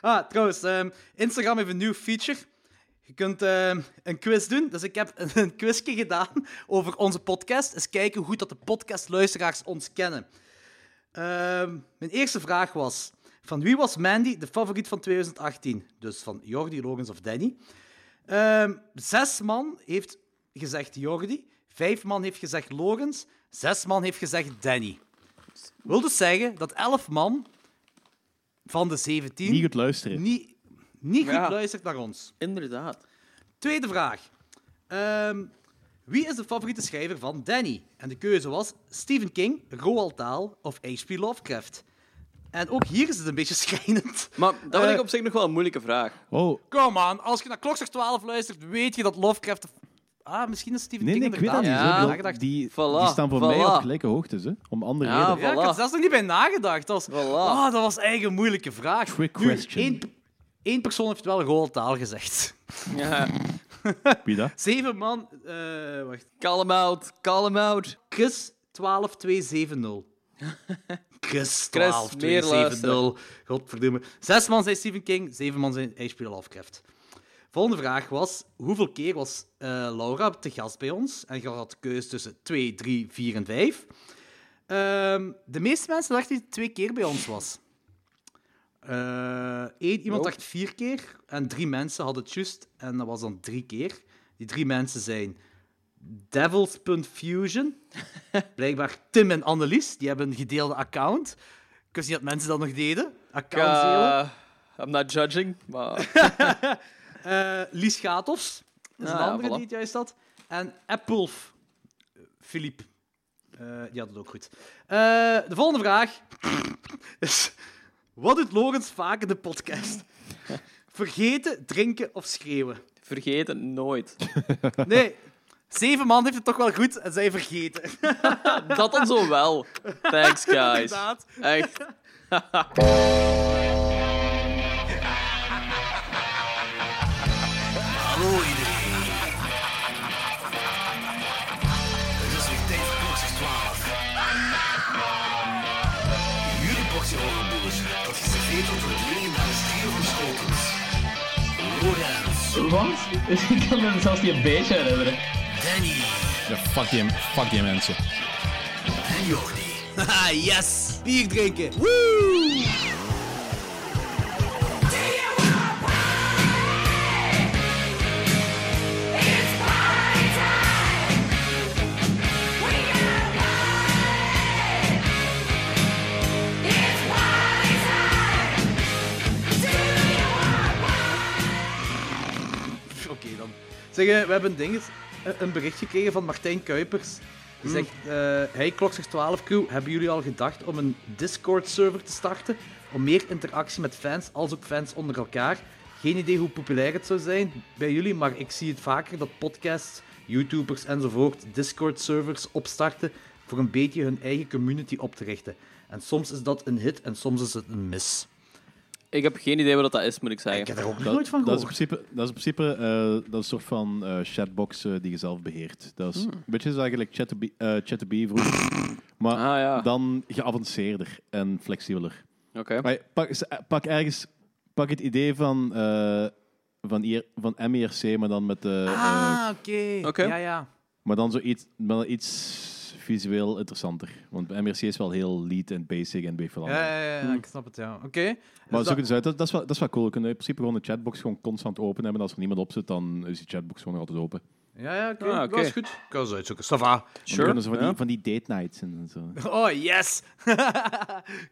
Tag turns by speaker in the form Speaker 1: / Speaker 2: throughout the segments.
Speaker 1: ah, trouwens, ehm, Instagram heeft een nieuw feature. Je kunt ehm, een quiz doen. Dus ik heb een, een quizje gedaan over onze podcast. Eens kijken hoe goed dat de podcastluisteraars ons kennen. Ehm, mijn eerste vraag was... Van wie was Mandy de favoriet van 2018? Dus van Jordi, Logans of Danny. Ehm, zes man heeft gezegd Jordi. Vijf man heeft gezegd Logans. Zes man heeft gezegd Danny. Wil dus zeggen dat elf man van de 17
Speaker 2: Niet goed luisteren.
Speaker 1: niet, niet goed
Speaker 3: Ja.
Speaker 1: luistert naar ons.
Speaker 3: Inderdaad.
Speaker 1: Tweede vraag. Ehm, wie is de favoriete schrijver van Danny? En de keuze was Stephen King, Roald Dahl of H.P. Lovecraft. En ook hier is het een beetje schrijnend.
Speaker 3: Maar dat vind
Speaker 1: Eh,
Speaker 3: ik op zich nog wel een moeilijke vraag.
Speaker 2: Wow.
Speaker 1: Come on, als je naar Klokslag 12 luistert, weet je dat Lovecraft... de f- Ah, misschien is Stephen
Speaker 2: Nee, nee,
Speaker 1: King
Speaker 2: ik weet dat niet.
Speaker 1: inderdaad.
Speaker 2: zo. Ik
Speaker 3: Ja.
Speaker 2: bedoel,
Speaker 1: nagedacht.
Speaker 2: die,
Speaker 3: Voilà,
Speaker 2: die staan voor mij
Speaker 3: voilà.
Speaker 2: op gelijke hoogtes, hè? om andere
Speaker 3: Ja,
Speaker 2: redenen.
Speaker 3: voilà.
Speaker 1: Ja, ik had zelfs nog niet bij nagedacht. Dat was,
Speaker 3: Voilà.
Speaker 1: Ah, dat was eigenlijk een moeilijke vraag.
Speaker 2: Quick
Speaker 1: Nu,
Speaker 2: question.
Speaker 1: één, één persoon heeft wel Roald Dahl gezegd.
Speaker 3: Ja.
Speaker 2: Wie dat?
Speaker 1: Zeven man... eh, wacht.
Speaker 3: Call hem out, call hem out.
Speaker 1: Chris 12270. Chris
Speaker 3: meer
Speaker 1: 12270. Godverdomme. Zes man zei Stephen King, zeven man zei H.P. Lovecraft. Volgende vraag was: hoeveel keer was eh, Laura te gast bij ons? En je had de keuze tussen 2, 3, 4 en 5. de meeste mensen dachten dat hij twee keer bij ons was. Eh, één, iemand
Speaker 3: Nope.
Speaker 1: dacht vier keer en drie mensen hadden het juist. En dat was dan drie keer. Die drie mensen zijn Devils.fusion. Blijkbaar Tim en Annelies, die hebben een gedeelde account. Ik wist niet dat mensen dat nog deden.
Speaker 3: Ik,
Speaker 1: Accounts delen.
Speaker 3: eh, I'm not judging, maar...
Speaker 1: Eh, Lies Gatofs is
Speaker 3: Ah,
Speaker 1: een
Speaker 3: ja,
Speaker 1: andere
Speaker 3: voilà.
Speaker 1: die het juist had. En Appulf, Philippe. Eh, die had het ook goed. Eh, de volgende vraag is... Wat doet Logans vaak in de podcast? Vergeten, drinken of schreeuwen?
Speaker 3: Vergeet het nooit.
Speaker 1: Nee, zeven man heeft het toch wel goed en zij vergeten.
Speaker 3: Dat dan zo wel. Thanks, guys.
Speaker 1: Inderdaad.
Speaker 3: Echt.
Speaker 4: Hallo iedereen. Het is weer tijd voor Boxers 12. Jullie boxen overboers, dat geserveerd wordt door het legendarische stier van Schotens. Lorenz,
Speaker 5: Want ik kan me zelfs niet een beetje herinneren.
Speaker 4: Danny
Speaker 6: Ja, fuck, die, fuck die mensen.
Speaker 4: en Jordi.
Speaker 1: Haha, yes! Bier drinken! Oké dan. Zeg, eh, we hebben een, ding, een- een bericht gekregen van Martijn Kuipers. Die zegt, eh hey Klokzeg 12 crew, hebben jullie al gedacht om een Discord-server te starten? Om meer interactie met fans, als ook fans onder elkaar. Geen idee hoe populair het zou zijn bij jullie, maar ik zie het vaker dat podcasts, YouTubers enzovoort Discord-servers opstarten voor een beetje hun eigen community op te richten. En soms is dat een hit en soms is het een mis.
Speaker 3: Ik heb geen idee wat dat is, moet ik
Speaker 1: Ik heb
Speaker 3: zeggen.
Speaker 1: daar ook nog
Speaker 2: Dat,
Speaker 1: nooit van
Speaker 2: dat is in
Speaker 1: gehoord.
Speaker 2: principe, dat is in principe eh, dat is een soort van eh, chatbox eh, die je zelf beheert. Dat is een beetje zoals eigenlijk Chat2B eh, Chat2B vroeger, maar
Speaker 3: Ah, ja.
Speaker 2: dan geavanceerder en flexibeler.
Speaker 3: Oké.
Speaker 2: Maar pak, eens- eh, pak ergens pak het idee van, eh, van, IR van MERC, maar dan, met, de eh,
Speaker 1: Ah, oké.
Speaker 3: Oké.
Speaker 1: Ja, ja.
Speaker 2: maar dan zo iets, maar dan iets visueel interessanter. Want MERC is wel heel lead en basic en weet veel
Speaker 1: Ja,
Speaker 2: anders.
Speaker 1: ja, ja, ja,
Speaker 3: Hmm.
Speaker 1: ik snap het, ja. Oké.
Speaker 2: Maar
Speaker 1: Dus dat-
Speaker 2: zoek het eens uit. Dat, dat, is wel, dat is wel cool. We kunnen in principe gewoon de chatbox gewoon constant open hebben. Als er niemand op zit, dan is die chatbox gewoon nog altijd open.
Speaker 1: Ja, ja, oké.
Speaker 3: Ah,
Speaker 1: Dat
Speaker 3: oké.
Speaker 1: is goed. Ik kan ze uitzoeken. Sava.
Speaker 2: Dan kunnen ze van,
Speaker 3: ja.
Speaker 2: die, van die date nights en zo.
Speaker 1: Oh, yes!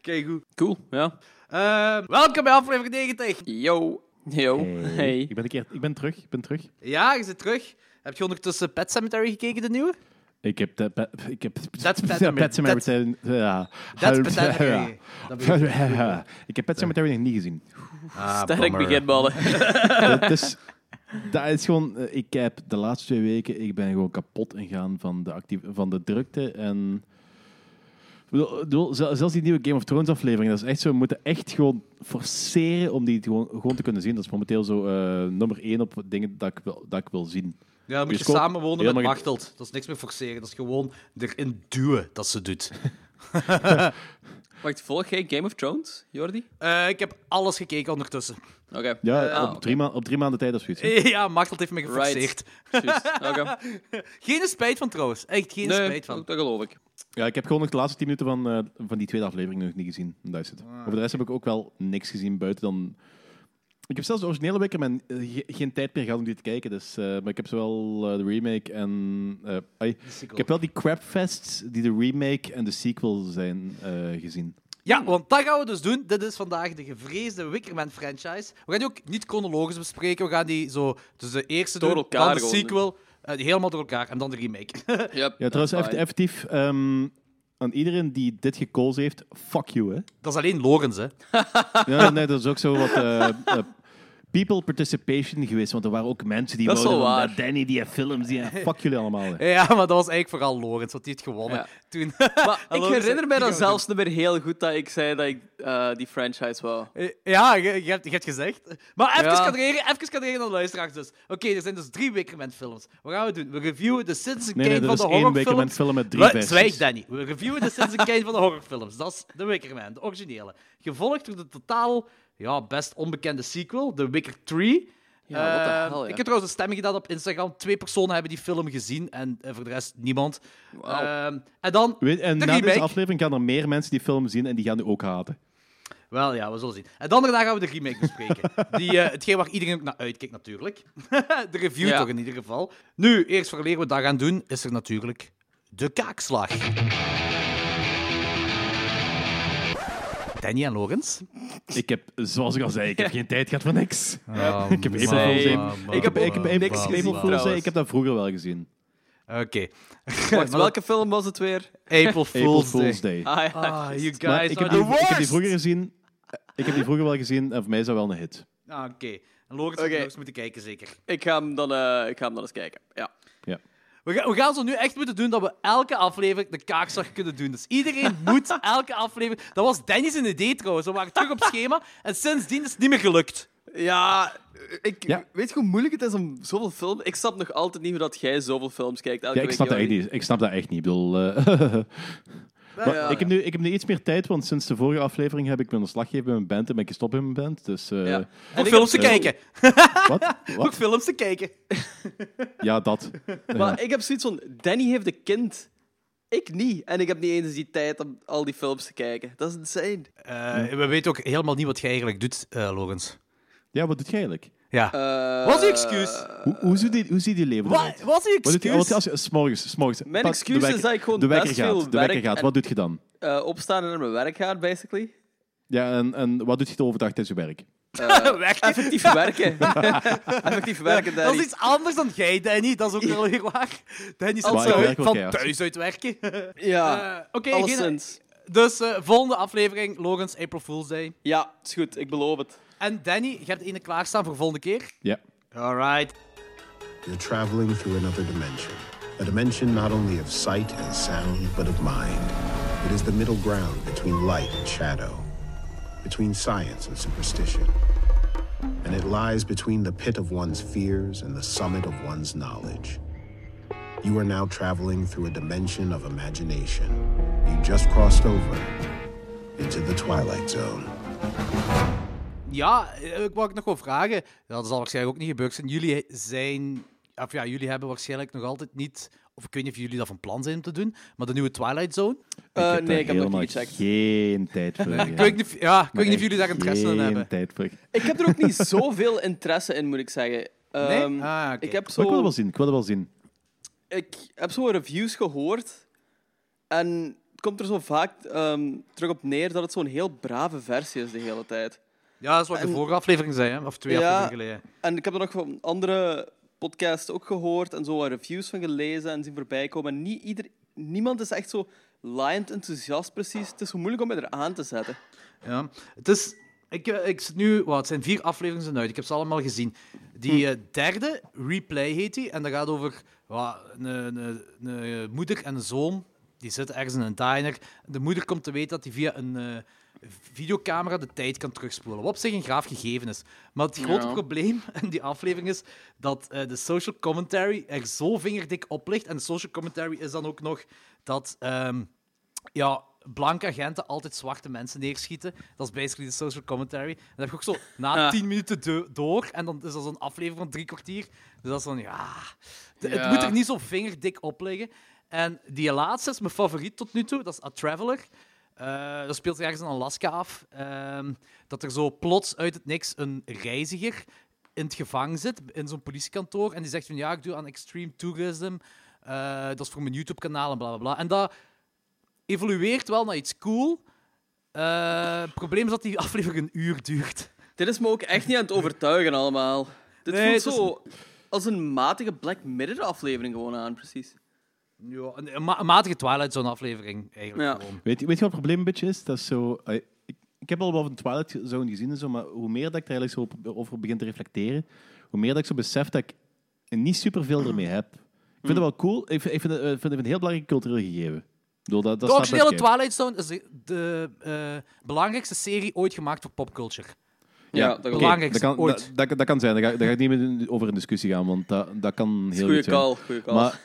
Speaker 1: Kijk goed.
Speaker 3: Cool, ja.
Speaker 1: Ehm, welkom bij aflevering 90.
Speaker 3: Yo. Yo. Hey.
Speaker 2: Ik, ben een keer, ik ben terug, ik ben terug.
Speaker 1: Ja, je zit terug. Heb je ondertussen Pet Cemetery gekeken, de nieuwe?
Speaker 2: Ik heb... de pe- Ik heb
Speaker 1: That's Pet
Speaker 2: Ja,
Speaker 1: Cemetery.
Speaker 2: Pet Cemetery. Ja.
Speaker 1: Dat
Speaker 2: Ja.
Speaker 1: Pet Cemetery. Dat bedoel ik.
Speaker 2: Ja. Ik heb Pet Cemetery nog niet gezien.
Speaker 3: Ah,
Speaker 1: Ah,
Speaker 3: Sterk beginballen.
Speaker 2: Dat is, dat is gewoon... eh, Ik heb de laatste twee weken... Ik ben gewoon kapot ingegaan van de, actief, van de drukte en... Ik bedoel- ik bedoel, zel- Zelfs die nieuwe Game of Thrones aflevering, dat is echt zo. We moeten echt gewoon forceren om die gewoon, gewoon te kunnen zien. Dat is momenteel zo eh, nummer één op dingen dat ik wil, dat ik wil zien.
Speaker 1: Ja, dan moet je
Speaker 2: Bioscoop.
Speaker 1: samen wonen met
Speaker 2: Helemaal ge-
Speaker 1: Machteld. Dat is niks meer forceren. Dat is gewoon erin duwen dat ze doet.
Speaker 3: Wacht, volg jij Game of Thrones, Jordi?
Speaker 1: Eh, ik heb alles gekeken ondertussen.
Speaker 3: Oké.
Speaker 2: Ja,
Speaker 3: Ah,
Speaker 2: op, drie ma- op drie maanden tijd of zoiets. hè?
Speaker 1: Ja, Martel heeft me geforceerd.
Speaker 3: oké. Juist, oké.
Speaker 1: Geen spijt van trouwens. Echt geen
Speaker 3: Nee,
Speaker 1: spijt van.
Speaker 3: dat dat geloof ik.
Speaker 2: Ja, ik heb gewoon nog de laatste tien minuten van, eh, van die tweede aflevering nog niet gezien. En Daar is
Speaker 3: Ah,
Speaker 2: het. Over de rest heb ik ook wel niks gezien buiten dan... Ik heb zelfs de originele week mijn, eh, ge- geen tijd meer gehad om die te kijken. Dus, eh, maar ik heb zowel eh, de remake en... eh, ai, ik heb wel die crapfests die de remake en de sequel zijn eh, gezien.
Speaker 3: Mm.
Speaker 1: Ja, want dat gaan we dus doen. Dit is vandaag de gevreesde Wickerman franchise. We gaan die ook niet chronologisch bespreken. We gaan die zo, dus de eerste
Speaker 3: Door
Speaker 1: doen,
Speaker 3: elkaar
Speaker 1: dan de
Speaker 3: gewoon.
Speaker 1: sequel, eh, die helemaal door elkaar en dan de remake.
Speaker 3: Yep,
Speaker 2: Ja, trouwens,
Speaker 3: that's
Speaker 2: eff-
Speaker 3: fine.
Speaker 2: effectief... ehm, aan iedereen die dit gekozen heeft, fuck you, hè.
Speaker 1: dat is alleen Lorenz, hè?
Speaker 2: Ja, nee, dat is ook zo wat... eh, eh, People participation geweest, want er waren ook mensen die
Speaker 3: Dat is wel
Speaker 2: wouden van,
Speaker 3: waar.
Speaker 2: eh, Danny die heeft films, die heeft- fuck jullie allemaal. hè.
Speaker 1: Ja, maar dat was eigenlijk vooral Lorenz, want die heeft gewonnen.
Speaker 3: Ja.
Speaker 1: Toen...
Speaker 3: Maar ik
Speaker 1: Hallo,
Speaker 3: herinner mij
Speaker 1: ik
Speaker 3: dan
Speaker 1: ga-
Speaker 3: zelfs niet meer heel goed dat ik zei dat ik eh, die franchise wou.
Speaker 1: Eh, Ja, je, je hebt, je hebt gezegd. Maar even
Speaker 3: Ja.
Speaker 1: kadreren, even kadreren aan de luisteraars dus. Oké, er zijn dus drie Wickerman-films. Wat gaan we doen? We reviewen de Citizen
Speaker 2: Nee,
Speaker 1: Kane
Speaker 2: nee,
Speaker 1: van
Speaker 2: dat
Speaker 1: de
Speaker 2: is één
Speaker 1: horrorfilms.
Speaker 2: week met film met drie
Speaker 1: Lu-
Speaker 2: versies.
Speaker 1: Zwijg, Danny. We reviewen de Citizen Kane van de horrorfilms. Dat is de Wickerman, de originele. Gevolgd door de totaal ja, best onbekende sequel, The Wicker 3.
Speaker 3: Ja, what the
Speaker 1: Eh,
Speaker 3: hell, ja.
Speaker 1: Ik heb trouwens een stemming gedaan op Instagram. Twee personen hebben die film gezien en eh, voor de rest niemand.
Speaker 3: Wauw.
Speaker 1: Ehm, en dan
Speaker 2: Weet, en
Speaker 1: de
Speaker 2: na
Speaker 1: remake.
Speaker 2: deze aflevering gaan er meer mensen die film zien en die gaan die ook haten.
Speaker 1: Wel ja, we zullen zien. En dan daarna gaan we de remake bespreken. Die, eh, hetgeen waar iedereen ook naar uitkijkt, natuurlijk. de review
Speaker 3: Ja.
Speaker 1: toch in ieder geval. Nu, eerst vooraleer we dat gaan doen, is er natuurlijk de kaakslag. Danny en Lorenz.
Speaker 2: Ik heb, zoals ik al zei, ik heb geen tijd gehad voor niks.
Speaker 1: ik
Speaker 2: heb even
Speaker 3: Nee,
Speaker 2: veel
Speaker 3: man,
Speaker 2: Ik heb, ik heb
Speaker 3: man,
Speaker 2: niks
Speaker 3: man,
Speaker 2: gezien.
Speaker 3: man.
Speaker 2: Zei, ik heb dat vroeger wel gezien.
Speaker 1: Oké.
Speaker 3: Wacht, welke film was het weer?
Speaker 1: April
Speaker 2: April
Speaker 1: Fool's Day.
Speaker 2: Fool's Day.
Speaker 3: Ah, ja.
Speaker 1: Ah, you guys
Speaker 2: Maar
Speaker 1: are
Speaker 2: ik heb, die,
Speaker 1: the
Speaker 2: ik heb die
Speaker 1: worst!
Speaker 2: vroeger gezien. eh, Ik heb die vroeger wel gezien en voor mij is dat wel een hit.
Speaker 1: Ah, Oké. En Lorenz had
Speaker 3: Oké.
Speaker 1: nog eens moeten kijken, zeker.
Speaker 3: ik, ga hem dan, eh, ik ga hem dan eens kijken. Ja.
Speaker 1: We, ga- we gaan zo nu echt moeten doen dat we elke aflevering de kaakslag kunnen doen. Dus iedereen moet elke aflevering. Dat was Danny's idee trouwens. We waren terug op schema en sindsdien is het niet meer gelukt.
Speaker 3: Ja, ik
Speaker 2: Ja.
Speaker 3: weet je hoe moeilijk het is om zoveel films... Ik snap nog altijd niet hoe dat jij zoveel films kijkt elke
Speaker 2: Ja, ik
Speaker 3: week,
Speaker 2: snap dat echt
Speaker 3: Jordi.
Speaker 2: niet. Ik snap dat echt niet. Ik bedoel... eh, maar
Speaker 3: ja.
Speaker 2: ik, heb nu, ik heb nu iets meer tijd, want sinds de vorige aflevering heb ik mijn ontslag gegeven bij mijn band en ben ik gestopt in mijn band. Dus eh,
Speaker 3: Ja.
Speaker 1: Voor
Speaker 3: ik
Speaker 1: films te
Speaker 3: heb-
Speaker 1: kijken.
Speaker 2: wat?
Speaker 1: Voor
Speaker 2: wat?
Speaker 1: films te kijken.
Speaker 2: Ja, dat.
Speaker 3: Maar ik heb zoiets van... Danny heeft een kind. Ik niet. En ik heb niet eens die tijd om al die films te kijken. Dat is insane.
Speaker 1: Eh, We weten ook helemaal niet wat jij eigenlijk doet, Logans.
Speaker 2: Ja, wat doet jij eigenlijk?
Speaker 1: Ja.
Speaker 3: Eh,
Speaker 1: Wat is je excuus?
Speaker 2: Hoe, hoe, ziet die, hoe ziet die leven
Speaker 1: Wat
Speaker 2: eruit?
Speaker 1: wat is je
Speaker 2: Wat doet je, want
Speaker 1: excuus?
Speaker 2: als je, s morgens, s morgens,
Speaker 3: Mijn
Speaker 2: pak
Speaker 3: excuus
Speaker 2: de
Speaker 3: is dat ik gewoon
Speaker 2: de wekker
Speaker 3: best
Speaker 2: gaat,
Speaker 3: veel
Speaker 2: De wekker
Speaker 3: werk
Speaker 2: gaat,
Speaker 3: en-
Speaker 2: wat doet je dan?
Speaker 3: eh, opstaan en naar mijn werk gaan, basically.
Speaker 2: Ja, en, en wat doet je de overdag tijdens je werk?
Speaker 1: Weg.
Speaker 3: Effectief werken. Effectief werken,
Speaker 1: Dat
Speaker 3: Danny.
Speaker 1: is iets anders dan jij, Danny. Dat is ook wel heel waar. Danny is
Speaker 3: Maar ik
Speaker 1: altijd
Speaker 2: werk wel
Speaker 1: van
Speaker 2: keihard.
Speaker 1: thuis uit werken.
Speaker 3: Ja,
Speaker 1: Eh, Oké, geen-
Speaker 3: alleszins.
Speaker 1: dus eh, volgende aflevering, Logans, April Fool's Day.
Speaker 3: Ja, is goed. Ik beloof het.
Speaker 1: En Danny, je hebt ene klaarstaan voor volgende keer.
Speaker 2: Ja.
Speaker 1: Alright.
Speaker 7: You're traveling through another dimension. A dimension not only of sight and sound, but of mind. It is the middle ground between light and shadow, between science and superstition. And it lies between the pit of one's fears and the summit of one's knowledge. You are now traveling through a dimension of imagination. You just crossed over into the Twilight Zone.
Speaker 1: Ja, eh, ik wou ik nog wel vragen. Dat zal waarschijnlijk ook niet gebeurd zijn. Jullie zijn, of ja, jullie hebben waarschijnlijk nog altijd niet, of ik weet niet of jullie dat van plan zijn om te doen, maar de nieuwe Twilight Zone.
Speaker 3: Eh,
Speaker 2: heb daar
Speaker 3: nee, ik heb nog
Speaker 2: helemaal
Speaker 3: niet gecheckt.
Speaker 2: geen tijd voor.
Speaker 1: Ik weet niet, of- ja, ik weet niet of jullie daar interesse in hebben.
Speaker 2: tijd voor.
Speaker 3: Ik heb er ook niet zoveel interesse in, moet ik zeggen.
Speaker 1: Nee?
Speaker 3: Ehm,
Speaker 1: Ah, oké.
Speaker 3: ik, heb
Speaker 2: Maar ik wil
Speaker 3: zo,
Speaker 2: dat wel zien. Ik wil dat wel zien.
Speaker 3: ik heb zo reviews gehoord. En het komt er zo vaak ehm, terug op neer dat het zo'n heel brave versie is de hele tijd.
Speaker 1: Ja, dat is wat ik de
Speaker 3: En-
Speaker 1: vorige aflevering zei, hè, of twee
Speaker 3: Ja.
Speaker 1: afleveringen geleden.
Speaker 3: En ik heb er nog van andere podcasts ook gehoord en zo wat reviews van gelezen en zien voorbij komen. En niet ieder, niemand is echt zo laaiend enthousiast precies. Het is zo moeilijk om mij er aan te zetten.
Speaker 1: Ja. Het is, ik, eh, ik zit nu, wat, het zijn vier afleveringen zijn uit, ik heb ze allemaal gezien. Die eh, derde, Replay heet die, en dat gaat over wat, een, een, een moeder en een zoon. Die zitten ergens in een diner. De moeder komt te weten dat hij via een eh, videocamera de tijd kan terugspoelen. Wat op zich een graaf gegeven is. Maar het grote
Speaker 3: Ja.
Speaker 1: probleem in die aflevering is dat eh, de social commentary er zo vingerdik op ligt. En de social commentary is dan ook nog dat... ehm, ja, blanke agenten altijd zwarte mensen neerschieten. Dat is basically de social commentary. En dat heb je ook zo na tien minuten do- door. En dan is dat zo'n aflevering van drie kwartier. Dus dat is dan, ja... de-
Speaker 3: Ja.
Speaker 1: Het moet er niet zo vingerdik op liggen. En die laatste is mijn favoriet tot nu toe. Dat is A Traveler. Eh, dat speelt zich ergens in Alaska af. Ehm, dat er zo plots uit het niks een reiziger in het gevangen zit, in zo'n politiekantoor. En die zegt van, ja, ik doe aan extreme tourism. Eh, dat is voor mijn YouTube-kanaal en bla, bla, bla. En dat evolueert wel naar iets cool. Eh, het probleem is dat die aflevering een uur duurt.
Speaker 3: Dit is me ook echt niet aan het overtuigen allemaal. Dit
Speaker 1: Nee,
Speaker 3: voelt
Speaker 1: het is-
Speaker 3: zo als een matige Black Mirror-aflevering gewoon aan, precies.
Speaker 1: Ja, een, een ma- een matige Twilight Zone aflevering eigenlijk
Speaker 3: Ja.
Speaker 1: gewoon.
Speaker 2: Weet, je- weet je wat het probleem een beetje is? Dat is zo, eh, ik, ik heb al wel van Twilight Zone gezien en zo, maar hoe meer dat ik er eigenlijk zo op- over begin te reflecteren, hoe meer dat ik zo besef dat ik niet superveel ermee heb. Ik vind het wel cool. Ik vind, ik vind, het, eh, vind het een heel belangrijk cultureel gegeven. Ik bedoel, dat, dat
Speaker 1: De
Speaker 2: staat best
Speaker 1: originele
Speaker 2: kei.
Speaker 1: Twilight Zone is de, de, eh, belangrijkste serie ooit gemaakt voor popculture.
Speaker 3: Ja, dat
Speaker 2: oké,
Speaker 3: kan.
Speaker 1: Belangrijkste
Speaker 2: dat, kan,
Speaker 1: ooit.
Speaker 2: dat, dat, dat kan zijn. Daar ga, daar ga ik niet meer over in discussie gaan, want dat, dat kan heel
Speaker 3: Goeie
Speaker 2: goed zijn.
Speaker 3: call, goeie call.
Speaker 2: Maar,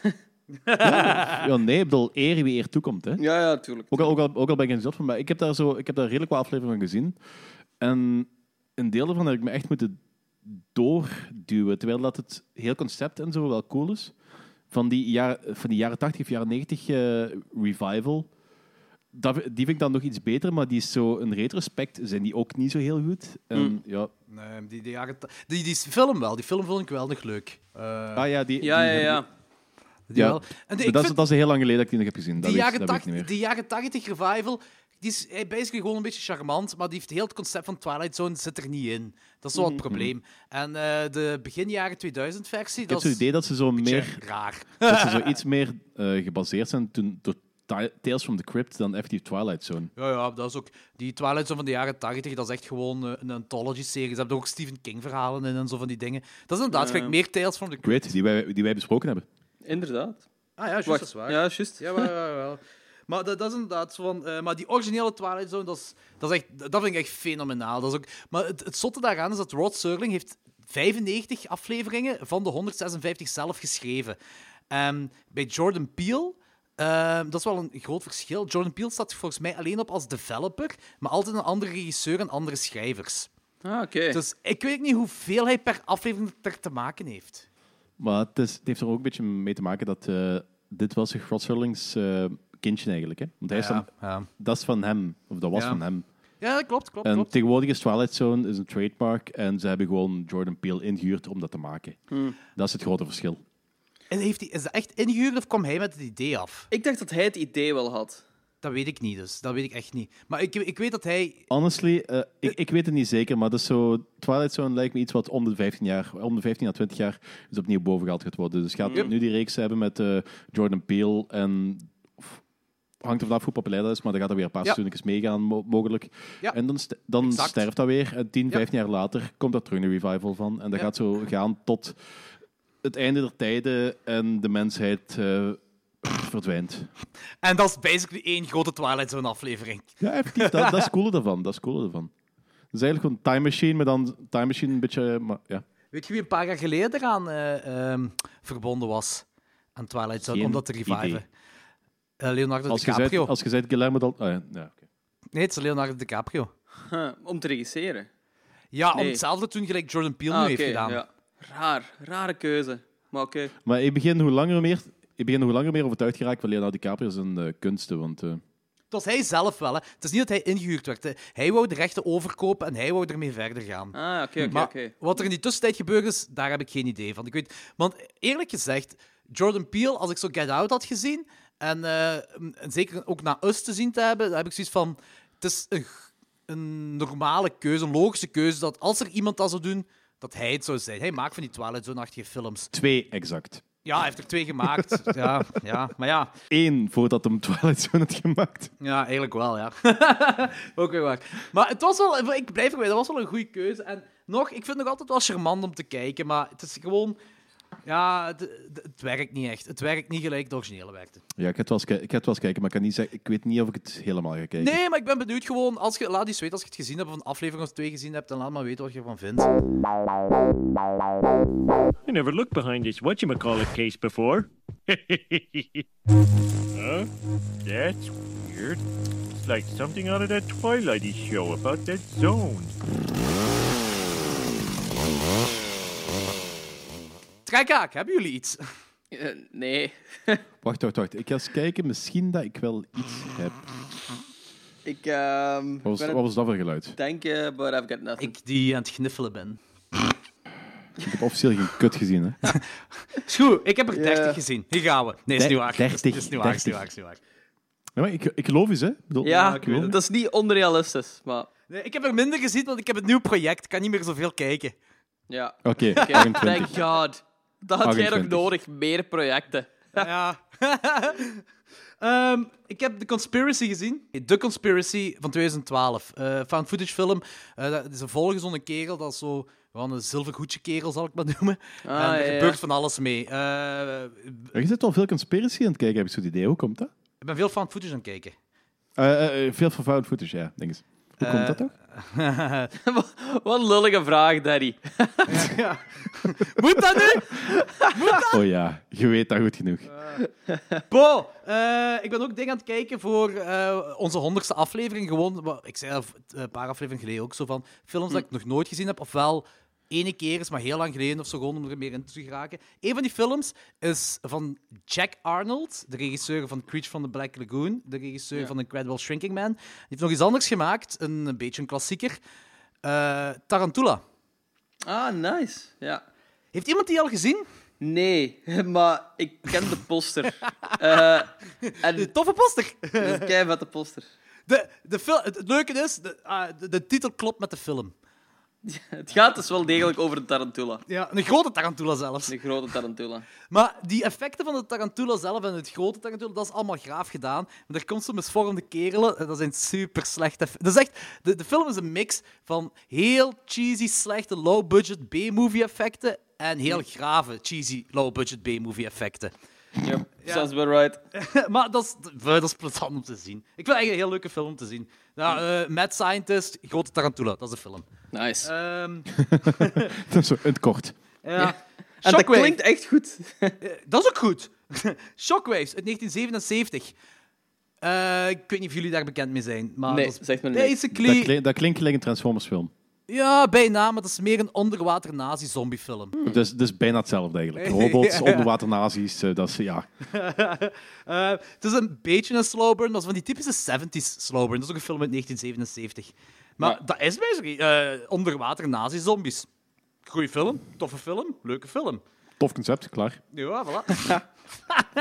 Speaker 2: ja, ja, nee, ik bedoel, eer wie eer toekomt. Hè.
Speaker 3: Ja, ja, tuurlijk.
Speaker 2: Ook al, ook, al, ook al ben ik er zot van, maar ik heb daar, zo, ik heb daar redelijk wat afleveringen van gezien. En een deel daarvan heb ik me echt moeten doorduwen. Terwijl dat het heel concept en zo wel cool is. Van die, jaar, van die jaren 80 of jaren 90 eh, revival. Dat, die vind ik dan nog iets beter, maar die is zo een retrospect. Zijn die ook niet zo heel goed? En,
Speaker 3: Mm.
Speaker 2: ja.
Speaker 1: Nee, die, die, jaren ta- die, die film wel. Die film vond ik wel nog leuk. Eh,
Speaker 2: Ah ja, die,
Speaker 3: Ja,
Speaker 2: die
Speaker 3: ja,
Speaker 2: heb ik-
Speaker 3: ja.
Speaker 1: die
Speaker 2: ja.
Speaker 1: wel. En die-
Speaker 2: Maar
Speaker 1: ik
Speaker 2: dat, is,
Speaker 1: vind-
Speaker 2: dat is heel lang geleden dat ik die nog heb gezien. Dat
Speaker 1: die,
Speaker 2: weet,
Speaker 1: jaren
Speaker 2: dat weet ik niet meer.
Speaker 1: 80 die jaren 80 revival, die is eh, basically gewoon een beetje charmant, maar die heeft heel het concept van Twilight Zone zit er niet in. Dat is wel het probleem. En eh, de begin jaren 2000 versie,
Speaker 2: Mm-hmm. Ik heb
Speaker 1: dat
Speaker 2: zo'n
Speaker 1: is
Speaker 2: idee dat ze zo
Speaker 1: beetje
Speaker 2: meer
Speaker 1: raar.
Speaker 2: dat ze zo iets meer eh, gebaseerd zijn toen door Ti- Tales from the Crypt dan effectief Twilight Zone.
Speaker 1: Ja, ja, dat is ook... Die Twilight Zone van de jaren 80, dat is echt gewoon eh, een anthology-serie. Ze hebben er ook Stephen King-verhalen in en zo van die dingen. Dat is inderdaad gelijk meer Tales from the Crypt.
Speaker 2: Crypt, die wij, die wij besproken hebben.
Speaker 3: Inderdaad.
Speaker 1: Ah ja, juist,
Speaker 3: Wacht.
Speaker 1: dat is waar.
Speaker 3: Ja, juist.
Speaker 1: Ja, wel, wel, wel. Maar dat, dat is inderdaad zo van... eh, maar die originele Twilight Zone, dat, is, dat, is echt, dat vind ik echt fenomenaal. Dat is ook, maar het, het zotte daaraan is dat Rod Serling heeft 95 afleveringen van de 156 zelf geschreven. Ehm, bij Jordan Peele... ehm, dat is wel een groot verschil. Jordan Peele staat volgens mij alleen op als developer, maar altijd een andere regisseur en andere schrijvers.
Speaker 3: Ah, oké.
Speaker 1: Dus ik weet niet hoeveel hij per aflevering er te maken heeft.
Speaker 2: Maar het, is, het heeft er ook een beetje mee te maken dat eh, dit was een Rod Serlings eh, kindje eigenlijk. Hè? Want hij is dan-
Speaker 1: ja.
Speaker 2: dat is van hem, of dat was
Speaker 1: Ja.
Speaker 2: van hem.
Speaker 1: ja dat klopt, klopt,
Speaker 2: en
Speaker 1: klopt.
Speaker 2: tegenwoordig is Twilight Zone is een trademark en ze hebben gewoon Jordan Peele ingehuurd om dat te maken.
Speaker 3: Hmm.
Speaker 2: Dat is het grote verschil.
Speaker 1: En heeft hij, is dat echt ingehuurd of kwam hij met het idee af?
Speaker 3: Ik dacht dat hij het idee wel had.
Speaker 1: Dat weet ik niet, dus. Dat weet ik echt niet. Maar ik, ik weet dat hij...
Speaker 2: Honestly, eh, ik, ik weet het niet zeker, maar dat is zo, Twilight Zone lijkt me iets wat om de 15 jaar, om de 15 à 20 jaar is opnieuw bovengehaald gaat worden. Dus gaat nu die reeks hebben met eh, Jordan Peele en of- hangt er vanaf hoe populair dat is, maar dan gaat er weer een paar
Speaker 1: Ja.
Speaker 2: seizoenen meegaan mo- mogelijk.
Speaker 1: Ja.
Speaker 2: En dan, st- dan
Speaker 1: Exact.
Speaker 2: sterft dat weer en 10,
Speaker 1: Ja.
Speaker 2: 15 jaar later komt daar terug een revival van en dat
Speaker 1: Ja.
Speaker 2: gaat zo gaan tot het einde der tijden en de mensheid eh, verdwijnt.
Speaker 1: En dat is basically één grote Twilight Zone-aflevering.
Speaker 2: Ja, effectief. Dat, dat is het coole daarvan. Dat is het coole daarvan. Dat is eigenlijk gewoon Time Machine, maar dan Time Machine een beetje... eh, Maar, ja.
Speaker 1: Weet je wie een paar jaar geleden eraan eh, ehm, verbonden was? Aan Twilight Zone,
Speaker 2: Geen
Speaker 1: om dat te
Speaker 2: idee.
Speaker 1: reviven. Eh, Leonardo
Speaker 2: als, je
Speaker 1: DiCaprio.
Speaker 2: zei, als je zei Guillermo del... Ah, ja, ja, oké.
Speaker 1: Nee, het is Leonardo DiCaprio.
Speaker 3: Huh, om te regisseren.
Speaker 1: Ja, om
Speaker 3: Nee.
Speaker 1: hetzelfde toen gelijk Jordan Peele
Speaker 3: Ah,
Speaker 1: nu
Speaker 3: oké,
Speaker 1: heeft gedaan.
Speaker 3: ja. Raar. Rare keuze. Maar oké.
Speaker 2: Maar ik begin hoe langer hoe meer... Ik begin hoe langer meer overtuigd geraakt van Leonardo DiCaprio zijn eh, kunsten, want... eh,
Speaker 1: Het was hij zelf wel, hè. Het is niet dat hij ingehuurd werd. hè. Hij wou de rechten overkopen en hij wou ermee verder gaan.
Speaker 3: Ah, oké, oké,
Speaker 1: Maar
Speaker 3: oké.
Speaker 1: wat er in die tussentijd gebeurd is, daar heb ik geen idee van. Ik weet, want eerlijk gezegd, Jordan Peele, als ik zo Get Out had gezien, en, eh, en zeker ook naar Us te zien te hebben, dan heb ik zoiets van... Het is een, g- een normale keuze, een logische keuze, dat als er iemand dat zou doen, dat hij het zou zijn. Hij maakt van die Twilight Zone-achtige films.
Speaker 2: twee, exact.
Speaker 1: Ja, hij heeft er twee gemaakt. ja, ja, maar ja...
Speaker 2: Eén, voordat hem Twilight Zone had gemaakt.
Speaker 1: Ja, eigenlijk wel, ja. ook weer waar. Maar het was wel, ik blijf erbij, dat was wel een goede keuze. En nog, ik vind het nog altijd wel charmant om te kijken, maar het is gewoon... Ja, het, het- het werkt niet echt. Het werkt niet gelijk de originele werkte.
Speaker 2: Ja, ik ga het wel eens, ki- ik ga het wel eens kijken, maar ik, kan niet zeggen, ik weet niet of ik het helemaal ga kijken.
Speaker 1: Nee, maar ik ben benieuwd gewoon, als je, laat eens weten als je het gezien hebt of een aflevering of twee gezien hebt, dan laat maar weten wat je ervan vindt.
Speaker 8: I never looked behind this whatchamacallit case before. huh? That's weird. It's like something out of that Twilighty show about that zone.
Speaker 1: Trekhaak, hebben jullie iets?
Speaker 3: Eh, nee,
Speaker 2: Wacht, wacht, wacht. Ik ga eens kijken. Misschien dat ik wel iets heb.
Speaker 3: ik ehm, ik
Speaker 2: Wat was,
Speaker 3: ben
Speaker 2: wat
Speaker 3: aan
Speaker 2: was dat voor geluid?
Speaker 3: het denken, but I've got nothing.
Speaker 1: Ik die aan het gniffelen ben.
Speaker 2: Ik heb officieel geen kut gezien, hè.
Speaker 1: Is goed, ik heb er
Speaker 3: Ja.
Speaker 1: 30 gezien. Hier gaan we. Nee, is
Speaker 2: Der-
Speaker 1: niet waar. Is-
Speaker 2: 30,
Speaker 1: Is niet waar, is niet
Speaker 2: 30.
Speaker 1: waar, is niet waar.
Speaker 2: Ja, maar ik, ik geloof eens, hè. Ik bedoel,
Speaker 3: ja,
Speaker 2: ik geloof
Speaker 3: dat is niet onrealistisch, maar
Speaker 1: Nee, ik heb er minder gezien, want ik heb een nieuw project. Ik kan niet meer zoveel kijken.
Speaker 3: ja.
Speaker 2: Oké,
Speaker 3: Oké, thank
Speaker 2: 28.
Speaker 3: god. Dat had jij nog
Speaker 2: 28.
Speaker 3: nodig, meer projecten.
Speaker 1: Ja. Ehm, ik heb The Conspiracy gezien. The Conspiracy van 2012. eh found footage film. Eh, dat is een volgezonde kerel. Dat is zo... Gewoon een zilvergoedje kerel, zal ik maar noemen. en
Speaker 3: ja,
Speaker 1: er
Speaker 3: Ah, ja.
Speaker 1: gebeurt van alles mee. Eh,
Speaker 2: Ja, Je zit al veel conspiracy aan het kijken, heb ik zo'n idee. Hoe komt dat?
Speaker 1: ik ben veel found footage aan het kijken.
Speaker 2: Eh, eh, eh, veel vervuilend footage, ja. Denk eens. Hoe komt dat toch?
Speaker 3: Wat een lullige vraag, Daddy.
Speaker 1: Moet dat nu?
Speaker 2: Oh ja, je weet dat goed genoeg.
Speaker 1: Bo, eh, ik ben ook dingen aan het kijken voor eh, onze honderdste aflevering. Gewoon, wa- ik zei dat eh, een paar afleveringen geleden ook zo van films dat ik nog nooit gezien heb, ofwel ene keer is, maar heel lang geleden of zo, gewoon om er meer in te geraken. Een van die films is van Jack Arnold, de regisseur van Creature from the Black Lagoon, de regisseur van Incredible Shrinking Man. Die heeft nog iets anders gemaakt, een, een beetje een klassieker. Eh, Tarantula.
Speaker 3: Ah, nice. Ja.
Speaker 1: Heeft iemand die al gezien?
Speaker 3: Nee, maar ik ken de poster. Eh, en
Speaker 1: De toffe poster.
Speaker 3: dat is een de poster.
Speaker 1: De, de fil- het, het leuke is, de, ah, de, de titel klopt met de film.
Speaker 3: Het gaat dus wel degelijk over de tarantula.
Speaker 1: Ja, een grote tarantula zelfs.
Speaker 3: De grote tarantula.
Speaker 1: Maar die effecten van de tarantula zelf en het grote tarantula, dat is allemaal graaf gedaan. Maar er komt zo'n misvormde kerelen en dat zijn super slechte... eff- Dat is echt... De, de film is een mix van heel cheesy, slechte, low-budget B-movie effecten en heel grave, cheesy, low-budget B-movie effecten.
Speaker 3: Yep. Sounds about right.
Speaker 1: maar dat is, dat is plezant om te zien. Ik vind het eigenlijk een heel leuke film om te zien. Ja, eh, Mad Scientist, grote tarantula, dat is de film.
Speaker 3: Nice.
Speaker 1: Ehm,
Speaker 2: Zo, in het kort.
Speaker 1: ja.
Speaker 3: en dat
Speaker 1: Shockwave.
Speaker 3: klinkt echt goed.
Speaker 1: Dat is ook goed. Shockwaves uit 1977. Eh, ik weet niet of jullie daar bekend mee zijn, maar
Speaker 3: Nee,
Speaker 1: dat is
Speaker 3: zegt me niks.
Speaker 1: basically...
Speaker 2: Dat, klinkt- dat klinkt gelijk een Transformers film.
Speaker 1: Ja, bijna, maar dat is meer een onderwater nazi-zombiefilm.
Speaker 3: Hmm.
Speaker 2: Dus, dus bijna hetzelfde eigenlijk. Robots, onderwater nazi's, eh, dat is, ja.
Speaker 1: Eh, het is een beetje een slow burn, maar dat is van die typische 70s slow burn. Dat is ook een film uit 1977. Maar
Speaker 3: Ja.
Speaker 1: dat is basically eh, onderwater nazi-zombies. Goeie film, toffe film, leuke film.
Speaker 2: Tof concept, klaar.
Speaker 1: Ja, voilà.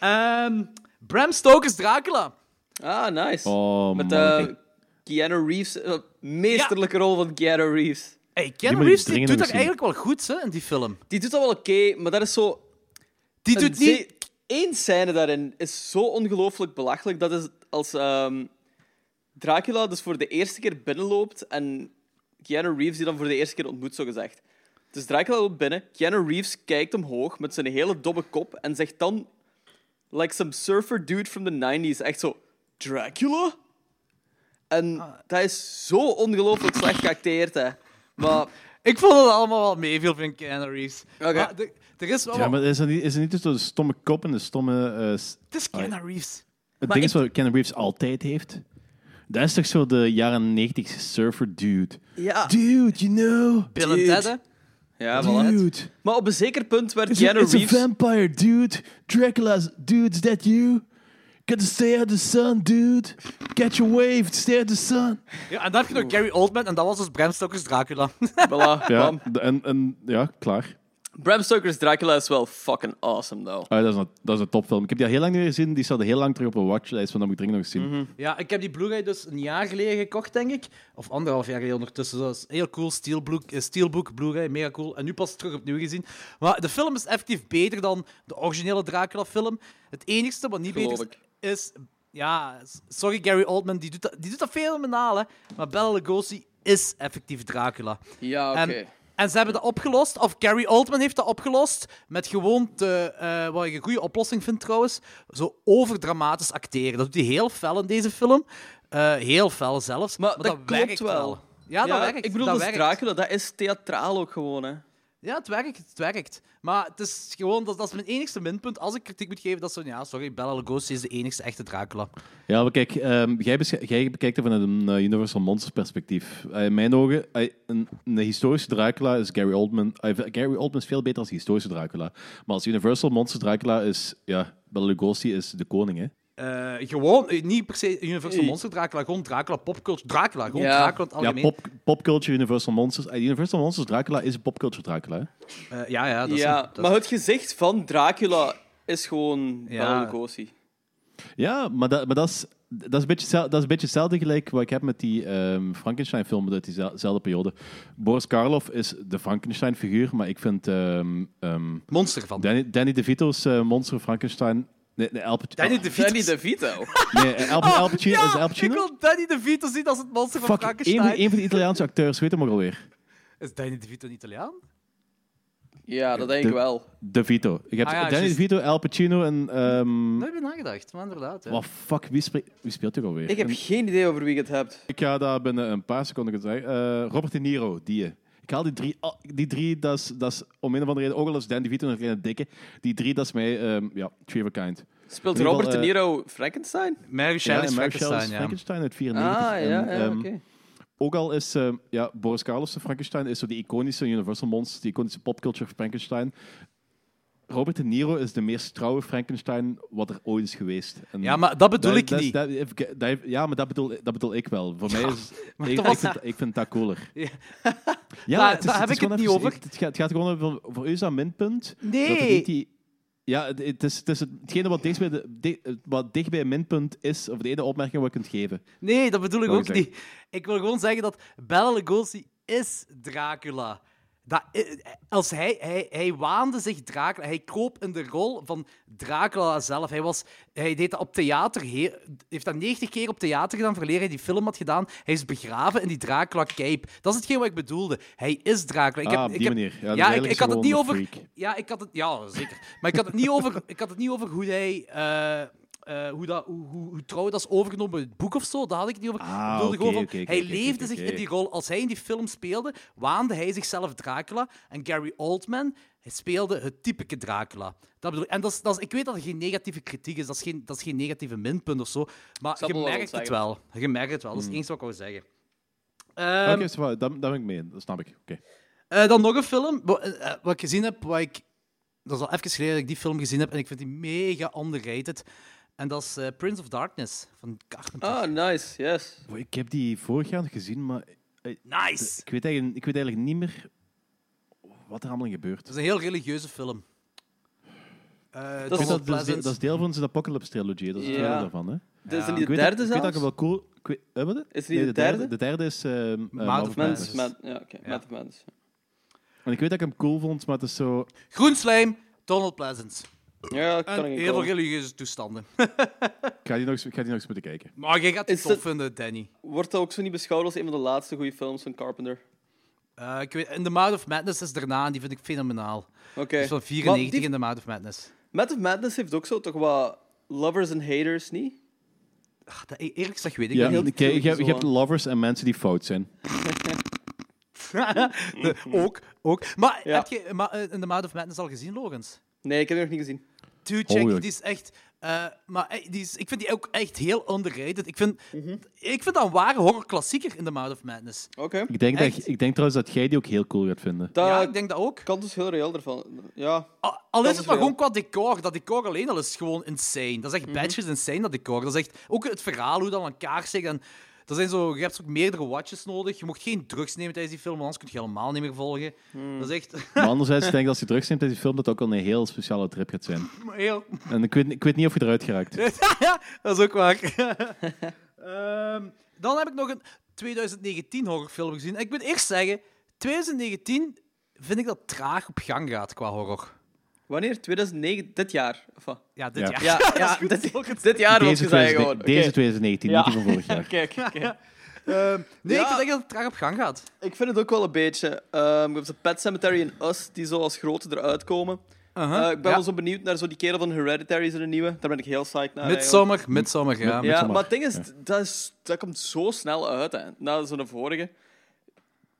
Speaker 1: Ehm, Bram Stoker's Dracula.
Speaker 3: Ah, nice.
Speaker 2: Oh,
Speaker 3: Met
Speaker 2: manneke.
Speaker 3: eh, Keanu Reeves. eh, meesterlijke rol van Keanu Reeves.
Speaker 1: Hey,
Speaker 2: Die
Speaker 1: Ken
Speaker 2: moet ik
Speaker 1: Reeves die
Speaker 2: dringend
Speaker 1: doet
Speaker 2: nog
Speaker 1: dat
Speaker 2: zien.
Speaker 1: eigenlijk wel goed hè, in die film.
Speaker 3: Die doet dat wel oké, maar dat is zo
Speaker 1: Die
Speaker 3: Een
Speaker 1: doet niet...
Speaker 3: ze- één scène daarin is zo ongelooflijk belachelijk. Dat is als ehm, Dracula dus voor de eerste keer binnenloopt en Keanu Reeves die dan voor de eerste keer ontmoet, zogezegd. Dus Dracula loopt binnen, Keanu Reeves kijkt omhoog met zijn hele domme kop en zegt dan, like some surfer dude from the 90s, echt zo, Dracula? En
Speaker 1: Ah.
Speaker 3: dat is zo ongelooflijk slecht geacteerd, hè. Maar
Speaker 1: Ik vond het allemaal wel meeviel van Keanu Reeves.
Speaker 3: Oké.
Speaker 1: Maar de- er is wel...
Speaker 2: Ja, maar is er niet, is er niet dus een stomme kop en een stomme... eh, s-
Speaker 1: Het is Keanu Reeves.
Speaker 2: het ding is wat Ken Reeves altijd heeft. Dat is toch zo de jaren 90 surfer dude.
Speaker 3: ja,
Speaker 2: Dude, you know.
Speaker 1: Bill en
Speaker 3: Dude.
Speaker 1: Ted, hè.
Speaker 3: ja voilà.
Speaker 2: Dude.
Speaker 3: Maar op een zeker punt werd
Speaker 2: It's, a,
Speaker 3: Keanu
Speaker 2: it's a
Speaker 3: Reeves...
Speaker 2: vampire, dude. Dracula's, dude, is that you? Gotta stay out of the sun, dude. Catch a wave, stay out of the sun.
Speaker 1: Ja, en dan heb je nog Gary Oldman, en dat was dus Bram Stoker's Dracula.
Speaker 3: Voilà,
Speaker 2: Ja,
Speaker 3: bam.
Speaker 2: de- en, en, ja klaar.
Speaker 3: Bram Stoker's Dracula is wel fucking awesome, though.
Speaker 2: Ah, dat, is een, dat is een topfilm. Ik heb die al heel lang niet meer gezien. Die staat heel lang terug op een watchlijst, want dat moet ik dringend nog eens zien.
Speaker 1: ja, ik heb die Blu-ray dus een jaar geleden gekocht, denk ik. Of anderhalf jaar geleden ondertussen. Dat is heel cool. Steelbook, eh, Steelbook Blu-ray, mega cool. En nu pas terug opnieuw gezien. Maar de film is effectief beter dan de originele Dracula-film. Het enigste wat niet
Speaker 3: Geloof
Speaker 1: beter is, is... Ja, s- sorry Gary Oldman, die doet dat, die doet dat fenomenaal, hè. Maar Bela Lugosi is effectief Dracula.
Speaker 3: Ja, oké.
Speaker 1: En, en ze hebben dat opgelost, of Gary Oldman heeft dat opgelost, met gewoon, te, eh, wat ik een goede oplossing vind trouwens, zo overdramatisch acteren. Dat doet hij heel fel in deze film. Eh, heel fel zelfs.
Speaker 3: Maar dat klopt
Speaker 1: werkt
Speaker 3: wel.
Speaker 1: Ja, dat werkt.
Speaker 3: Ik bedoel,
Speaker 1: dat
Speaker 3: dus
Speaker 1: werkt.
Speaker 3: Dracula, dat is theatraal ook gewoon, hè.
Speaker 1: Ja, het werkt, het werkt. Maar het is gewoon, dat, dat is mijn enigste minpunt. Als ik kritiek moet geven, dat is zo, ja, sorry, Bella Lugosi is de enigste echte Dracula.
Speaker 2: Ja, maar kijk, ehm, jij, besch- jij bekijkt het vanuit een eh, Universal Monsters perspectief. Eh, in mijn ogen, eh, een, een historische Dracula is Gary Oldman. Eh, Gary Oldman is veel beter als historische Dracula. Maar als Universal Monsters Dracula is, ja, Bela Lugosi is de koning, hè.
Speaker 1: Eh, gewoon, eh, niet per se Universal Monster Dracula, gewoon Dracula, popculture Dracula, gewoon
Speaker 3: Ja.
Speaker 1: Dracula in het
Speaker 2: Ja,
Speaker 1: algemeen.
Speaker 2: pop, popculture Universal Monsters. Eh, Universal Monsters Dracula is popculture Dracula, hè.
Speaker 1: Eh, ja, ja, dat is
Speaker 3: ja,
Speaker 1: een- dat
Speaker 3: maar
Speaker 1: is-
Speaker 3: het gezicht van Dracula is gewoon
Speaker 1: Ja.
Speaker 3: Bela Lugosi.
Speaker 2: Ja, maar dat, maar dat is... Dat is, een beetje, zel- dat is een beetje hetzelfde gelijk wat ik heb met die ehm, Frankenstein-filmen uit diezelfde periode. Boris Karloff is de Frankenstein-figuur, maar ik vind ehm, ehm,
Speaker 1: monster van.
Speaker 2: Danny, Danny DeVito's eh, Monster Frankenstein. Nee, nee, Al Pac-
Speaker 1: Danny DeVito. Ah,
Speaker 3: Danny DeVito.
Speaker 2: nee, eh, Al, Al Pacino. is het Al
Speaker 1: ik
Speaker 2: Pacino?
Speaker 1: wil Danny DeVito zien als het monster van
Speaker 2: Fuck, een, van-
Speaker 1: Frankenstein.
Speaker 2: een van de Italiaanse acteurs, weet hem ook alweer.
Speaker 1: Is Danny DeVito een Italiaan?
Speaker 3: Ja, dat denk ik
Speaker 2: De-
Speaker 3: wel.
Speaker 2: DeVito. Je hebt
Speaker 1: Ah ja,
Speaker 2: Danny
Speaker 1: juist.
Speaker 2: DeVito, Al Pacino en... ehm
Speaker 1: Daar heb ik bij nagedacht, maar inderdaad. ja.
Speaker 2: wat fuck, wie, spreekt- wie speelt er alweer?
Speaker 3: Ik heb
Speaker 2: Een-
Speaker 3: geen idee over wie je het hebt.
Speaker 2: ik ga daar binnen een paar seconden zeggen. Eh, Robert De Niro, die. eh. Ik haal die drie. ah, die drie, dat is, dat is om een of andere reden, ook al is Danny DeVito nog een dikke. Die drie, dat is mij, ehm, ja, Three of a Kind.
Speaker 3: Speelt
Speaker 2: In ieder
Speaker 3: Robert De
Speaker 2: geval, eh,
Speaker 3: Niro Frankenstein?
Speaker 1: Mary Shelley's
Speaker 2: en Mary Shelley's
Speaker 1: Frankenstein, ja.
Speaker 2: Frankenstein uit 94.
Speaker 3: Ah,
Speaker 2: en,
Speaker 3: ja, ja
Speaker 2: ehm,
Speaker 3: oké.
Speaker 2: Ook al is eh, ja, Boris Karloff's Frankenstein is zo die iconische Universal Monster, die iconische popculture Frankenstein. Robert De Niro is de meest trouwe Frankenstein wat er ooit is geweest. En
Speaker 1: Ja, maar dat bedoel
Speaker 2: dat-
Speaker 1: ik
Speaker 2: dat is-
Speaker 1: niet.
Speaker 2: dat heeft- dat heeft- ja, maar dat bedoel, dat bedoel ik wel. Voor mij is... ik,
Speaker 1: dat
Speaker 2: ik
Speaker 1: was-
Speaker 2: vind, ik vind dat cooler.
Speaker 1: Ja.
Speaker 2: Ja,
Speaker 1: Daar-
Speaker 2: het is-
Speaker 1: daar heb
Speaker 2: is
Speaker 1: ik het
Speaker 2: gewoon
Speaker 1: niet
Speaker 2: even-
Speaker 1: over.
Speaker 2: Het, gaat, het gaat gewoon over... Voor u is dat minpunt. Dat er
Speaker 1: Nee!
Speaker 2: niet die, ja, het, het is, het is hetgene wat dicht bij, de, di- wat dicht bij een minpunt is, of de ene opmerking wat je kunt geven.
Speaker 1: Nee, dat bedoel ik
Speaker 2: Wat
Speaker 1: ook
Speaker 2: wil je
Speaker 1: niet. Ik wil gewoon zeggen dat Bela Lugosi is Dracula. Dat, i- als hij, hij, hij waande zich Dracula. Hij kroop in de rol van Dracula zelf. Hij, was, hij deed dat op theater. Hij heeft dat 90 keer op theater gedaan, verleden hij die film had gedaan. Hij is begraven in die Dracula-cape. Dat is hetgeen wat ik bedoelde. Hij is Dracula. Ik
Speaker 2: Ah, op
Speaker 1: ik
Speaker 2: die manier. Ja, dus
Speaker 1: ik,
Speaker 2: eigenlijk
Speaker 1: ik had het
Speaker 2: is
Speaker 1: niet
Speaker 2: hij
Speaker 1: over...
Speaker 2: gewoon een freak.
Speaker 1: Ja, ik had het... Ja, zeker. Maar ik had het niet over, ik had het niet over hoe hij... eh, eh, hoe, dat, hoe, hoe, hoe trouw dat is overgenomen uit het boek of zo, daar had ik het niet over.
Speaker 2: Ah,
Speaker 1: ik bedoelde
Speaker 2: oké,
Speaker 1: gewoon van,
Speaker 2: oké, oké,
Speaker 1: hij
Speaker 2: oké,
Speaker 1: leefde
Speaker 2: oké,
Speaker 1: zich
Speaker 2: oké.
Speaker 1: in die rol. Als hij in die film speelde, waande hij zichzelf Dracula. En Gary Oldman hij speelde het typische Dracula. Dat bedoel ik. En dat is, dat is, ik weet dat er geen negatieve kritiek is, dat is geen, dat is geen negatieve minpunt of zo. Maar
Speaker 3: snap
Speaker 1: je
Speaker 3: wel wat
Speaker 1: merkt
Speaker 3: wil
Speaker 1: het
Speaker 3: zeggen.
Speaker 1: wel. Je merkt het wel, dat is het
Speaker 2: Hmm.
Speaker 1: enige wat ik wou zeggen.
Speaker 2: Oké,
Speaker 1: Ehm,
Speaker 2: is wel- daar, daar ben ik mee in. Dat snap ik. Oké.
Speaker 1: eh, dan nog een film. wa- eh, eh, wat ik gezien heb, wat ik... dat is al even geleden dat ik die film gezien heb. En ik vind die mega underrated. En dat is eh, Prince of Darkness van Carpenter.
Speaker 3: Ah, nice, yes.
Speaker 2: Wow, Ik heb die vorig jaar nog gezien, maar
Speaker 1: nice!
Speaker 2: ik weet eigenlijk, ik weet eigenlijk niet meer wat er allemaal in gebeurt.
Speaker 1: Het is een heel religieuze film. Eh,
Speaker 3: Dat
Speaker 2: Ik
Speaker 1: Donald
Speaker 2: weet dat, dat, is, de-
Speaker 1: Pleasant.
Speaker 2: dat is deel van zijn Apocalypse trilogie. Dat is het
Speaker 3: Ja.
Speaker 2: tweede daarvan. Hè?
Speaker 3: Dit is
Speaker 1: Ja.
Speaker 3: niet
Speaker 2: Ik
Speaker 3: de
Speaker 2: weet
Speaker 3: derde
Speaker 2: dat, Ik weet dat ik
Speaker 3: zelfs?
Speaker 2: wel cool. Ik weet, eh, wat?
Speaker 3: Is het niet
Speaker 2: Nee,
Speaker 3: de derde?
Speaker 2: De derde is. eh, eh, Mouth
Speaker 1: Madness.
Speaker 2: of Madness.
Speaker 3: Mad- ja, oké. Mad of Madness.
Speaker 2: En ik weet dat ik hem cool vond, maar het is zo.
Speaker 1: Groen slijm, Donald Pleasant.
Speaker 3: Ja, dat kan
Speaker 1: En
Speaker 3: ik
Speaker 1: heel veel
Speaker 3: niet.
Speaker 1: religieuze toestanden.
Speaker 2: Ik ga die nog eens, ik ga die nog eens moeten kijken.
Speaker 1: maar jij gaat het
Speaker 3: Is
Speaker 1: tof
Speaker 3: het-
Speaker 1: vinden, Danny.
Speaker 3: Wordt dat ook zo niet beschouwd als een van de laatste goede films van Carpenter?
Speaker 1: Eh, ik weet, in The Mouth of Madness is daarna en die vind ik fenomenaal.
Speaker 3: Oké.
Speaker 1: Die is van
Speaker 3: Maar
Speaker 1: 94
Speaker 3: die-
Speaker 1: in The Mouth of Madness.
Speaker 3: Mad of Madness heeft ook zo toch wat lovers en haters, niet?
Speaker 1: Ach, dat, eerlijk gezegd weet ik
Speaker 2: Ja,
Speaker 1: dat niet.
Speaker 2: ik- je, je,
Speaker 3: zo
Speaker 2: je hebt
Speaker 3: aan.
Speaker 2: lovers en mensen die fout zijn.
Speaker 1: ook, ook. Maar
Speaker 3: Ja.
Speaker 1: heb je Ma- eh, in The Mouth of Madness al gezien, Logans?
Speaker 3: Nee, ik heb die nog niet gezien.
Speaker 1: Dude, check,
Speaker 2: Hoi, hoi.
Speaker 1: die is echt... eh, maar eh, die is, ik vind die ook echt heel underrated. Ik vind,
Speaker 3: Mhm.
Speaker 1: ik vind dat een ware horrorklassieker in The Mouth of Madness.
Speaker 3: Oké.
Speaker 2: Ik denk, dat,
Speaker 1: Echt?
Speaker 2: ik denk trouwens dat jij die ook heel cool gaat vinden.
Speaker 3: Dat
Speaker 1: ja, ik denk dat ook.
Speaker 3: kan dus heel reëel ervan. Ja.
Speaker 1: Al, al is
Speaker 3: is
Speaker 1: het maar
Speaker 3: wel. Mhm.
Speaker 1: gewoon qua decor. Dat decor alleen al is gewoon insane. Dat is echt badges insane, dat decor. Dat is echt... Ook het verhaal, hoe dat aan elkaar zit. En, dat zijn zo, je hebt ook meerdere watjes nodig. Je mocht geen drugs nemen tijdens die film, want anders kun je helemaal niet meer volgen.
Speaker 3: Hmm.
Speaker 1: Dat is echt
Speaker 2: Maar anderzijds denk ik dat als je terugneemt uit die film, dat het ook al een heel speciale trip gaat zijn.
Speaker 1: heel...
Speaker 2: En ik weet, ik weet niet of je eruit geraakt.
Speaker 1: ja, dat is ook waar. Ehm, dan heb ik nog een 2019 horrorfilm gezien. En ik moet eerst zeggen, 2019 vind ik dat traag op gang gaat qua horror.
Speaker 3: Wanneer? 2009? Dit jaar? Of wat?
Speaker 1: Ja, dit
Speaker 2: Ja.
Speaker 1: jaar.
Speaker 3: Ja, ja dit, dit jaar was
Speaker 2: Deze,
Speaker 3: gezegd
Speaker 2: 2019,
Speaker 3: gewoon.
Speaker 2: deze
Speaker 3: Oké.
Speaker 2: 2019, niet die van vorig jaar.
Speaker 3: Kijk, kijk.
Speaker 1: Ehm, nee, ik
Speaker 3: Ja.
Speaker 1: vind echt dat het traag op gang gaat.
Speaker 3: Ik vind het ook wel een beetje. Ehm je hebt de Pet Cemetery en Us, die zo als grote eruit komen.
Speaker 1: Uh-huh,
Speaker 3: Eh, ik ben
Speaker 1: ja.
Speaker 3: wel zo eh, benieuwd naar zo die kerel van Hereditary, is er een nieuwe. Daar ben ik heel psyched naar. eigenlijk.
Speaker 1: Midsommar, Midsommar, ja.
Speaker 3: Ja,
Speaker 2: Midsommar.
Speaker 3: maar het ding is, dat, is, dat komt zo snel uit, hè, na zo'n vorige.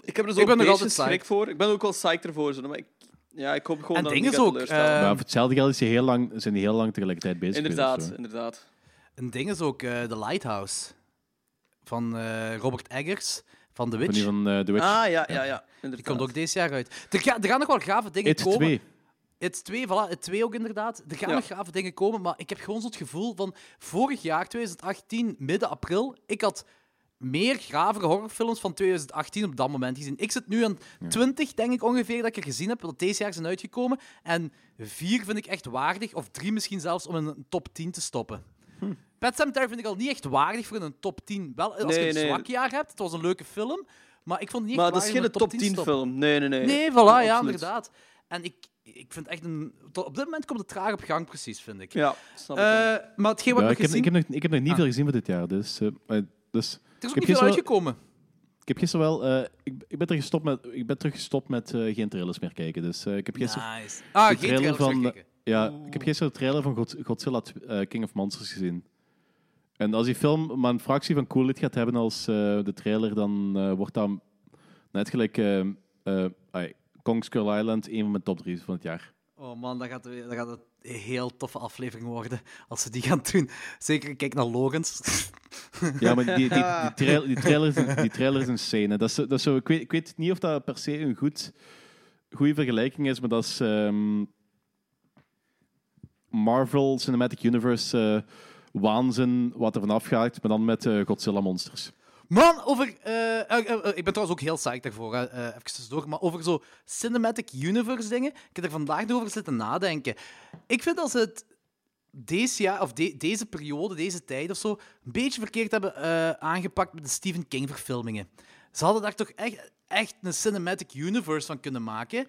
Speaker 3: Ik heb er zo
Speaker 1: Ik ben nog
Speaker 3: een beetje
Speaker 1: altijd psyched.
Speaker 3: schrik voor. Ik ben ook wel psyched ervoor, zo, maar ik, ja, ik hoop gewoon
Speaker 1: En
Speaker 3: dat
Speaker 1: ding
Speaker 3: het
Speaker 1: is
Speaker 3: niet gaat
Speaker 1: ook,
Speaker 3: teleurstellen.
Speaker 1: eh,
Speaker 2: maar voor hetzelfde geld is die heel lang, zijn die heel lang tegelijkertijd bezig geweest of
Speaker 3: ehm. inderdaad,
Speaker 2: zo.
Speaker 3: inderdaad.
Speaker 1: Een ding is ook eh The Lighthouse van eh, Robert Eggers van The
Speaker 2: Van
Speaker 1: Witch.
Speaker 2: die van eh The Witch.
Speaker 3: Ah, ja, ja, ja.
Speaker 1: Die
Speaker 3: Inderdaad.
Speaker 1: komt ook deze jaar uit. Er, ga- er gaan nog wel gave dingen
Speaker 2: It
Speaker 1: komen.
Speaker 2: 2.
Speaker 1: Het 2, voilà, het 2 ook inderdaad. Er gaan
Speaker 3: Ja.
Speaker 1: nog gave dingen komen, maar ik heb gewoon zo'n gevoel van vorig jaar, 2018, midden april, ik had meer gravere horrorfilms van 2018 op dat moment gezien. Ik zit nu aan 20, denk ik ongeveer, dat ik er gezien heb, dat deze jaar zijn uitgekomen. En vier vind ik echt waardig, of drie misschien zelfs, om in een top 10 te stoppen.
Speaker 3: Hm.
Speaker 1: Pet Sematary vind ik al niet echt waardig voor een top 10. Wel, als
Speaker 3: Nee,
Speaker 1: je een
Speaker 3: nee.
Speaker 1: zwak jaar hebt, het was een leuke film, maar ik vond het niet echt
Speaker 3: Maar dat is
Speaker 1: waardig om
Speaker 3: geen
Speaker 1: in een 10 te
Speaker 3: top 10
Speaker 1: stoppen.
Speaker 3: film. Nee, nee, nee.
Speaker 1: Nee, voilà, ja,
Speaker 3: Absoluut.
Speaker 1: inderdaad. En ik, ik vind echt een... tot- op dit moment komt het traag op gang, precies, vind ik.
Speaker 3: Ja, snap ik. wel.
Speaker 1: Eh, maar hetgeen wat
Speaker 2: Ja,
Speaker 1: ik nog
Speaker 2: ik, heb,
Speaker 1: gezien...
Speaker 2: ik, heb nog, ik heb nog niet
Speaker 1: Ah.
Speaker 2: veel gezien voor dit jaar. Dus, eh, eh, dus
Speaker 1: er is ook
Speaker 2: heb
Speaker 1: niet veel
Speaker 2: gisteren-
Speaker 1: uitgekomen.
Speaker 2: ik heb gisteren wel. eh, ik, ik, ben terug gestopt met, ik ben terug gestopt met eh, geen trailers meer kijken. Dus eh, ik heb gisteren.
Speaker 1: Nice. Ah,
Speaker 2: de
Speaker 1: geen trailer van...
Speaker 2: Ja,
Speaker 1: Oh.
Speaker 2: ik heb gisteren de trailer van God- Godzilla tw- eh, King of Monsters gezien. En als die film maar een fractie van coolheid gaat hebben als eh, de trailer, dan eh, wordt dat net gelijk eh eh, ai, Kong Skull Island een van mijn top drie van het jaar.
Speaker 1: Oh man, dat gaat, weer- dat gaat een heel toffe aflevering worden als ze die gaan doen. Zeker, kijk naar Logans.
Speaker 2: Ja, maar die, die, die, trail- die trailer, is een- die trailer is een scène. Dat is, zo- dat is zo, ik, weet, ik weet niet of dat per se een goed, goede vergelijking is, maar dat is ehm, Marvel Cinematic Universe eh, waanzin wat er vanaf gaat, maar dan met eh, Godzilla monsters.
Speaker 1: Man, over. eh, eh, eh, eh, ik ben trouwens ook heel psyched daarvoor, hè, eh, even door. Maar over zo cinematic universe dingen. Ik heb er vandaag nog over zitten nadenken. Ik vind als het deze jaar, of de- deze periode, deze tijd of zo, een beetje verkeerd hebben eh, aangepakt met de Stephen King verfilmingen. Ze hadden daar toch echt, echt een cinematic universe van kunnen maken.
Speaker 2: Ja,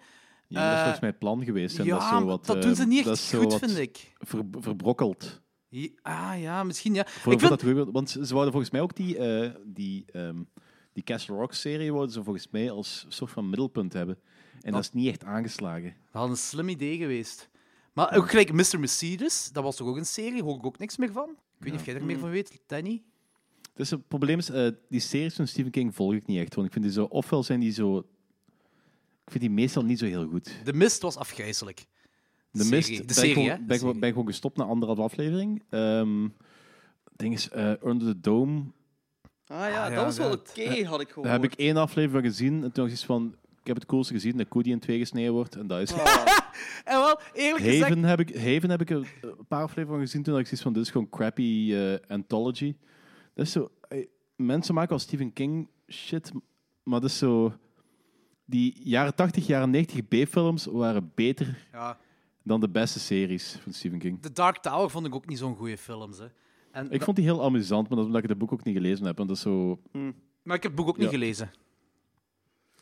Speaker 2: maar dat is
Speaker 1: Eh,
Speaker 2: volgens mij het plan geweest. En dat, is
Speaker 1: ja,
Speaker 2: zo wat,
Speaker 1: dat doen ze
Speaker 2: eh,
Speaker 1: niet
Speaker 2: dat
Speaker 1: echt
Speaker 2: is zo
Speaker 1: goed,
Speaker 2: wat
Speaker 1: vind ik.
Speaker 2: ver- verbrokkeld.
Speaker 1: Ja, ah ja, misschien ja.
Speaker 2: Voor,
Speaker 1: ik
Speaker 2: voor
Speaker 1: vind,
Speaker 2: dat terug- want ze ze wouden volgens mij ook die, eh, die, ehm, die Castle Rock-serie wouden ze volgens mij als soort van middelpunt hebben. En dat, is niet echt aangeslagen.
Speaker 1: Dat had een slim idee geweest. Maar ook gelijk Mr. Mercedes, dat was toch ook een serie? Hoor ik ook niks meer van? Ik weet niet of jij er
Speaker 2: Mm.
Speaker 1: meer van weet, Danny?
Speaker 2: Dus het probleem is, eh, die series van Stephen King volg ik niet echt. Want ik vind die zo, ofwel zijn die zo... Ik vind die meestal niet zo heel goed.
Speaker 1: De Mist was afgrijzelijk.
Speaker 2: De
Speaker 1: Serie.
Speaker 2: Mist,
Speaker 1: De
Speaker 2: ben,
Speaker 1: serie,
Speaker 2: ik, gewoon-
Speaker 1: hè? De
Speaker 2: ben, ik gewoon-
Speaker 1: serie.
Speaker 2: ben ik gewoon gestopt na anderhalf aflevering. Ehm het ding is, eh, Under the Dome
Speaker 3: Ah ja,
Speaker 1: Ah, ja,
Speaker 3: dat was wel
Speaker 1: dat-
Speaker 3: oké, had
Speaker 2: Daar
Speaker 3: ik gehoord.
Speaker 1: Oh.
Speaker 2: heb ik één aflevering van gezien en toen was iets van... Ik heb het coolste gezien, dat koe die in twee gesneden wordt. En
Speaker 1: Oh.
Speaker 2: dat is...
Speaker 1: En wel, eerlijk gezegd...
Speaker 2: Haven heb, ik, Haven heb ik een een paar afleveringen van gezien toen had ik zoiets van... Dit is gewoon crappy eh, anthology. Dat is zo... eh, mensen maken al Stephen King shit, maar dat is zo... Die jaren 80, jaren 90 B-films waren beter
Speaker 1: Ja,
Speaker 2: dan de beste series van Stephen King.
Speaker 1: The Dark Tower vond ik ook niet zo'n goede film. Hè. En
Speaker 2: Ik vond die heel amusant, maar dat is omdat ik het boek ook niet gelezen heb. Want dat is zo...
Speaker 1: Maar ik heb het boek ook
Speaker 2: Ja.
Speaker 1: niet gelezen.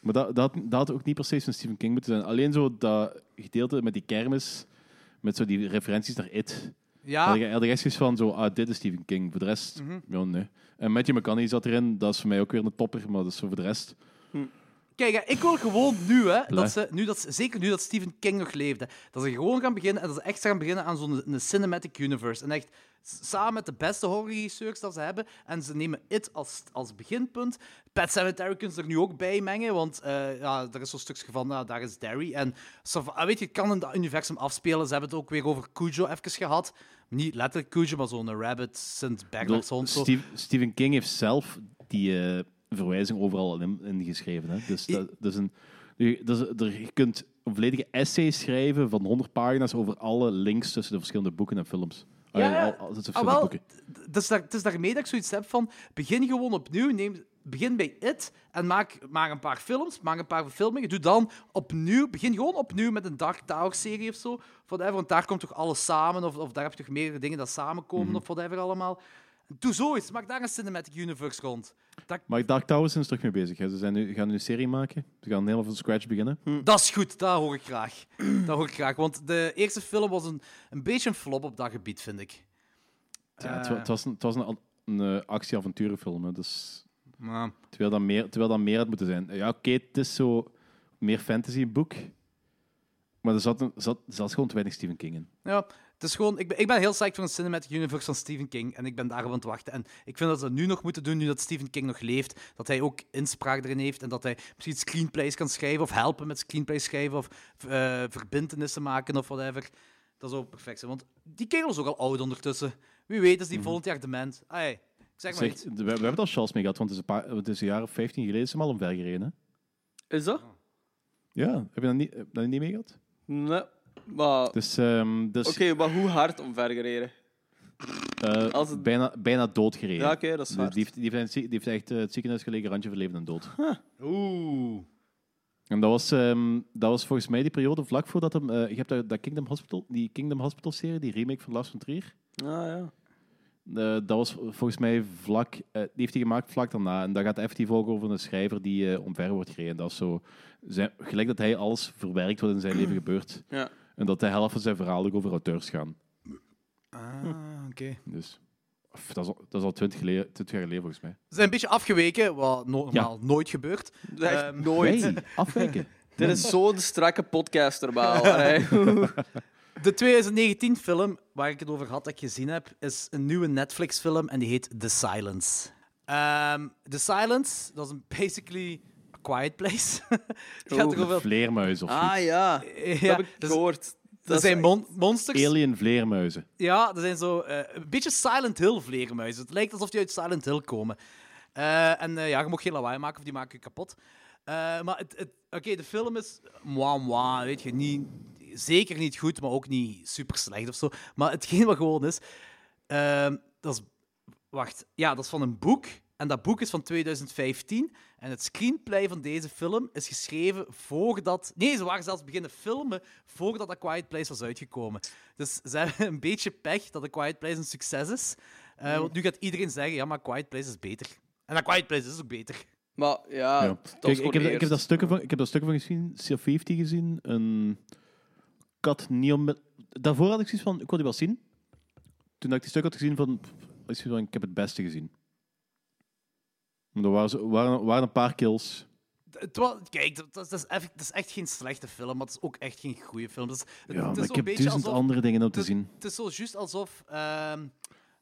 Speaker 2: Maar dat, dat, had- dat had ook niet per se van Stephen King moeten zijn. Alleen zo dat gedeelte met die kermis, met zo die referenties naar It.
Speaker 1: Ja,
Speaker 2: Had ik had ik echt zoiets van, zo, ah, dit is Stephen King. Voor de rest,
Speaker 1: Mhm.
Speaker 2: ja, nee. En Matthew McConaughey zat erin. Dat is voor mij ook weer een topper, maar dat is zo voor de rest.
Speaker 1: Kijk, hè, ik wil gewoon nu, hè,
Speaker 2: Blij.
Speaker 1: dat ze, nu dat, ze- zeker nu dat Stephen King nog leefde, dat ze gewoon gaan beginnen en dat ze echt gaan beginnen aan zo'n een cinematic universe. En echt s- samen met de beste horrorregisseurs dat ze hebben, en ze nemen It als, als beginpunt. Pet Sematary kunnen ze er nu ook bij mengen, want eh, ja, er is zo'n stukje van, nou, daar is Derry. En zo van, ah, weet je, het kan in dat universum afspelen. Ze hebben het ook weer over Cujo even gehad. Niet letterlijk Cujo, maar zo'n rabbit, Sint
Speaker 2: Ik bedoel,
Speaker 1: Bernard's hond. zo.
Speaker 2: Steve- Stephen King heeft zelf die eh, verwijzing overal in, in geschreven. Hè? Dus dat, dat is een... je- Dat is, er, je kunt een volledige essay schrijven van 100 pagina's over alle links tussen de verschillende boeken en films. Ah,
Speaker 1: Ja, ja.
Speaker 2: al- al- tussen
Speaker 1: Ah,
Speaker 2: verschillende
Speaker 1: wel,
Speaker 2: boeken.
Speaker 1: d- d- dus daar, het is daarmee dat ik zoiets heb van... Begin gewoon opnieuw. Neem, begin bij It en maak, maak een paar films, maak een paar verfilmingen. Doe dan opnieuw... Begin gewoon opnieuw met een Dark Tower-serie of zo. of Whatever, want daar komt toch alles samen? Of, of daar heb je toch meerdere dingen dat samenkomen
Speaker 2: Mhm.
Speaker 1: of whatever allemaal? Doe zoiets. Maak daar een cinematic universe rond. Dat,
Speaker 2: Maar Dark Tower zijn ze terug mee bezig. Hè. Ze zijn nu, gaan nu een serie maken. Ze gaan helemaal van scratch beginnen.
Speaker 1: dat is goed, dat hoor ik graag. Dat hoor ik graag, want de eerste film was een, een beetje een flop op dat gebied, vind ik.
Speaker 2: Ja, het, wa- het was een, het was een, an- een eh, actie-avonturenfilm. hè. Dus,
Speaker 1: Maar...
Speaker 2: terwijl, dat meer, terwijl dat meer had moeten zijn. Ja, oké, het is zo meer fantasyboek. Maar er zat, een- zat, er zat gewoon te weinig Stephen King in.
Speaker 1: Ja, Het is gewoon, ik ben, ik ben heel psyched voor een cinematic universe van Stephen King en ik ben daarop aan het wachten. En ik vind dat ze dat nu nog moeten doen, nu dat Stephen King nog leeft, dat hij ook inspraak erin heeft en dat hij misschien screenplays kan schrijven of helpen met screenplays schrijven of eh verbindenissen maken of whatever. Dat zou perfect zijn, want die kerel is ook al oud ondertussen. Wie weet is die volgend jaar dement. Ai, ik zeg maar
Speaker 2: Zeg,
Speaker 1: iets.
Speaker 2: we, we hebben het al Charles mee gehad, want het is een, paar, het is een jaar of 15 geleden is hem al omver gereden. Hè?
Speaker 3: Is dat?
Speaker 2: Ja, heb je dat niet, heb je dat niet mee gehad?
Speaker 3: Nee. Maar... Oké,
Speaker 2: Dus, ehm dus
Speaker 3: maar hoe hard omvergereden?
Speaker 2: eh,
Speaker 3: als het-
Speaker 2: bijna, bijna doodgereden.
Speaker 3: Ja, oké, dat is
Speaker 2: Die-
Speaker 3: hard.
Speaker 2: Die, heeft- die, heeft in het zie- die heeft echt eh, het ziekenhuis gelegen, randje van leven en dood.
Speaker 1: Oeh.
Speaker 2: En dat was, ehm, dat was volgens mij die periode vlak voordat hem... eh, je hebt dat, dat Kingdom Hospital, die Kingdom Hospital-serie, die remake van Lars van Trier.
Speaker 3: Ah, ja.
Speaker 2: Eh, dat was volgens mij vlak... eh, die heeft hij gemaakt vlak daarna. En dat gaat effectief ook over een schrijver die eh, omver wordt gereden. Dat is zo... Zijn, gelijk dat hij alles verwerkt wat in zijn leven gebeurt.
Speaker 3: Ja.
Speaker 2: En dat de helft van zijn verhaal ook over auteurs gaan.
Speaker 1: Ah, oké.
Speaker 2: Dus... of, dat, is al, dat is al twintig, geleden, 20 jaar geleden, volgens mij.
Speaker 1: Ze zijn een beetje afgeweken, wat no- normaal nooit gebeurt.
Speaker 3: Echt
Speaker 1: Ehm,
Speaker 3: nooit.
Speaker 2: Hey, afwijken.
Speaker 3: Dit is zo'n strakke podcast normaal. hè.
Speaker 1: De 2019-film waar ik het over had, dat ik gezien heb, is een nieuwe Netflix-film en die heet The Silence. Ehm, The Silence, dat is een basically a quiet place. het gaat
Speaker 3: Oeh.
Speaker 1: erover...
Speaker 2: Vleermuizen of
Speaker 3: Ah,
Speaker 2: iets.
Speaker 1: Ja,
Speaker 3: ja. Dat Oh, heb ik
Speaker 1: dus-
Speaker 3: gehoord.
Speaker 1: Er
Speaker 3: is
Speaker 1: zijn
Speaker 3: echt-
Speaker 1: mon- monsters.
Speaker 2: Alien vleermuizen.
Speaker 1: Ja, er zijn zo eh, een beetje Silent Hill vleermuizen. Het lijkt alsof die uit Silent Hill komen. Eh, en eh, ja, je mag geen lawaai maken of die maken je kapot. Eh, maar het, het, oké, de film is moi moi, weet je, niet, zeker niet goed, maar ook niet super slecht of zo. Maar hetgeen wat gewoon is, ehm, dat is, wacht, ja, dat is van een boek. En dat boek is van 2015. En het screenplay van deze film is geschreven voordat... Nee, ze waren zelfs beginnen filmen voordat A Quiet Place was uitgekomen. Dus ze hebben een beetje pech dat A Quiet Place een succes is. Eh, Want nu gaat iedereen zeggen, ja, maar A Quiet Place is beter. En A Quiet Place is ook beter.
Speaker 3: Maar ja,
Speaker 2: Ja.
Speaker 3: dat is
Speaker 2: Kijk,
Speaker 3: gewoon
Speaker 2: ik, heb,
Speaker 3: de
Speaker 2: ik, heb Ah, dat
Speaker 3: eerste.
Speaker 2: stukken van, ik heb dat stukken van gezien, C50 gezien, een kat neon. met- Daarvoor had ik zoiets van, ik wil die wel zien. Toen ik die stuk had gezien, van, pff, ik zoiets van, ik heb het beste gezien. Maar Er waren, zo- waren, waren een paar kills.
Speaker 1: Het wa- kijk, dat, dat, is echt, dat is echt geen slechte film, maar het is ook echt geen goede film. Dat is, het,
Speaker 2: Ja,
Speaker 1: het
Speaker 2: maar
Speaker 1: is
Speaker 2: ik
Speaker 1: zo'n
Speaker 2: heb
Speaker 1: beetje
Speaker 2: duizend
Speaker 1: alsof-
Speaker 2: andere dingen om te
Speaker 1: het,
Speaker 2: zien.
Speaker 1: Het is zo juist alsof, ehm,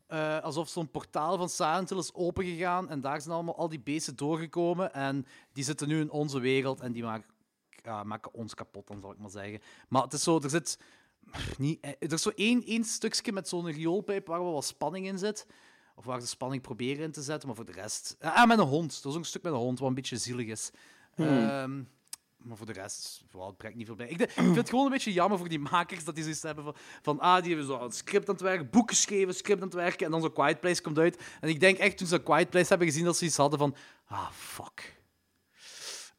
Speaker 1: eh, alsof zo'n portaal van Silent Hill is opengegaan en daar zijn allemaal al die beesten doorgekomen en die zitten nu in onze wereld en die maken, ja, maken ons kapot, dan zal ik maar zeggen. Maar het is zo, er zit niet, eh, er is zo één, één stukje met zo'n rioolpijp waar wel wat spanning in zit. Of waar ze spanning proberen in te zetten, maar voor de rest... Ah, met een hond. Er is ook een stuk met een hond, wat een beetje zielig is.
Speaker 2: Hmm.
Speaker 1: Ehm, maar voor de rest, wow, het brengt niet veel bij. Ik, de- ik vind het gewoon een beetje jammer voor die makers dat die zoiets hebben van, van ah, die hebben zo een script aan het werken, boek geschreven, script aan het werken, en dan zo'n Quiet Place komt uit. En ik denk echt, toen ze Quiet Place hebben gezien, dat ze iets hadden van, ah, fuck.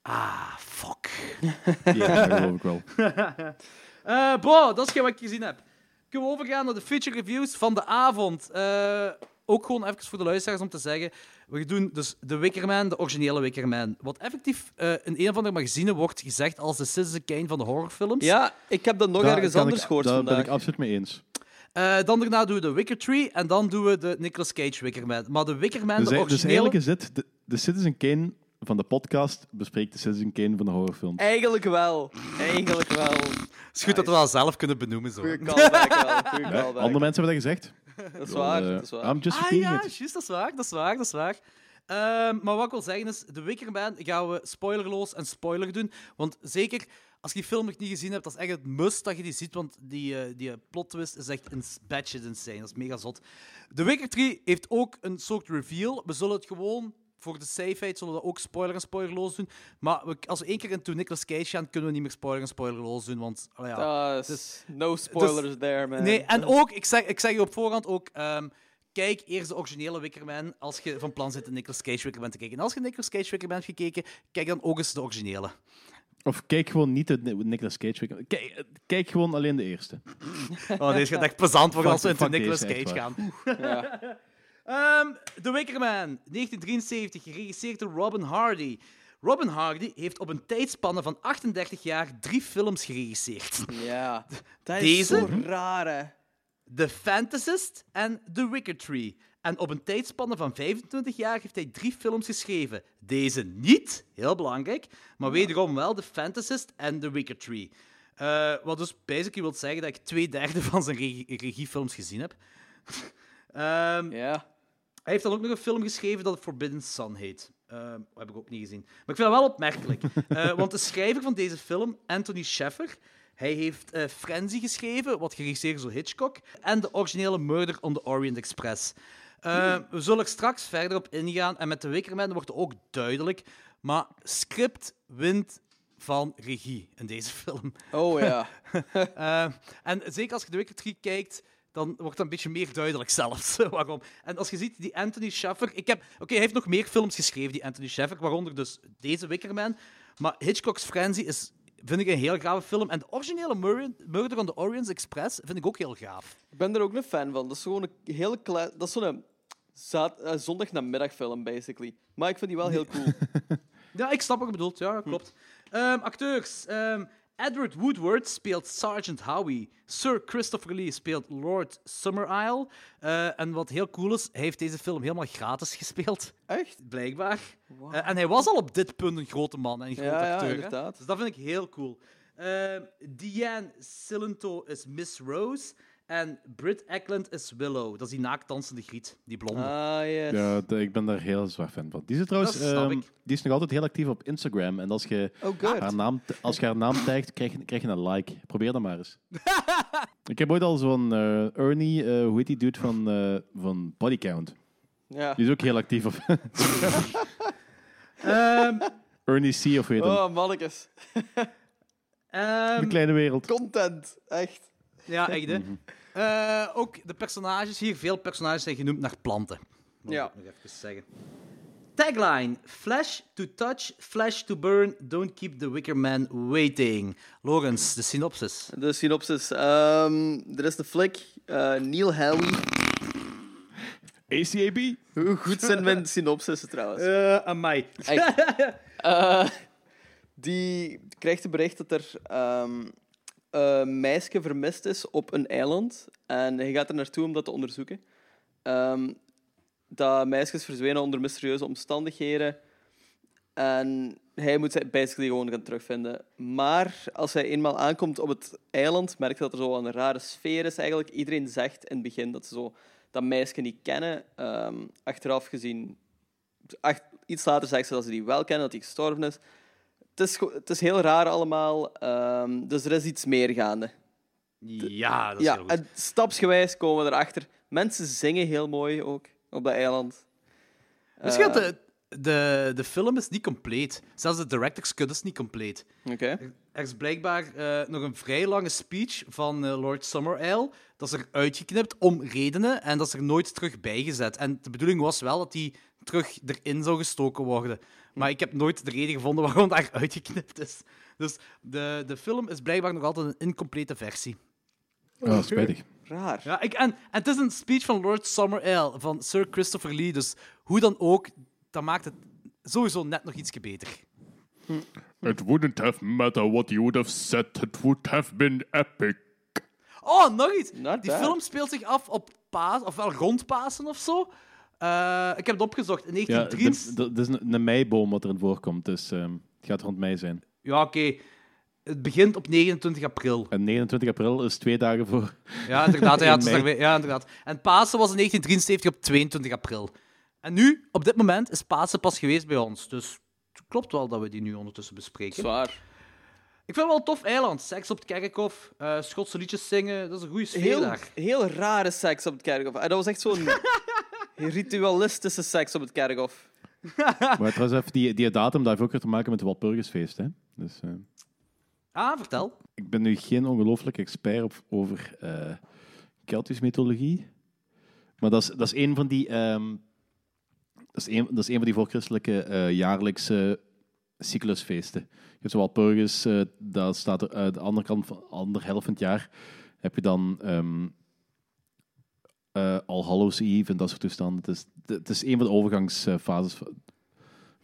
Speaker 1: Ah, fuck.
Speaker 2: Ja, dat geloof ik wel.
Speaker 1: Eh, bro, dat is geen wat ik gezien heb. Kunnen we overgaan naar de feature reviews van de avond. Eh, ook gewoon even voor de luisteraars om te zeggen. We doen dus de Wickerman, de originele Wickerman. Wat effectief eh, in een of andere magazine wordt gezegd als de Citizen Kane van de horrorfilms.
Speaker 3: Ja, ik heb dat nog
Speaker 2: Daar
Speaker 3: ergens
Speaker 2: kan
Speaker 3: anders
Speaker 2: ik,
Speaker 3: gehoord
Speaker 2: Daar ben
Speaker 3: vandaag.
Speaker 2: ik absoluut mee eens.
Speaker 1: Eh, dan daarna doen we de Wicker Tree en dan doen we de Nicolas Cage Wickerman. Maar de Wickerman,
Speaker 2: Dus,
Speaker 1: de
Speaker 2: e- dus
Speaker 1: originele...
Speaker 2: eigenlijk is dit, de, de Citizen Kane van de podcast bespreekt de Citizen Kane van de horrorfilm.
Speaker 3: Eigenlijk wel. Eigenlijk wel.
Speaker 1: is goed dat we dat zelf kunnen benoemen. Zo.
Speaker 3: Goeie callback wel. Goeie
Speaker 2: Ja,
Speaker 3: callback.
Speaker 2: andere mensen hebben dat gezegd.
Speaker 3: Dat is waar.
Speaker 2: Eh,
Speaker 3: Dat is waar.
Speaker 2: I'm just
Speaker 1: Ah
Speaker 2: repeating
Speaker 1: ja,
Speaker 2: it.
Speaker 1: juist, dat is waar, dat is waar, dat is waar. Ehm, maar wat ik wil zeggen is, de Wickerman gaan we spoilerloos en spoiler doen. Want zeker, als je die film nog niet gezien hebt, dat is echt het must dat je die ziet. Want die, eh, die eh, plot twist is echt een batshit insane. Dat is mega zot. De Wicker Tree heeft ook een soort reveal. We zullen het gewoon, voor de safeheid, zullen we dat ook spoiler en spoilerloos doen. Maar we, als we één keer into Nicolas Cage gaan, kunnen we niet meer spoiler en spoilerloos doen. Want, allee, ja.
Speaker 3: Dat is-
Speaker 2: Dus-
Speaker 3: no spoilers there, man.
Speaker 1: Nee, en ook, ik zeg, ik zeg je op voorhand ook, ehm, kijk eerst de originele Wickerman als je van plan zit een Nicolas Cage Wickerman te kijken. En als je Nicolas Cage Wickerman hebt gekeken, kijk dan ook eens de originele.
Speaker 2: Of kijk gewoon niet de Ni- Nicolas Cage. week- Kijk, eh, kijk gewoon alleen de eerste.
Speaker 1: Oh, deze gaat echt plezant worden als we
Speaker 2: Fuck-
Speaker 1: into
Speaker 2: fuck
Speaker 1: Nicolas
Speaker 2: deze, echt
Speaker 1: Cage gaan.
Speaker 3: Ja.
Speaker 1: Ehm The Wickerman, 1973, geregisseerd door Robin Hardy. Robin Hardy heeft op een tijdspanne van 38 jaar drie films geregisseerd.
Speaker 3: ja. Dat is
Speaker 1: Deze?
Speaker 3: zo raar, hè.
Speaker 1: The Fantasist en The Wicker Tree. En op een tijdspanne van 25 jaar heeft hij drie films geschreven. Deze niet, heel belangrijk, maar wederom wel The Fantasist en The Wicker Tree. Eh, wat dus basically wil zeggen dat ik twee derde van zijn regie- regiefilms gezien heb. Ehm,
Speaker 3: Ja.
Speaker 1: hij heeft dan ook nog een film geschreven dat Forbidden Sun heet. Ehm, heb ik ook niet gezien. Maar ik vind dat wel opmerkelijk. Eh, want de schrijver van deze film, Anthony Sheffer, hij heeft eh Frenzy geschreven, wat geregisseerd is door Hitchcock, en de originele Murder on the Orient Express. Eh, We zullen er straks verder op ingaan en met de Wickerman wordt het ook duidelijk. Maar script wint van regie in deze film.
Speaker 3: Oh ja.
Speaker 1: Eh, en zeker als je de Wicker 3 kijkt, dan wordt dat een beetje meer duidelijk zelfs waarom. En als je ziet, die Anthony Shaffer... Ik heb, oké, hij heeft nog meer films geschreven, die Anthony Shaffer, waaronder dus deze Wickerman. Maar Hitchcock's Frenzy is, vind ik een heel gave film. En de originele Mur- Murder on the Orient Express vind ik ook heel gaaf.
Speaker 3: Ik ben er ook een fan van. Dat is gewoon een hele klein... Dat is zo'n eh, zaad- eh, zondagnamiddagfilm, basically. Maar ik vind die wel heel cool.
Speaker 1: Ja, ik snap wat je bedoelt. Ja, klopt. Ehm, acteurs. Ehm, Edward Woodward speelt Sergeant Howie. Sir Christopher Lee speelt Lord Summerisle. Eh, en wat heel cool is, hij heeft deze film helemaal gratis gespeeld.
Speaker 3: Echt?
Speaker 1: Blijkbaar. Eh, en hij was al op dit punt een grote man en een grote
Speaker 3: ja,
Speaker 1: acteur. hè.
Speaker 3: inderdaad.
Speaker 1: Dus dat vind ik heel cool. Ehm, Diane Cilento is Miss Rose. En Britt Eklund is Willow. Dat is die naaktdansende griet, die blonde.
Speaker 3: Ah, yes.
Speaker 2: Ja, d- ik ben daar heel zwaar fan van. Die is, trouwens,
Speaker 1: Dat snap
Speaker 2: ehm,
Speaker 1: ik.
Speaker 2: die is nog altijd heel actief op Instagram. En als je
Speaker 3: Oh, good.
Speaker 2: haar naam, t- als je haar naam tagt, krijg, je- krijg je een like. Probeer dat maar eens. ik heb ooit al zo'n eh, Ernie, eh, hoe heet die dude van, eh van Bodycount?
Speaker 3: Ja.
Speaker 2: Die is ook heel actief op. Ehm, Ernie C of weet hem.
Speaker 3: Oh, mannetjes.
Speaker 1: Ehm,
Speaker 2: De kleine wereld.
Speaker 3: Content. Echt.
Speaker 1: Ja, echt hè. Eh, ook de personages hier, veel personages zijn genoemd naar planten. Moet
Speaker 3: Ja.
Speaker 1: ik nog even zeggen. Tagline: Flash to touch, flash to burn. Don't keep the Wicker Man waiting. Lawrence, de synopsis.
Speaker 3: De synopsis. Ehm, er is de flik. eh, Neil Halley.
Speaker 2: ACAB?
Speaker 3: Hoe goed zijn mijn synopsissen trouwens?
Speaker 1: Eh amai.
Speaker 3: Eh, die krijgt het bericht dat er ehm, een meisje vermist is op een eiland. En hij gaat er naartoe om dat te onderzoeken. Ehm, dat meisje is verzwenen onder mysterieuze omstandigheden. En hij moet ze basically gewoon gaan terugvinden. Maar als hij eenmaal aankomt op het eiland, merkt hij dat er zo een rare sfeer is eigenlijk. Iedereen zegt in het begin dat ze zo dat meisje niet kennen. Ehm, achteraf gezien Ach- iets later zegt ze dat ze die wel kennen, dat die gestorven is. Het is, go- het is heel raar allemaal, ehm, dus er is iets meer gaande.
Speaker 1: Ja, dat is
Speaker 3: Ja,
Speaker 1: heel goed.
Speaker 3: en stapsgewijs komen we erachter. Mensen zingen heel mooi ook op dat eiland.
Speaker 1: Misschien dat de, de, de film is niet compleet. Zelfs de director's cut is niet compleet.
Speaker 3: Oké.
Speaker 1: Er is blijkbaar eh, nog een vrij lange speech van eh, Lord Summerisle. Dat is er uitgeknipt om redenen en dat is er nooit terug bijgezet. En de bedoeling was wel dat die terug erin zou gestoken worden. Maar ik heb nooit de reden gevonden waarom daar uitgeknipt is. Dus de, de film is blijkbaar nog altijd een incomplete versie.
Speaker 2: Oh, spijtig.
Speaker 3: Raar.
Speaker 1: Ja, ik, en, en het is een speech van Lord Summerisle, van Sir Christopher Lee. Dus hoe dan ook, dat maakt het sowieso net nog ietsje beter.
Speaker 6: It wouldn't have matter what you would have said. It would have been epic.
Speaker 1: Oh, nog iets.
Speaker 3: Not
Speaker 1: die
Speaker 3: bad.
Speaker 1: film speelt zich af op Paas, ofwel rond Pasen of zo. Eh, ik heb het opgezocht. In
Speaker 2: Ja,
Speaker 1: 1903...
Speaker 2: de- de- dat is een, een meiboom wat erin voorkomt, dus ehm, het gaat rond mei zijn.
Speaker 1: Ja, oké. Het begint op 29 april.
Speaker 2: En 29 april is twee dagen voor.
Speaker 1: Ja, inderdaad. ja, het is
Speaker 2: mei.
Speaker 1: daar- ja, inderdaad. En Pasen was in 1973 op 22 april. En nu, op dit moment, is Pasen pas geweest bij ons. Dus het klopt wel dat we die nu ondertussen bespreken.
Speaker 3: Zwaar.
Speaker 1: Ik vind het wel een tof eiland. Seks op het kerkhof, eh, Schotse liedjes zingen. Dat is een goede sfeer
Speaker 3: Heel,
Speaker 1: daar.
Speaker 3: heel rare seks op het kerkhof. En dat was echt zo'n ritualistische seks op het kerkhof.
Speaker 2: Maar trouwens, even die, die datum dat heeft ook weer te maken met het Walpurgisfeest. Hè? Dus, eh,
Speaker 1: Ah, vertel.
Speaker 2: ik ben nu geen ongelooflijk expert op, over eh Keltische mythologie. Maar dat is, dat is een van die... ehm, dat is, een, dat is een van die voorchristelijke eh, jaarlijkse cyclusfeesten. Je hebt zowel Purgus, eh dat staat er, eh, de andere kant van andere helft van het jaar, heb je dan ehm eh, All Hallows Eve en dat soort toestanden. Het is, het is een van de overgangsfases van,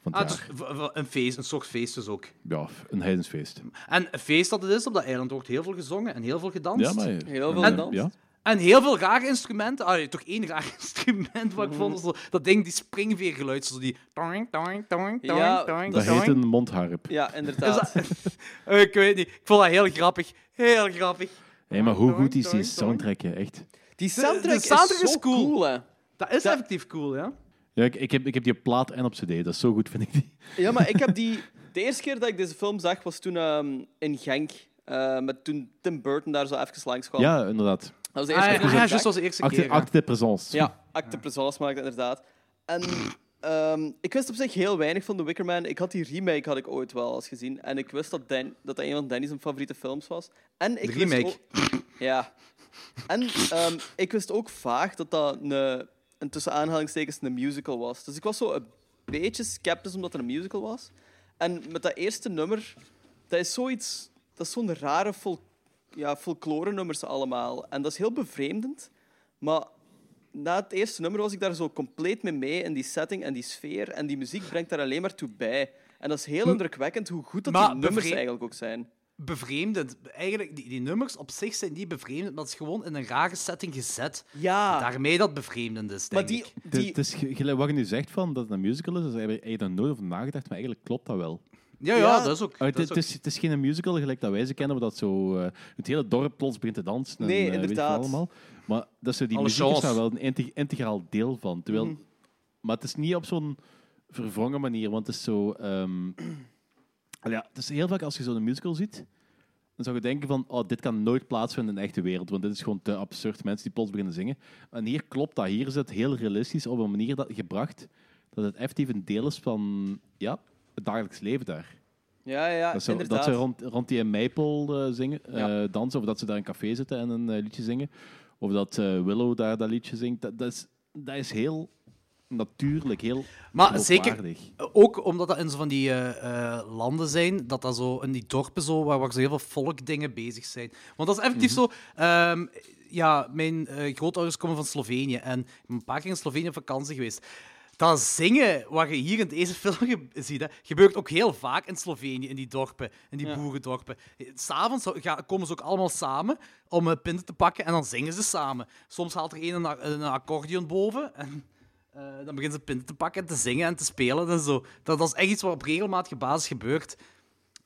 Speaker 2: van het
Speaker 1: Ah,
Speaker 2: jaar.
Speaker 1: dus v- v- een feest, een soort feest dus ook.
Speaker 2: Ja, een heidensfeest.
Speaker 1: En een feest dat het is op dat eiland wordt heel veel gezongen en heel veel gedanst.
Speaker 2: Ja, maar...
Speaker 3: Heel veel
Speaker 2: en-
Speaker 3: dans.
Speaker 2: Ja.
Speaker 1: En heel veel rare instrumenten. Ah, toch één raar instrument wat ik vond. was zo Dat ding, die springveergeluid. Zo die... Toink, toink, toink,
Speaker 3: Ja,
Speaker 1: toink, toink,
Speaker 2: Dat
Speaker 1: toink.
Speaker 2: heet een mondharp.
Speaker 3: Ja,
Speaker 1: Is
Speaker 3: inderdaad.
Speaker 1: Dus dat- ik weet niet. Ik vond dat heel grappig. Heel grappig.
Speaker 2: Hé, maar hoe
Speaker 1: Doink,
Speaker 2: goed is die
Speaker 1: doink, doink.
Speaker 2: soundtrack, hè? echt?
Speaker 3: Die soundtrack,
Speaker 1: de soundtrack
Speaker 3: is,
Speaker 1: is
Speaker 3: zo
Speaker 1: cool.
Speaker 3: cool. hè.
Speaker 1: Dat is
Speaker 3: Dat-
Speaker 1: effectief cool, ja.
Speaker 2: Ja, ik, ik, heb, ik heb die op plaat en op cd, dat is zo goed, vind ik die.
Speaker 3: Ja, maar ik heb die... De eerste keer dat ik deze film zag, was toen ehm, in Genk. eh, met toen Tim Burton daar zo even langs kwam.
Speaker 2: Ja, inderdaad.
Speaker 3: Dat was de
Speaker 1: Ah,
Speaker 3: eerste
Speaker 1: ja,
Speaker 3: keer dat ik
Speaker 1: ja,
Speaker 3: dat
Speaker 1: juist
Speaker 3: zag.
Speaker 1: was de eerste
Speaker 2: Acte,
Speaker 1: keer. ja.
Speaker 2: acte de présence.
Speaker 3: Ja, acte présence maakt inderdaad. En ehm, ik wist op zich heel weinig van The Wicker Man. Ik had die remake had ik ooit wel eens gezien. En ik wist dat Dan, dat, dat een van Danny's favoriete films was. En ik
Speaker 1: De
Speaker 3: wist
Speaker 1: remake.
Speaker 3: ook- ja. En ehm, ik wist ook vaag dat dat een, een tussen aanhalingstekens een musical was. Dus ik was zo een beetje sceptisch omdat er een musical was. En met dat eerste nummer, dat is zoiets... Dat is zo'n rare fol ja, folklore-nummers allemaal. En dat is heel bevreemdend. Maar na het eerste nummer was ik daar zo compleet mee mee in die setting en die sfeer. En die muziek brengt daar alleen maar toe bij. En dat is heel indrukwekkend hoe goed dat
Speaker 1: Maar
Speaker 3: die nummers
Speaker 1: bevre-
Speaker 3: eigenlijk ook zijn.
Speaker 1: Bevreemdend. Eigenlijk, die, die nummers op zich zijn niet bevreemdend, maar het is gewoon in een rare setting gezet.
Speaker 3: Ja,
Speaker 1: Daarmee dat bevreemdend is, denk
Speaker 3: maar die...
Speaker 1: ik.
Speaker 2: Het-
Speaker 3: die
Speaker 2: het is, ge- gelijk wat je nu zegt van dat het een musical is, dus heb ik daar nooit over nagedacht, maar eigenlijk klopt dat wel.
Speaker 1: Ja, ja,
Speaker 3: Ja.
Speaker 1: dat is ook.
Speaker 2: Ah,
Speaker 1: Dat
Speaker 2: het,
Speaker 1: is ook.
Speaker 2: het is, het is geen musical gelijk dat wij ze kennen, waar dat zo, eh, het hele dorp plots begint te dansen. en,
Speaker 3: Nee,
Speaker 2: eh, weet ik veel
Speaker 3: inderdaad.
Speaker 2: allemaal. Maar dat zo, die
Speaker 1: Alle
Speaker 2: muziek is daar
Speaker 1: genres.
Speaker 2: wel een integ- integraal deel van. Terwijl,
Speaker 1: Mhm.
Speaker 2: Maar het is niet op zo'n verwrongen manier, want het is zo... ehm, al ja, het is heel vaak als je zo'n musical ziet, dan zou je denken van, oh, dit kan nooit plaatsvinden in de echte wereld, want dit is gewoon te absurd, mensen die plots beginnen zingen. En hier klopt dat, hier is het heel realistisch op een manier dat, gebracht dat het effectief een deel is van ja, het dagelijks leven daar.
Speaker 3: Ja, ja,
Speaker 2: Dat ze, dat
Speaker 3: inderdaad.
Speaker 2: ze rond, rond die Maple eh, zingen,
Speaker 3: Ja.
Speaker 2: eh, dansen, of dat ze daar in een café zitten en een eh, liedje zingen. Of dat eh, Willow daar dat liedje zingt. Dat, dat, is, dat is heel natuurlijk, heel
Speaker 1: Maar zeker,
Speaker 2: geloofwaardig.
Speaker 1: Ook omdat dat in zo van die eh, eh, landen zijn, dat dat zo in die dorpen zo, waar, waar zo heel veel volkdingen bezig zijn. Want dat is effectief zo. ehm, ja, mijn eh, grootouders komen van Slovenië en ik ben een paar keer in Slovenië op vakantie geweest. Dat zingen wat je hier in deze film ge- ziet, hè, gebeurt ook heel vaak in Slovenië, in die dorpen, in die
Speaker 3: Ja.
Speaker 1: boerendorpen. S'avonds komen ze ook allemaal samen om eh, pinten te pakken en dan zingen ze samen. Soms haalt er een een, a- een accordeon boven en eh, dan beginnen ze pinten te pakken en te zingen en te spelen en zo. Dat, dat is echt iets wat op regelmatige basis gebeurt.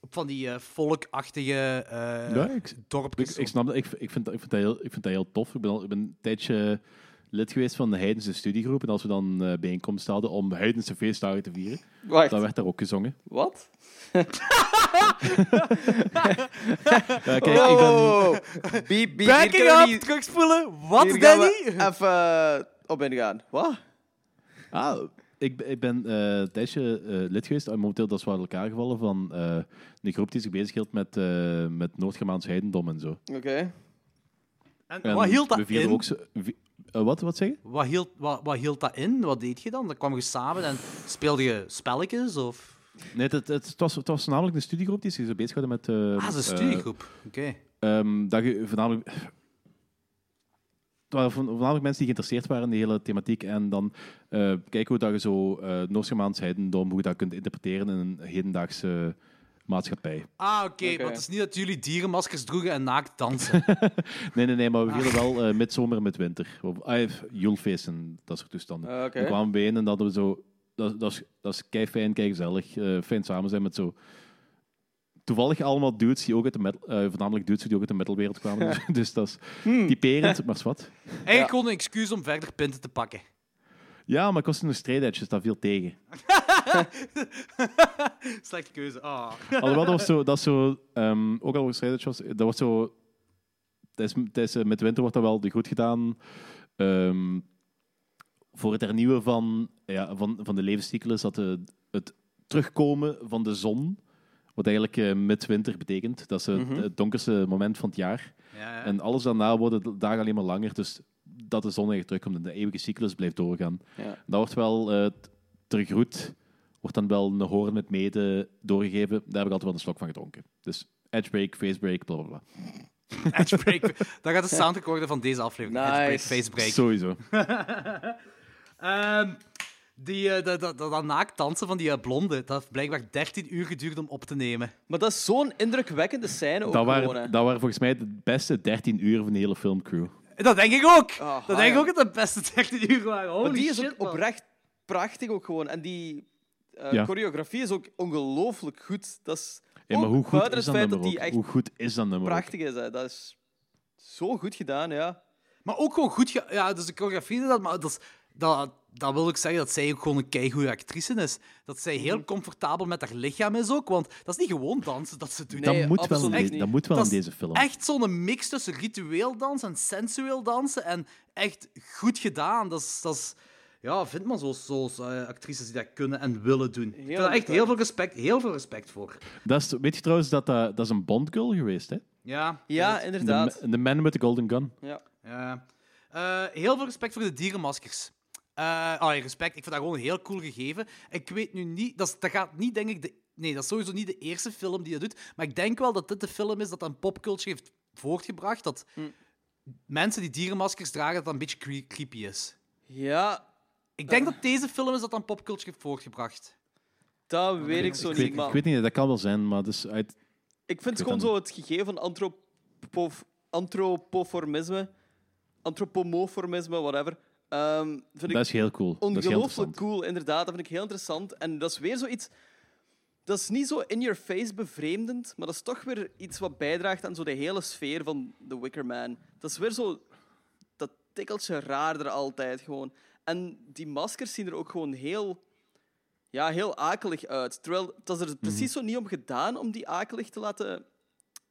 Speaker 1: Op van die eh, volkachtige eh
Speaker 2: Ja, ik- Ik,
Speaker 1: dorpjes.
Speaker 2: ik snap dat. Ik, ik, vind dat, ik, vind dat heel, ik vind dat heel tof. Ik ben, al, ik ben een tijdje lid geweest van de Heidense studiegroep. En als we dan eh bijeenkomsten hadden om Heidense feestdagen te vieren,
Speaker 3: Wacht,
Speaker 2: dan werd daar ook gezongen.
Speaker 3: wat?
Speaker 2: Ja, kijk,
Speaker 3: Oh.
Speaker 2: ik ben,
Speaker 3: Beep, beep,
Speaker 1: Backing
Speaker 3: hier kunnen
Speaker 1: up,
Speaker 3: we niet-
Speaker 1: terugspoelen. Wat,
Speaker 3: hier gaan we
Speaker 1: Danny?
Speaker 3: Even eh, op ingaan. Wat?
Speaker 2: ah, ik, ben- ik ben eh, een tijdje eh, lid geweest. En momenteel dat is wel uit elkaar gevallen van eh een groep die zich bezighield met, eh met Noord-Germaans heidendom en zo.
Speaker 3: Oké.
Speaker 1: En,
Speaker 2: En
Speaker 1: wat hield dat
Speaker 2: we vierden
Speaker 1: in?
Speaker 2: Ook zo, vi- eh, wat, wat zeg je?
Speaker 1: Wat, hield, wat, wat hield dat in? Wat deed je dan? Dan kwam je samen en speelde je spelletjes? Of...
Speaker 2: Nee, het, het, het was, het was namelijk een studiegroep die zich zo bezig hadden met... eh,
Speaker 1: Ah, dat is een
Speaker 2: eh,
Speaker 1: studiegroep. Oké.
Speaker 2: Ehm, dat je voornamelijk. Het waren vo- voornamelijk mensen die geïnteresseerd waren in die hele thematiek. En dan eh, kijken hoe dat je zo eh Noors-Germaans heidendom, hoe je dat kunt interpreteren in een hedendaagse maatschappij.
Speaker 1: Ah, oké.
Speaker 3: Oké.
Speaker 1: Maar het is niet dat jullie dierenmaskers droegen en naakt dansen.
Speaker 2: Nee, nee, nee, maar we
Speaker 3: Ah.
Speaker 2: vielen wel eh midzomer en midwinter. Of ah, Joelfeest en dat soort toestanden.
Speaker 3: Ah, oké.
Speaker 2: Dan kwamen we in en dat we zo... Dat, dat is, dat is kei fijn, kei gezellig. eh, fijn samen zijn met zo... Toevallig allemaal dudes die ook uit de metal... eh, voornamelijk dudes die ook uit de metalwereld kwamen. Dus, dus dat is
Speaker 3: Hmm.
Speaker 2: typerend, maar wat.
Speaker 1: Eigenlijk gewoon een excuus om verder pinten te pakken.
Speaker 2: Ja, maar ik was in een strijdedge, dus dat viel tegen.
Speaker 1: Slechte keuze. Ah.
Speaker 2: Alhoewel, dat was zo... Dat is zo ehm, ook al een strijdedge was, dat wordt zo... Tijdens, tijdens, eh, met de winter wordt dat wel goed gedaan. Ehm, voor het hernieuwen van, ja, van, van de levenscyclus, dat de, het terugkomen van de zon, wat eigenlijk eh, midwinter betekent, dat is het, het donkerste moment van het jaar.
Speaker 1: Mhm. Ja, ja.
Speaker 2: En alles daarna worden de dagen alleen maar langer, dus dat de zon eigenlijk terugkomt en de eeuwige cyclus blijft doorgaan.
Speaker 3: Ja.
Speaker 2: Dat wordt wel eh, t- ter groet, wordt dan wel een hoorn met mede doorgegeven. Daar heb ik altijd wel een slok van gedronken. Dus edgebreak, facebreak, bla bla bla.
Speaker 1: Edgebreak. Dat gaat de soundtrack worden van deze aflevering.
Speaker 3: Nice.
Speaker 1: Edgebreak, facebreak.
Speaker 2: Sowieso.
Speaker 1: Ehm, die, eh, dat, dat, dat, dat naakt dansen van die eh, blonde, dat heeft blijkbaar 13 uur geduurd om op te nemen.
Speaker 3: Maar dat is zo'n indrukwekkende scène ook
Speaker 2: Dat
Speaker 3: gewoon, hè.
Speaker 2: waren, dat waren volgens mij de beste 13 uur van de hele filmcrew.
Speaker 1: Dat denk ik ook.
Speaker 3: Aha,
Speaker 1: dat denk ik
Speaker 3: ja.
Speaker 1: ook dat de beste 13 uur waren. Holy
Speaker 3: Oh, Maar die is
Speaker 1: shit,
Speaker 3: ook
Speaker 1: man.
Speaker 3: oprecht prachtig ook gewoon. En die eh,
Speaker 2: Ja.
Speaker 3: choreografie is ook ongelooflijk goed. Dat is
Speaker 2: Ja, maar
Speaker 3: ook
Speaker 2: hoe goed
Speaker 3: buiten
Speaker 2: is dat
Speaker 3: het feit
Speaker 2: nummer
Speaker 3: dat die
Speaker 2: ook?
Speaker 3: echt
Speaker 2: Hoe goed is dat nummer ook?
Speaker 3: prachtig is. Hè. Dat is zo goed gedaan, ja.
Speaker 1: Maar ook gewoon goed... ge- Ja, dus de choreografie is dat, maar dat, is- dat, dat wil ik zeggen dat zij ook gewoon een keigoede actrice is. Dat zij
Speaker 3: Mhm.
Speaker 1: heel comfortabel met haar lichaam is ook, want dat is niet gewoon dansen dat ze doet.
Speaker 3: Nee,
Speaker 2: dat, moet wel in
Speaker 3: absoluut
Speaker 2: de-
Speaker 3: niet.
Speaker 2: dat moet wel in
Speaker 1: Dat is
Speaker 2: deze film.
Speaker 1: Echt zo'n mix tussen ritueel dansen en sensueel dansen. En echt goed gedaan. Dat is, dat is, ja, vindt man zo, zo eh, actrices die dat kunnen en willen doen. Ik heb daar echt
Speaker 3: respect.
Speaker 1: heel veel respect, heel veel respect voor.
Speaker 2: Dat is, weet je trouwens dat dat, dat is een Bond girl geweest, hè?
Speaker 1: Ja,
Speaker 3: Ja,
Speaker 2: De, ma-
Speaker 3: inderdaad.
Speaker 2: de Man with the Golden Gun.
Speaker 3: Ja.
Speaker 1: ja. Eh, heel veel respect voor de dierenmaskers. Eh ah, ja, respect. Ik vind dat gewoon heel cool gegeven. Ik weet nu niet... Dat, is- dat gaat niet, denk ik... De, nee, dat is sowieso niet de eerste film die dat doet. Maar ik denk wel dat dit de film is dat een popculture heeft voortgebracht. Dat mensen die dierenmaskers dragen, dat dat een beetje cre- creepy is.
Speaker 3: ja,
Speaker 1: Ik denk dat deze film is dat aan popculture heeft voortgebracht.
Speaker 3: dat weet ik zo
Speaker 2: Ik
Speaker 3: niet.
Speaker 2: weet,
Speaker 3: Maar
Speaker 2: ik weet niet, dat kan wel zijn, maar dus uit...
Speaker 3: Ik vind
Speaker 2: Ik
Speaker 3: gewoon
Speaker 2: weet
Speaker 3: zo het gegeven van antropof, antropoformisme, antropomorfisme, whatever, ehm, vind
Speaker 2: dat
Speaker 3: ik
Speaker 2: is heel cool. Dat is heel
Speaker 3: ongelooflijk
Speaker 2: interessant.
Speaker 3: cool. Inderdaad, dat vind ik heel interessant. En dat is weer zoiets... Dat is niet zo in your face bevreemdend, maar dat is toch weer iets wat bijdraagt aan zo de hele sfeer van The Wicker Man. Dat is weer zo... Dat tikkeltje raarder altijd gewoon. En die maskers zien er ook gewoon heel... Ja, heel akelig uit. Terwijl het is er
Speaker 2: Mhm.
Speaker 3: precies zo niet om gedaan om die akelig te laten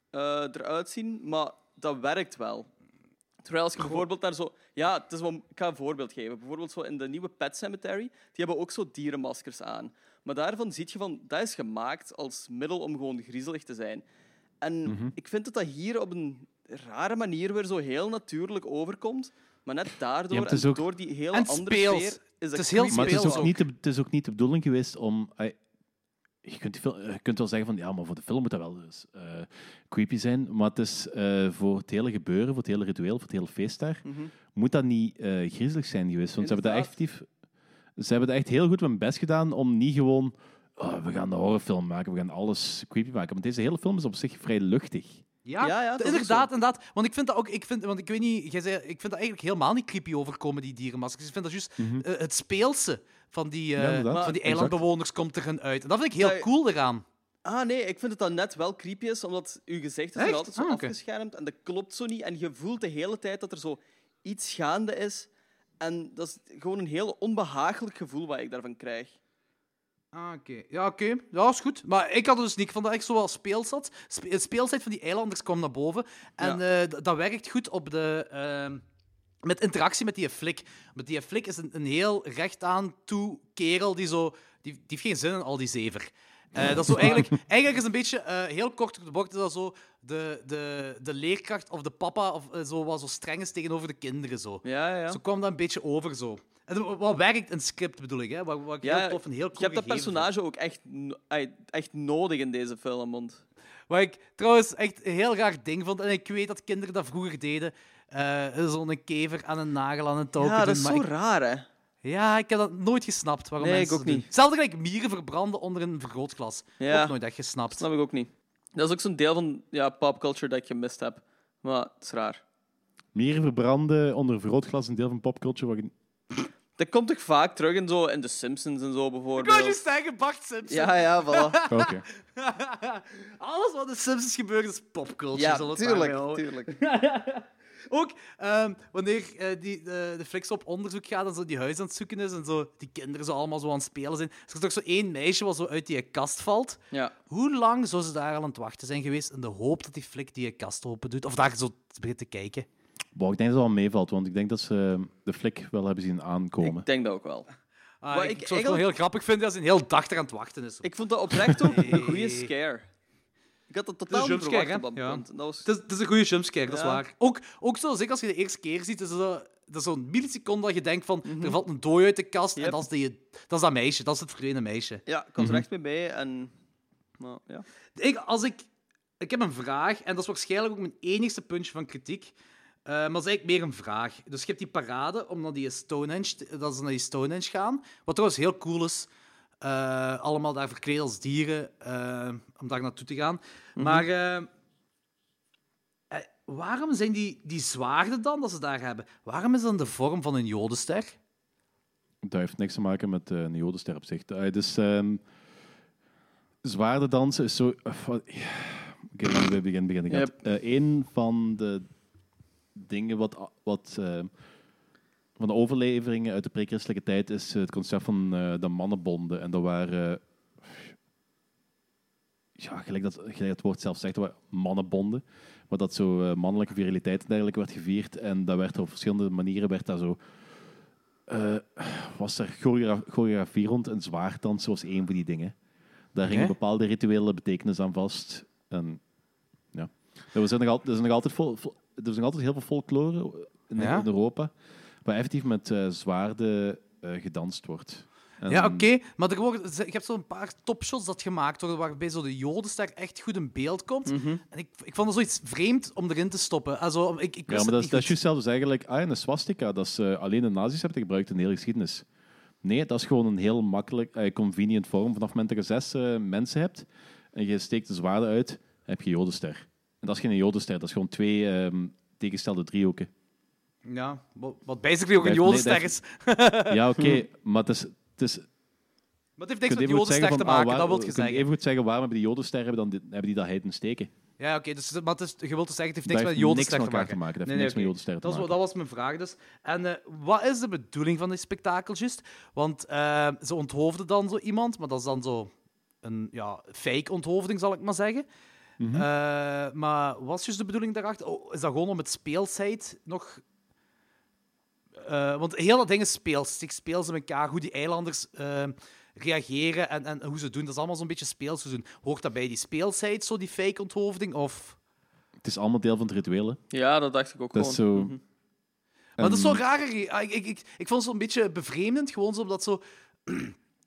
Speaker 3: eh, eruit zien, maar dat werkt wel. Terwijl als je bijvoorbeeld naar zo... Ja, het is wel, ik ga een voorbeeld geven. Bijvoorbeeld zo in de nieuwe Pet Cemetery, die hebben ook zo dierenmaskers aan. Maar daarvan zie je van, dat is gemaakt als middel om gewoon griezelig te zijn. En
Speaker 1: Mhm.
Speaker 3: ik vind dat dat hier op een rare manier weer zo heel natuurlijk overkomt. Maar net daardoor,
Speaker 2: Ja, maar het is
Speaker 3: en
Speaker 2: ook-
Speaker 3: door die hele
Speaker 1: dus En
Speaker 3: andere
Speaker 1: speels.
Speaker 3: sfeer... Is
Speaker 1: Het is heel
Speaker 3: creepy
Speaker 2: Maar het is,
Speaker 1: Speel
Speaker 2: ook
Speaker 1: ook.
Speaker 2: niet de, het is ook niet de bedoeling geweest om... ai, je kunt, die fil- je kunt wel zeggen van, ja, maar voor de film moet dat wel dus, eh, creepy zijn. Maar het is eh, voor het hele gebeuren, voor het hele ritueel, voor het hele feest daar, moet dat niet eh, griezelig zijn geweest. Want ze hebben dat echt
Speaker 3: Inderdaad.
Speaker 2: effectief... Ze hebben dat echt heel goed hun best gedaan om niet gewoon... "Oh, we gaan de horrorfilm maken, we gaan alles creepy maken. Want deze hele film is op zich vrij luchtig.
Speaker 1: Ja,
Speaker 3: Ja, ja, dat is ook
Speaker 1: inderdaad,
Speaker 3: zo.
Speaker 1: inderdaad. Want ik vind dat ook, ik vind, want ik weet niet, jij zei, ik vind dat eigenlijk helemaal niet creepy overkomen, die dierenmaskers. Ik vind dat juist
Speaker 3: Mhm.
Speaker 1: eh, het speelse van die, eh,
Speaker 2: Ja, inderdaad.
Speaker 1: van die
Speaker 2: Exact.
Speaker 1: eilandbewoners komt er uit. En dat vind ik heel
Speaker 3: Dat-
Speaker 1: cool eraan.
Speaker 3: Ah nee, ik vind het dan net wel creepy is, omdat uw gezicht is nog
Speaker 1: Echt?
Speaker 3: altijd zo
Speaker 1: Ah, oké.
Speaker 3: afgeschermd en dat klopt zo niet. En je voelt de hele tijd dat er zo iets gaande is. En dat is gewoon een heel onbehagelijk gevoel wat ik daarvan krijg.
Speaker 1: Ah, oké. Ja, oké. Ja, is goed. Maar ik had het dus niet. Ik vond dat echt zo wel speels had. Spe- het speelsheid van die eilanders kwam naar boven. En eh, d- dat werkt goed op de... ehm, met interactie met die flik. Want die flik is een, een heel rechtaan toe kerel die zo... Die, die heeft geen zin in al die zever. Eh, dat is zo eigenlijk, eigenlijk is een beetje, eh, heel kort op de bocht, is dat zo de, de, de leerkracht of de papa of, eh, zo, wat zo streng is tegenover de kinderen. Zo.
Speaker 3: Ja, ja, ja.
Speaker 1: Zo kwam dat een beetje over zo. En wat werkt een script, bedoel ik, hè? Wat, wat ik heel tof en heel cool
Speaker 3: je hebt
Speaker 1: gegeven
Speaker 3: dat
Speaker 1: vind.
Speaker 3: personage ook echt, no- ai, echt nodig in deze film. Want...
Speaker 1: Wat ik trouwens echt een heel raar ding vond, en ik weet dat kinderen dat vroeger deden, eh, zo'n kever aan een nagel aan een touw
Speaker 3: Ja, dat
Speaker 1: doen,
Speaker 3: is
Speaker 1: maar
Speaker 3: zo
Speaker 1: ik,
Speaker 3: raar, hè?
Speaker 1: ja, ik heb dat nooit gesnapt, waarom
Speaker 3: Nee,
Speaker 1: mensen
Speaker 3: ik ook
Speaker 1: dat doen.
Speaker 3: niet.
Speaker 1: Hetzelfde gelijk mieren verbranden onder een vergrootglas.
Speaker 3: Ja.
Speaker 1: Ook nooit echt gesnapt.
Speaker 3: snap ik ook niet. Dat is ook zo'n deel van ja, popculture dat ik gemist heb. Maar het is raar.
Speaker 2: Mieren verbranden onder vergrootglas, een deel van popculture. Wat ik
Speaker 3: Dat komt toch vaak terug in, zo, in The Simpsons en zo bijvoorbeeld.
Speaker 1: Ik wou je zeggen, Bart Simpson.
Speaker 3: Ja, ja, voilà.
Speaker 2: Oké.
Speaker 1: Alles wat in de Simpsons gebeurt is popculture.
Speaker 3: Ja,
Speaker 1: zullen we het daarmee
Speaker 3: tuurlijk,
Speaker 1: houden.
Speaker 3: tuurlijk.
Speaker 1: Ook ehm, wanneer eh, die, de, de Flix op onderzoek gaat en zo die huis aan het zoeken is en zo die kinderen zo allemaal zo aan het spelen zijn. Is er toch zo één meisje wat zo uit die kast valt?
Speaker 3: Ja.
Speaker 1: Hoe lang zou ze daar al aan het wachten zijn geweest in de hoop dat die flik die kast open doet? Of daar zo begint te kijken?
Speaker 2: Boah, ik denk dat het wel meevalt, want ik denk dat ze eh, de flik wel hebben zien aankomen.
Speaker 3: Ik denk dat ook wel.
Speaker 1: Ah,
Speaker 3: Maar
Speaker 1: ik,
Speaker 3: ik-
Speaker 1: zou het wel
Speaker 3: eigenlijk-
Speaker 1: heel grappig vinden als ze een heel dag er aan het wachten is.
Speaker 3: Ik vond dat oprecht ook een goede scare. Ik had dat totaal niet
Speaker 1: jumpscare,
Speaker 3: verwacht op dat
Speaker 1: hè? Ja.
Speaker 3: punt. En Dat was...
Speaker 1: Het, is, het is een goede jumpscare, dat is
Speaker 3: Ja.
Speaker 1: waar. Ook, ook zo, zeker als je de eerste keer ziet, is het zo- dat is zo'n milliseconde dat je denkt van, er valt een dooi uit de kast en
Speaker 3: Yep.
Speaker 1: dat is, die, dat is dat meisje, dat is het verdwenen meisje.
Speaker 3: Ja, ik was er echt mee bij. En... Maar, ja.
Speaker 1: Ik, als ik, ik heb een vraag, en dat is waarschijnlijk ook mijn enigste puntje van kritiek. eh, maar dat is eigenlijk meer een vraag. Dus je hebt die parade om naar die Stonehenge, te- dat ze naar die Stonehenge gaan. Wat trouwens heel cool is. eh, allemaal daar verkleed als dieren, eh, om daar naartoe te gaan. Maar eh, eh, waarom zijn die, die zwaarden dan dat ze daar hebben? Waarom is dat in de vorm van een jodenster?
Speaker 2: Dat heeft niks te maken met eh, een jodenster op zich. Eh, dus ehm zwaarden dansen is zo... eh, wat- ja. Oké, laten we bij het begin beginnen. Kat. Eh, een van de dingen wat... a- wat eh, van de overleveringen uit de pre-christelijke tijd is het concept van eh, de mannenbonden. En dat waren... ja, gelijk dat, gelijk het woord zelf zegt, dat waren mannenbonden. Maar dat zo eh, mannelijke viriliteit en dergelijke werd gevierd. En dat werd er op verschillende manieren werd daar zo eh, was er chorea- choreografie rond en zwaarddansen was één van die dingen. Daar hingen
Speaker 1: Oké.
Speaker 2: bepaalde rituele betekenis aan vast. En ja, er zijn nog, al, er zijn nog altijd vol, vol- er is nog altijd heel veel folklore in,
Speaker 1: Ja?
Speaker 2: in Europa waar effectief met eh, zwaarden eh, gedanst wordt. En-
Speaker 1: Ja, oké, maar er worden, ze- je hebt zo'n paar topshots dat gemaakt worden waarbij zo de jodenster echt goed in beeld komt.
Speaker 2: Mhm.
Speaker 1: En ik, ik vond dat zoiets vreemd om erin te stoppen. Also, ik, ik
Speaker 2: Ja, maar dat is, dat is juist zelfs eigenlijk, ah, en een swastika, dat is eh, alleen de nazi's hebben gebruikt in de hele geschiedenis. Nee, dat is gewoon een heel makkelijk, eh, convenient vorm. Vanaf het moment dat je zes eh, mensen hebt en je steekt de zwaarden uit, heb je jodenster. En dat is geen jodenster, dat is gewoon twee ehm tegengestelde driehoeken.
Speaker 1: Ja, wa- wat basically ook een
Speaker 2: Nee, nee,
Speaker 1: jodenster
Speaker 2: dat
Speaker 1: is.
Speaker 2: Ja, oké, maar het is... Het is
Speaker 1: Maar het heeft
Speaker 2: je
Speaker 1: niks
Speaker 2: kunt
Speaker 1: met
Speaker 2: even goed
Speaker 1: jodenster
Speaker 2: zeggen van,
Speaker 1: te
Speaker 2: ah,
Speaker 1: maken,
Speaker 2: waar-
Speaker 1: dat wil je
Speaker 2: kunt
Speaker 1: zeggen.
Speaker 2: even goed zeggen waarom hebben die jodenster hebben, dan dit- hebben die dat heiden steken.
Speaker 1: Ja, oké, dus, maar het is, je wilt dus zeggen, het heeft
Speaker 2: Dat
Speaker 1: niks met
Speaker 2: heeft niks
Speaker 1: jodenster
Speaker 2: met
Speaker 1: te maken.
Speaker 2: elkaar te maken, dat heeft niks met
Speaker 1: oké.
Speaker 2: jodenster te
Speaker 1: dat, was,
Speaker 2: maken.
Speaker 1: dat was mijn vraag dus. En eh, wat is de bedoeling van dit spektakel juist? Want eh, ze onthoofden dan zo iemand, maar dat is dan zo een ja, fake onthoofding, zal ik maar zeggen.
Speaker 2: Mhm.
Speaker 1: Eh, maar wat is juist de bedoeling daarachter? Oh, is dat gewoon om het speelsheid nog... eh, want heel dat ding is speels. Ik speel ze met elkaar, hoe die eilanders eh, reageren en, en hoe ze doen. Dat is allemaal zo'n beetje speels. te doen. Hoort dat bij die speelsheid, zo die fake onthoofding? Of...
Speaker 2: Het is allemaal deel van het rituele.
Speaker 3: Ja, dat dacht ik ook
Speaker 2: Dat is
Speaker 3: gewoon.
Speaker 2: zo...
Speaker 1: Mhm. Maar dat is
Speaker 2: En-
Speaker 1: zo'n rare... re- ah, Ik, ik, ik, ik vond het zo'n beetje bevreemdend, gewoon zo omdat zo...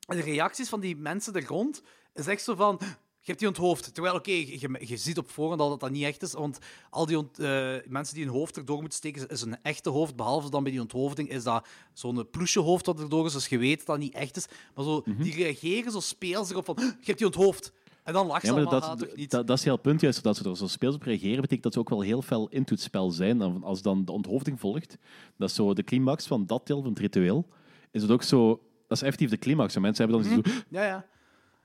Speaker 1: De reacties van die mensen er rond is echt zo van... Je hebt die onthoofd. Terwijl, oké, je, je- je ziet op voorhand al dat dat niet echt is. Want al die ont- eh, mensen die een hoofd erdoor moeten steken, is een echte hoofd. Behalve dan bij die onthoofding is dat zo'n ploesje hoofd dat erdoor is. Dus je weet dat dat niet echt is. Maar zo,
Speaker 2: Mhm.
Speaker 1: die reageren zo speels erop van... Je hebt die onthoofd. En dan lachen
Speaker 2: Ja,
Speaker 1: ze
Speaker 2: maar
Speaker 1: allemaal,
Speaker 2: dat,
Speaker 1: "Ah, toch niet.
Speaker 2: dat, dat is heel het punt juist. Dat ze er zo speels op reageren, betekent dat ze ook wel heel fel into het spel zijn. En als dan de onthoofding volgt, dat is zo de climax van dat deel van het ritueel. Is het ook zo... Dat is effectief de climax. En mensen hebben dan zo...
Speaker 1: Ja, ja.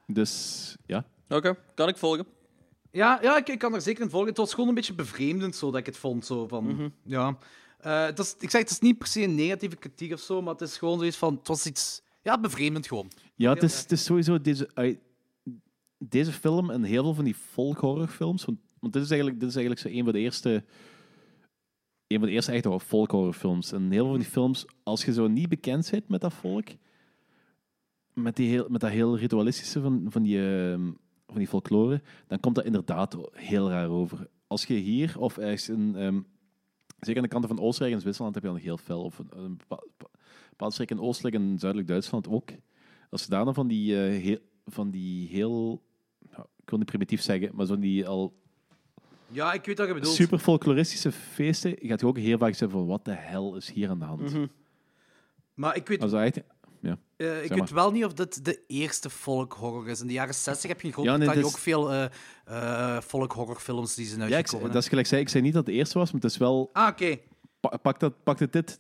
Speaker 2: Dus, ja.
Speaker 3: Oké, kan ik volgen.
Speaker 1: Ja, ja ik, ik kan er zeker in volgen. Het was gewoon een beetje bevreemdend zo dat ik het vond. Zo, van, ja. Eh, het is, ik zeg, het is niet per se een negatieve kritiek of zo, maar het is gewoon zoiets van... Het was iets... Ja, bevreemdend gewoon.
Speaker 2: Ja, het is, het is sowieso deze, ui- deze film en heel veel van die folk-horrorfilms. Want, want dit is eigenlijk, dit is eigenlijk zo een van de eerste. Een van de eerste echte folk-horrorfilms. En heel veel van die films, als je zo niet bekend bent met dat volk. Met, die heel, met dat heel ritualistische van, van, die, ehm, van die folklore. dan komt dat inderdaad heel raar over. Als je hier of ergens in. ehm, zeker aan de kanten van Oostenrijk en Zwitserland heb je dan heel veel. Of een, een bepa- bepaalde streken in Oostelijk en Zuidelijk Duitsland ook. Als ze daarna van die, eh, heel, van die heel... nou, ik wil niet primitief zeggen, maar zo'n die al
Speaker 1: Ja, ik weet wat je bedoelt.
Speaker 2: super folkloristische feesten, gaat je ook heel vaak zeggen van, wat de hel is hier aan de hand?
Speaker 1: Mhm. Maar ik weet,
Speaker 2: Als dat echt... Ja,
Speaker 1: eh, ik
Speaker 2: Ah, maar.
Speaker 1: weet wel niet of dit de eerste folk-horror is. In de jaren 60 heb je in Groot-Brittannië
Speaker 2: dit is-
Speaker 1: ook veel eh eh folk-horrorfilms die zijn
Speaker 2: ja ik,
Speaker 1: uitgekomen.
Speaker 2: dat
Speaker 1: hè.
Speaker 2: is gelijk zei, ik zei niet dat het de eerste was, maar het is wel...
Speaker 1: Ah, oké.
Speaker 2: pa- Pak dat, pak dat dit...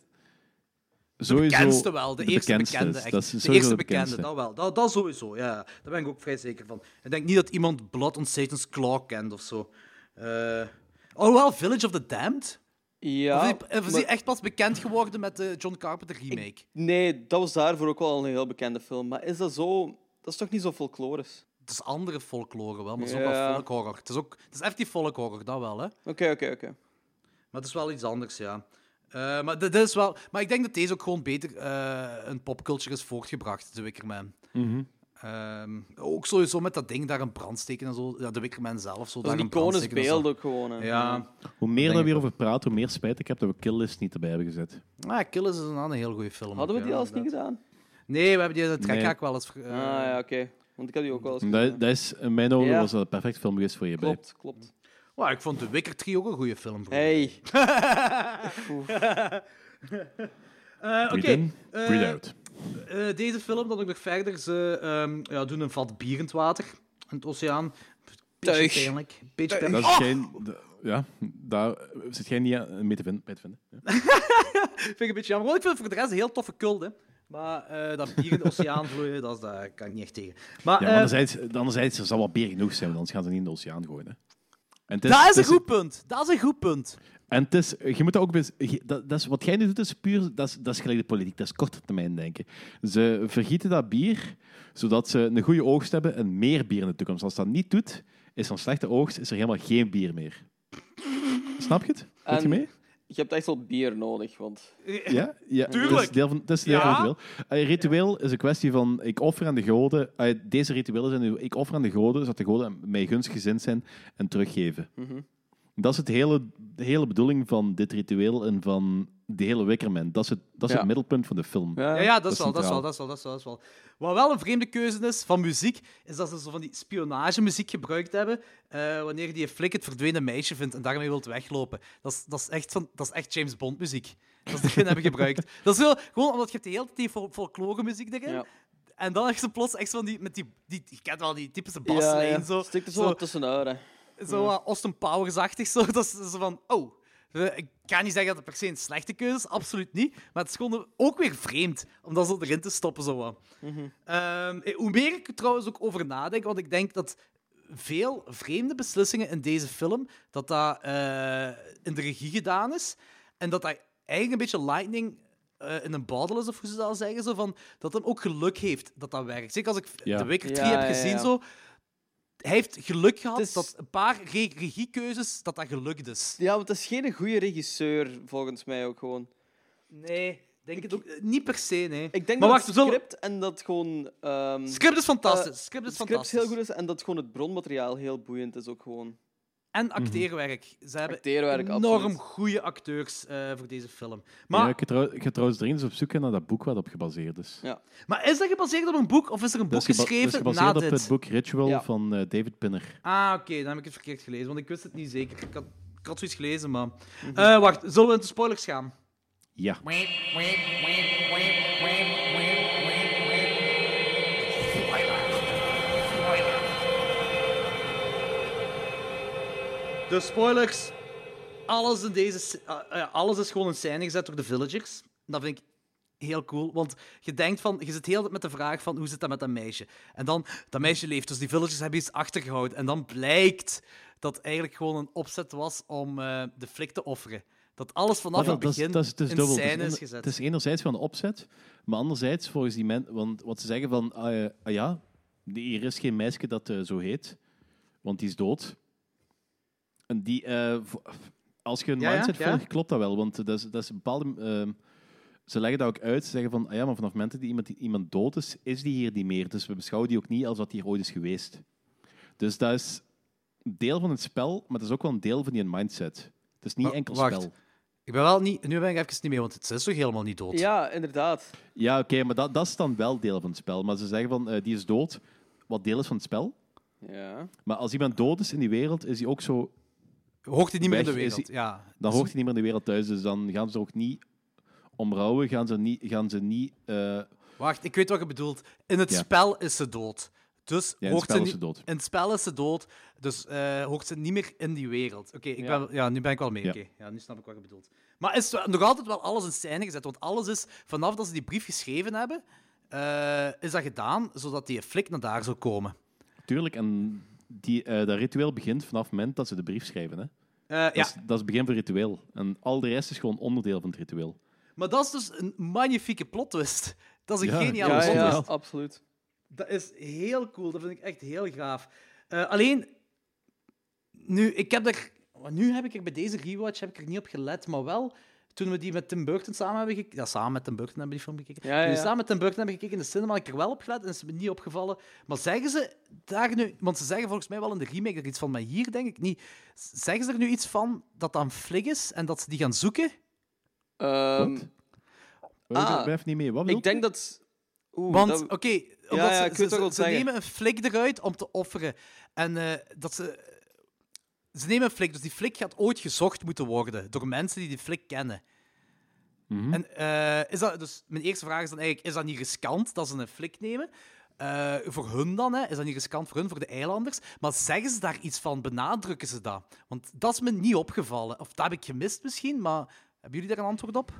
Speaker 2: Sowieso
Speaker 1: bekendste wel, de, eerste
Speaker 2: bekendste
Speaker 1: bekende.
Speaker 2: is.
Speaker 1: Echt.
Speaker 2: Dat is
Speaker 1: de
Speaker 2: sowieso
Speaker 1: eerste
Speaker 2: de
Speaker 1: bekende, dat
Speaker 2: bekendste.
Speaker 1: wel. Dat, dat sowieso, ja. Daar ben ik ook vrij zeker van. Ik denk niet dat iemand Blood on Satan's Claw kent of zo. Eh oh, wel, Village of the Damned?
Speaker 3: Ja,
Speaker 1: of is, die, of is die
Speaker 3: maar-
Speaker 1: echt pas bekend geworden met de John Carpenter remake?
Speaker 3: Nee, dat was daarvoor ook wel een heel bekende film. Maar is dat zo... Dat is toch niet zo folklorisch?
Speaker 1: Het is andere folklore wel, maar het is ook
Speaker 3: Ja.
Speaker 1: wel folkhorror. Het is, ook, het is echt die folkhorror, dat wel, hè.
Speaker 3: Oké, oké, oké.
Speaker 1: Maar het is wel iets anders, ja. Eh, maar, dit, dit is wel, maar ik denk dat deze ook gewoon beter eh, een popculture is voortgebracht, de Wickerman.
Speaker 2: Mhm.
Speaker 1: Ehm, ook sowieso met dat ding daar een brand steken en zo. Ja, de Wickerman zelf. Zo,
Speaker 3: Dat is
Speaker 1: daar
Speaker 3: een
Speaker 1: een brand
Speaker 3: iconisch
Speaker 1: steken en zo.
Speaker 3: beeld ook gewoon. hè.
Speaker 1: Ja.
Speaker 2: Hoe meer dat
Speaker 1: ik
Speaker 2: we hierover praten, hoe meer spijt ik heb dat we Killlist niet erbij hebben gezet.
Speaker 1: Ah, Killers is een, een heel goede film.
Speaker 3: Hadden we
Speaker 1: ook,
Speaker 3: die
Speaker 1: ja,
Speaker 3: al eens niet
Speaker 1: inderdaad.
Speaker 3: gedaan?
Speaker 1: Nee, we hebben die in de trekhaak wel eens... eh,
Speaker 3: Ah, ja, oké. Want ik had die ook wel eens
Speaker 2: Dat,
Speaker 3: gedaan.
Speaker 2: dat is, in mijn ogen
Speaker 3: Ja.
Speaker 2: was dat een perfect film geweest voor je bij.
Speaker 3: Klopt, klopt.
Speaker 1: wauw, ik vond de Wicker 3 ook een goede film. bro.
Speaker 3: Hey.
Speaker 1: Eh, Oké,
Speaker 2: Breathe in, breathe
Speaker 1: eh,
Speaker 2: out.
Speaker 1: eh, deze film, dan ook nog verder. Ze ehm, ja, doen een vat bierend water in het oceaan. Beetje
Speaker 3: Tuig.
Speaker 1: pijnlijk. Beetje
Speaker 2: Dat
Speaker 1: pijnlijk.
Speaker 2: is geen... d- Ja, daar zit jij niet aan- mee te vinden. Mee te vinden. Ja.
Speaker 1: Vind ik een beetje jammer. Want ik vind het voor de rest een heel toffe cult, hè. Maar eh, dat bier in de oceaan vloeien, dat, is- daar kan ik niet echt tegen. Maar,
Speaker 2: Ja,
Speaker 1: eh,
Speaker 2: maar anderzijds, anderzijds, er zal wel bier genoeg zijn, want anders gaan ze niet in de oceaan gooien. Hè. En het
Speaker 1: dat is
Speaker 2: het
Speaker 1: een goed punt. Dat is een goed punt.
Speaker 2: En het is, je moet dat ook bes- je- dat, dat is, wat jij nu doet, is puur, dat is, dat is gelijk de politiek, dat is korte termijn denken. Ze vergieten dat bier, zodat ze een goede oogst hebben en meer bier in de toekomst. Als dat niet doet, is er een slechte oogst, is er helemaal geen bier meer. Snap je het? Weet je
Speaker 3: En-
Speaker 2: mee?
Speaker 3: Je hebt echt wel bier nodig, want...
Speaker 2: Ja, ja.
Speaker 1: Tuurlijk.
Speaker 2: Dat is deel van, dat is deel van het ritueel. Eh, ritueel is een kwestie van ik offer aan de goden. eh, deze rituelen zijn nu, ik offer aan de goden, zodat de goden mij gunsgezind zijn en teruggeven.
Speaker 1: Mhm.
Speaker 2: Dat is het hele, de hele bedoeling van dit ritueel en van de hele Wickerman. Dat is het, dat is
Speaker 3: Ja.
Speaker 2: het middelpunt van de film.
Speaker 1: Ja, ja dat,
Speaker 2: Dat
Speaker 1: is
Speaker 2: is
Speaker 1: wel, dat is wel,
Speaker 2: centraal.
Speaker 1: dat is wel, dat is wel, dat is wel. Wat wel een vreemde keuze is van muziek, is dat ze zo van die spionagemuziek gebruikt hebben eh, wanneer die flik het verdwenen meisje vindt en daarmee wilt weglopen. Dat is, dat is, echt, van, dat is echt James Bond muziek. Dat ze erin hebben gebruikt. Dat is wel, gewoon omdat je hebt de hele tijd die fol- folklore muziek erin.
Speaker 3: Ja.
Speaker 1: En dan heb ze plots echt van die, met die, die, je kent wel die typische
Speaker 3: Ja,
Speaker 1: baslijn,
Speaker 3: ja.
Speaker 1: zo,
Speaker 3: Stik er zo,
Speaker 1: zo,
Speaker 3: wat tussenuit, hè.
Speaker 1: zo wat Austin Powers-achtig. Zo, dat is zo van, oh. eh, Ik ga niet zeggen dat het per se een slechte keuze is, absoluut niet. Maar het is gewoon ook weer vreemd om dat zo erin te stoppen. Zo wat.
Speaker 3: Mhm.
Speaker 1: Ehm, eh, hoe meer ik er trouwens ook over nadenk, want ik denk dat veel vreemde beslissingen in deze film, dat dat eh, in de regie gedaan is. En dat dat eigenlijk een beetje lightning eh, in een bottle is, of hoe ze dat zeggen. Zo van, dat hem ook geluk heeft dat dat werkt. Zeker als ik
Speaker 2: Ja.
Speaker 1: de Wicker
Speaker 3: Ja,
Speaker 1: 3
Speaker 3: ja,
Speaker 1: heb gezien,
Speaker 3: ja.
Speaker 1: zo... Hij heeft geluk gehad
Speaker 3: Het is-
Speaker 1: dat een paar re- regiekeuzes dat dat gelukt is.
Speaker 3: Ja, want dat is geen goede regisseur, volgens mij ook gewoon.
Speaker 1: Nee, denk het ook eh, niet per se, nee.
Speaker 3: Ik denk
Speaker 1: maar
Speaker 3: dat
Speaker 1: wacht, we
Speaker 3: het
Speaker 1: zullen-
Speaker 3: script en dat gewoon... ehm
Speaker 1: Script is fantastisch.
Speaker 3: eh,
Speaker 1: script is
Speaker 3: het script
Speaker 1: fantastisch.
Speaker 3: is heel goed is en dat gewoon het bronmateriaal heel boeiend is ook gewoon.
Speaker 1: En
Speaker 2: Mhm.
Speaker 1: acteerwerk. Ze hebben
Speaker 3: Acteerwerk,
Speaker 1: enorm
Speaker 3: absoluut.
Speaker 1: goede acteurs eh, voor deze film.
Speaker 2: Maar...
Speaker 1: Maar,
Speaker 2: Ja, ik ga trouw- ik ga trouwens dringend eens op zoek gaan naar dat boek wat op gebaseerd is.
Speaker 3: Ja.
Speaker 1: maar is dat gebaseerd op een boek of is er een boek
Speaker 2: Dat is geba-
Speaker 1: geschreven
Speaker 2: dat is
Speaker 1: na
Speaker 2: gebaseerd
Speaker 1: dit?
Speaker 2: op het boek Ritual
Speaker 3: Ja.
Speaker 2: van eh, David Pinner.
Speaker 1: Ah, oké, dan heb ik het verkeerd gelezen, want ik wist het niet zeker. Ik had, ik had zoiets gelezen, maar...
Speaker 2: Mhm.
Speaker 1: Eh, wacht, zullen we in de spoilers gaan?
Speaker 2: Ja.
Speaker 1: De spoilers. Alles, in deze, sc- eh, eh, alles is gewoon in scène gezet door de villagers. Dat vind ik heel cool. Want je denkt van, je zit heel de tijd met de vraag van hoe zit dat met dat meisje? En dan, dat meisje leeft, dus die villagers hebben iets achtergehouden. En dan blijkt dat het eigenlijk gewoon een opzet was om eh, de flik te offeren. Dat alles vanaf
Speaker 2: Ja,
Speaker 1: het begin in
Speaker 2: dubbel. Het is
Speaker 1: scène is
Speaker 2: ener-
Speaker 1: gezet.
Speaker 2: Het is enerzijds van de opzet, maar anderzijds volgens die mensen... Want wat ze zeggen van, ah eh, ah ja, die- er is geen meisje dat eh, zo heet, want die is dood. En die... eh, vo- als je een
Speaker 1: Ja, ja,
Speaker 2: mindset
Speaker 1: ja.
Speaker 2: volgt, klopt dat wel, want eh, dat is, dat is een bepaalde... ehm, ze leggen dat ook uit, ze zeggen van, ah ja, maar vanaf het moment dat iemand, iemand dood is, is die hier niet meer. Dus we beschouwen die ook niet als dat die hier ooit is geweest. Dus dat is deel van het spel, maar het is ook wel een deel van die mindset. Het is niet
Speaker 1: Maar
Speaker 2: enkel
Speaker 1: wacht.
Speaker 2: spel.
Speaker 1: Ik ben wel niet... Nu ben ik even niet mee, want het is toch helemaal niet dood?
Speaker 3: Ja, inderdaad.
Speaker 2: Ja, oké, maar dat, dat is dan wel deel van het spel. Maar ze zeggen van, eh, die is dood, wat deel is van het spel.
Speaker 3: Ja.
Speaker 2: Maar als iemand dood is in die wereld, is hij ook zo...
Speaker 1: Hoort hij niet meer in de
Speaker 2: Weg is
Speaker 1: wereld? Ja.
Speaker 2: Dan hoort hij niet meer in de wereld thuis, dus dan gaan ze er ook niet omrouwen, gaan ze niet... Gaan ze niet eh,
Speaker 1: Wacht, ik weet wat je bedoelt. In het
Speaker 2: Ja.
Speaker 1: spel is ze dood. Dus
Speaker 2: ja, in het
Speaker 1: hoort
Speaker 2: spel is
Speaker 1: niet-
Speaker 2: ze dood.
Speaker 1: In het spel is ze dood, dus eh, hoort ze niet meer in die wereld. Oké, ik
Speaker 3: Ja.
Speaker 1: ben- ja, nu ben ik wel mee.
Speaker 2: Ja.
Speaker 1: Oké, ja, nu snap ik wat je bedoelt. Maar is wel- nog altijd wel alles in scène gezet, want alles is vanaf dat ze die brief geschreven hebben, eh, is dat gedaan zodat die flik naar daar zou komen.
Speaker 2: Tuurlijk, en die, eh, dat ritueel begint vanaf het moment dat ze de brief schrijven. Hè.
Speaker 1: Eh,
Speaker 2: Dat,
Speaker 1: ja,
Speaker 2: is, dat is het begin van het ritueel. En al de rest is gewoon onderdeel van het ritueel.
Speaker 1: maar dat is dus een magnifieke plot twist. Dat is een
Speaker 2: Ja,
Speaker 1: geniale plot
Speaker 3: Ja, ja,
Speaker 2: zonder
Speaker 1: twist.
Speaker 2: geld.
Speaker 3: absoluut.
Speaker 1: Dat is heel cool. Dat vind ik echt heel gaaf. Eh, alleen, nu, ik heb er, nu heb ik er bij deze rewatch heb ik er niet op gelet, maar wel toen we die met Tim Burton samen hebben gekeken. Ja, samen met Tim Burton hebben we die film gekeken.
Speaker 3: Ja, ja,
Speaker 1: Toen we
Speaker 3: ja.
Speaker 1: samen met Tim Burton hebben gekeken in de cinema, heb ik er wel op gelet en is het me niet opgevallen. Maar zeggen ze daar nu, want ze zeggen volgens mij wel in de remake er iets van, maar hier denk ik niet. Z- Zeggen ze er nu iets van dat dat een flik is en dat ze die gaan zoeken?
Speaker 3: Ehm,
Speaker 2: Wat? Ah,
Speaker 3: ah.
Speaker 2: ik blijf niet mee. Wat bedoel
Speaker 3: ik denk dat... Oeh,
Speaker 1: Want,
Speaker 3: dat-
Speaker 1: oké,
Speaker 3: ja,
Speaker 1: omdat
Speaker 3: ik
Speaker 1: ze- ze,
Speaker 3: weet wat je
Speaker 1: ze-
Speaker 3: wilt
Speaker 1: ze
Speaker 3: zeggen.
Speaker 1: nemen een flik eruit om te offeren. En eh, dat ze... Ze nemen een flik, dus die flik gaat ooit gezocht moeten worden door mensen die die flik kennen.
Speaker 3: Mhm.
Speaker 1: En eh, is dat, dus mijn eerste vraag is dan eigenlijk, is dat niet riskant dat ze een flik nemen? Eh, voor hun dan, hè, is dat niet riskant voor hun, voor de eilanders? Maar zeggen ze daar iets van? Benadrukken ze dat? Want dat is me niet opgevallen. Of dat heb ik gemist misschien, maar hebben jullie daar een antwoord op?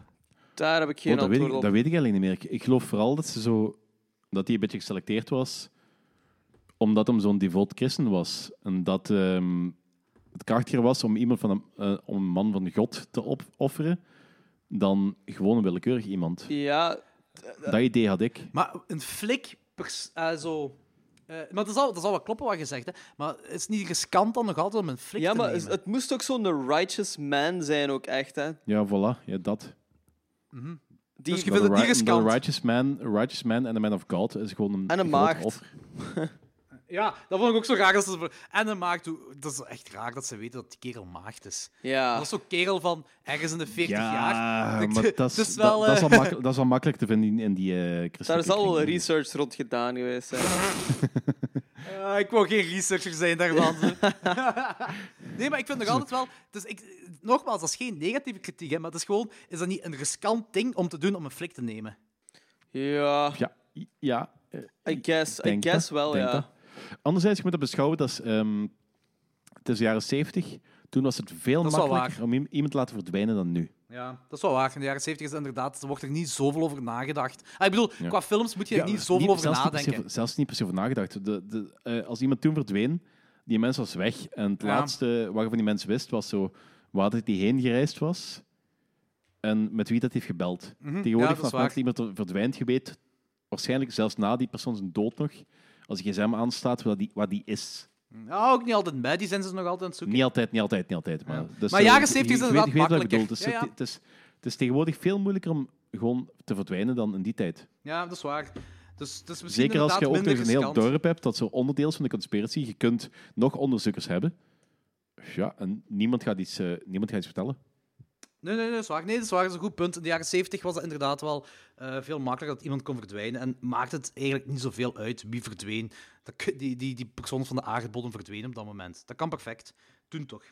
Speaker 3: Daar heb ik geen
Speaker 2: Oh, dat, weet ik,
Speaker 3: antwoord
Speaker 2: dat
Speaker 3: op.
Speaker 2: weet ik eigenlijk niet meer. Ik, ik geloof vooral dat ze zo dat hij een beetje geselecteerd was omdat hem zo'n devoot christen was. En dat ehm, het krachtiger was om iemand van een, eh, om een man van God te opofferen dan gewoon een willekeurig iemand.
Speaker 3: Ja,
Speaker 2: Dat idee had ik.
Speaker 1: Maar een flik, pers- eh, zo... eh, maar dat zal, dat zal wel kloppen wat je zegt, hè. Maar is het niet riskant dan nog altijd om een flik
Speaker 3: ja
Speaker 1: te
Speaker 3: maar
Speaker 1: nemen?
Speaker 3: het moest ook zo'n righteous man zijn, ook echt. Hè.
Speaker 2: Ja, voilà. Ja, dat.
Speaker 3: Die,
Speaker 1: Dus je vindt het
Speaker 2: Een
Speaker 1: niet
Speaker 2: ri- een
Speaker 1: riskant?
Speaker 2: righteous man, een righteous man en a man of God is gewoon een
Speaker 3: En een
Speaker 2: groot
Speaker 3: maagd.
Speaker 2: offer.
Speaker 1: Ja, dat vond ik ook zo raar. Als ze voor... En een maagd, hoe- dat is echt raar dat ze weten dat die kerel maagd is.
Speaker 3: Ja.
Speaker 1: Dat is zo'n kerel van ergens in de 40
Speaker 2: Ja,
Speaker 1: jaar. Ik- dus eh,
Speaker 2: maar dat
Speaker 1: het
Speaker 2: is, dat, dat is al makkel- dat is al makkelijk te vinden in, in die eh
Speaker 3: eh. Daar
Speaker 2: christelijke
Speaker 3: is al wel
Speaker 2: kringen.
Speaker 3: research rond gedaan geweest. Hè.
Speaker 1: Eh, ik wou geen researcher zijn daarvan. ze. nee, maar ik vind nog altijd wel... Dus ik, nogmaals, dat is geen negatieve kritiek, hè, maar het is gewoon... Is dat niet een riskant ding om te doen om een flik te nemen?
Speaker 3: Ja,
Speaker 2: Ja, i- ja. eh,
Speaker 3: I guess, I
Speaker 2: Denk
Speaker 3: guess
Speaker 2: dat,
Speaker 3: wel,
Speaker 2: denk
Speaker 3: ja.
Speaker 2: dat. Anderzijds, je moet dat beschouwen, dat is, ehm, het is de jaren 70. Toen was het veel
Speaker 1: Dat is wel
Speaker 2: makkelijker om iem- iemand te laten verdwijnen dan nu.
Speaker 1: Ja, dat is wel waar. In de jaren 70 is het inderdaad... Er wordt er niet zoveel over nagedacht. Ah, ik bedoel,
Speaker 2: Ja.
Speaker 1: qua films moet je er
Speaker 2: Ja,
Speaker 1: niet zoveel over
Speaker 2: zelfs Niet
Speaker 1: nadenken.
Speaker 2: per se, zelfs niet per se over nagedacht. De, de, eh, als iemand toen verdween, die mens was weg. En het
Speaker 1: Ja.
Speaker 2: laatste waarvan die mens wist, was zo, waar dat hij heen gereisd was en met wie dat hij heeft gebeld.
Speaker 1: Mhm. ja, dat
Speaker 2: Tegenwoordig,
Speaker 1: is
Speaker 2: vanaf
Speaker 1: waar.
Speaker 2: dat iemand verdwijnt, je weet waarschijnlijk zelfs na die persoon zijn dood nog, als je gsm aanstaat, waar die, waar die is.
Speaker 1: Ja, ook niet altijd bij. Die zijn ze nog altijd aan het zoeken.
Speaker 2: Niet altijd, niet altijd, niet altijd. Maar, dus,
Speaker 1: Maar
Speaker 2: eh,
Speaker 1: jaren
Speaker 2: ik-
Speaker 1: 70 is
Speaker 2: ik
Speaker 1: inderdaad
Speaker 2: weet- ik weet wat ik bedoel.
Speaker 1: makkelijker.
Speaker 2: Het is,
Speaker 1: Ja, ja.
Speaker 2: Het, is, het is tegenwoordig veel moeilijker om gewoon te verdwijnen dan in die tijd.
Speaker 1: Ja, dat is waar. Dus, dus misschien
Speaker 2: Zeker als je
Speaker 1: inderdaad
Speaker 2: ook nog
Speaker 1: minder
Speaker 2: een heel
Speaker 1: riskant.
Speaker 2: dorp hebt dat zo onderdeel is van de conspiratie. Je kunt nog onderzoekers hebben. Ja, en niemand gaat iets, eh, niemand gaat iets vertellen.
Speaker 1: Nee, nee, nee, dat is waar. Nee, dat is waar. Dat is een goed punt. In de jaren 70 was dat inderdaad wel eh, veel makkelijker dat iemand kon verdwijnen. En maakt het eigenlijk niet zoveel uit wie verdween. Dat, kun- die, die, die persoon van de aardbodem verdween op dat moment. Dat kan perfect. Toen toch.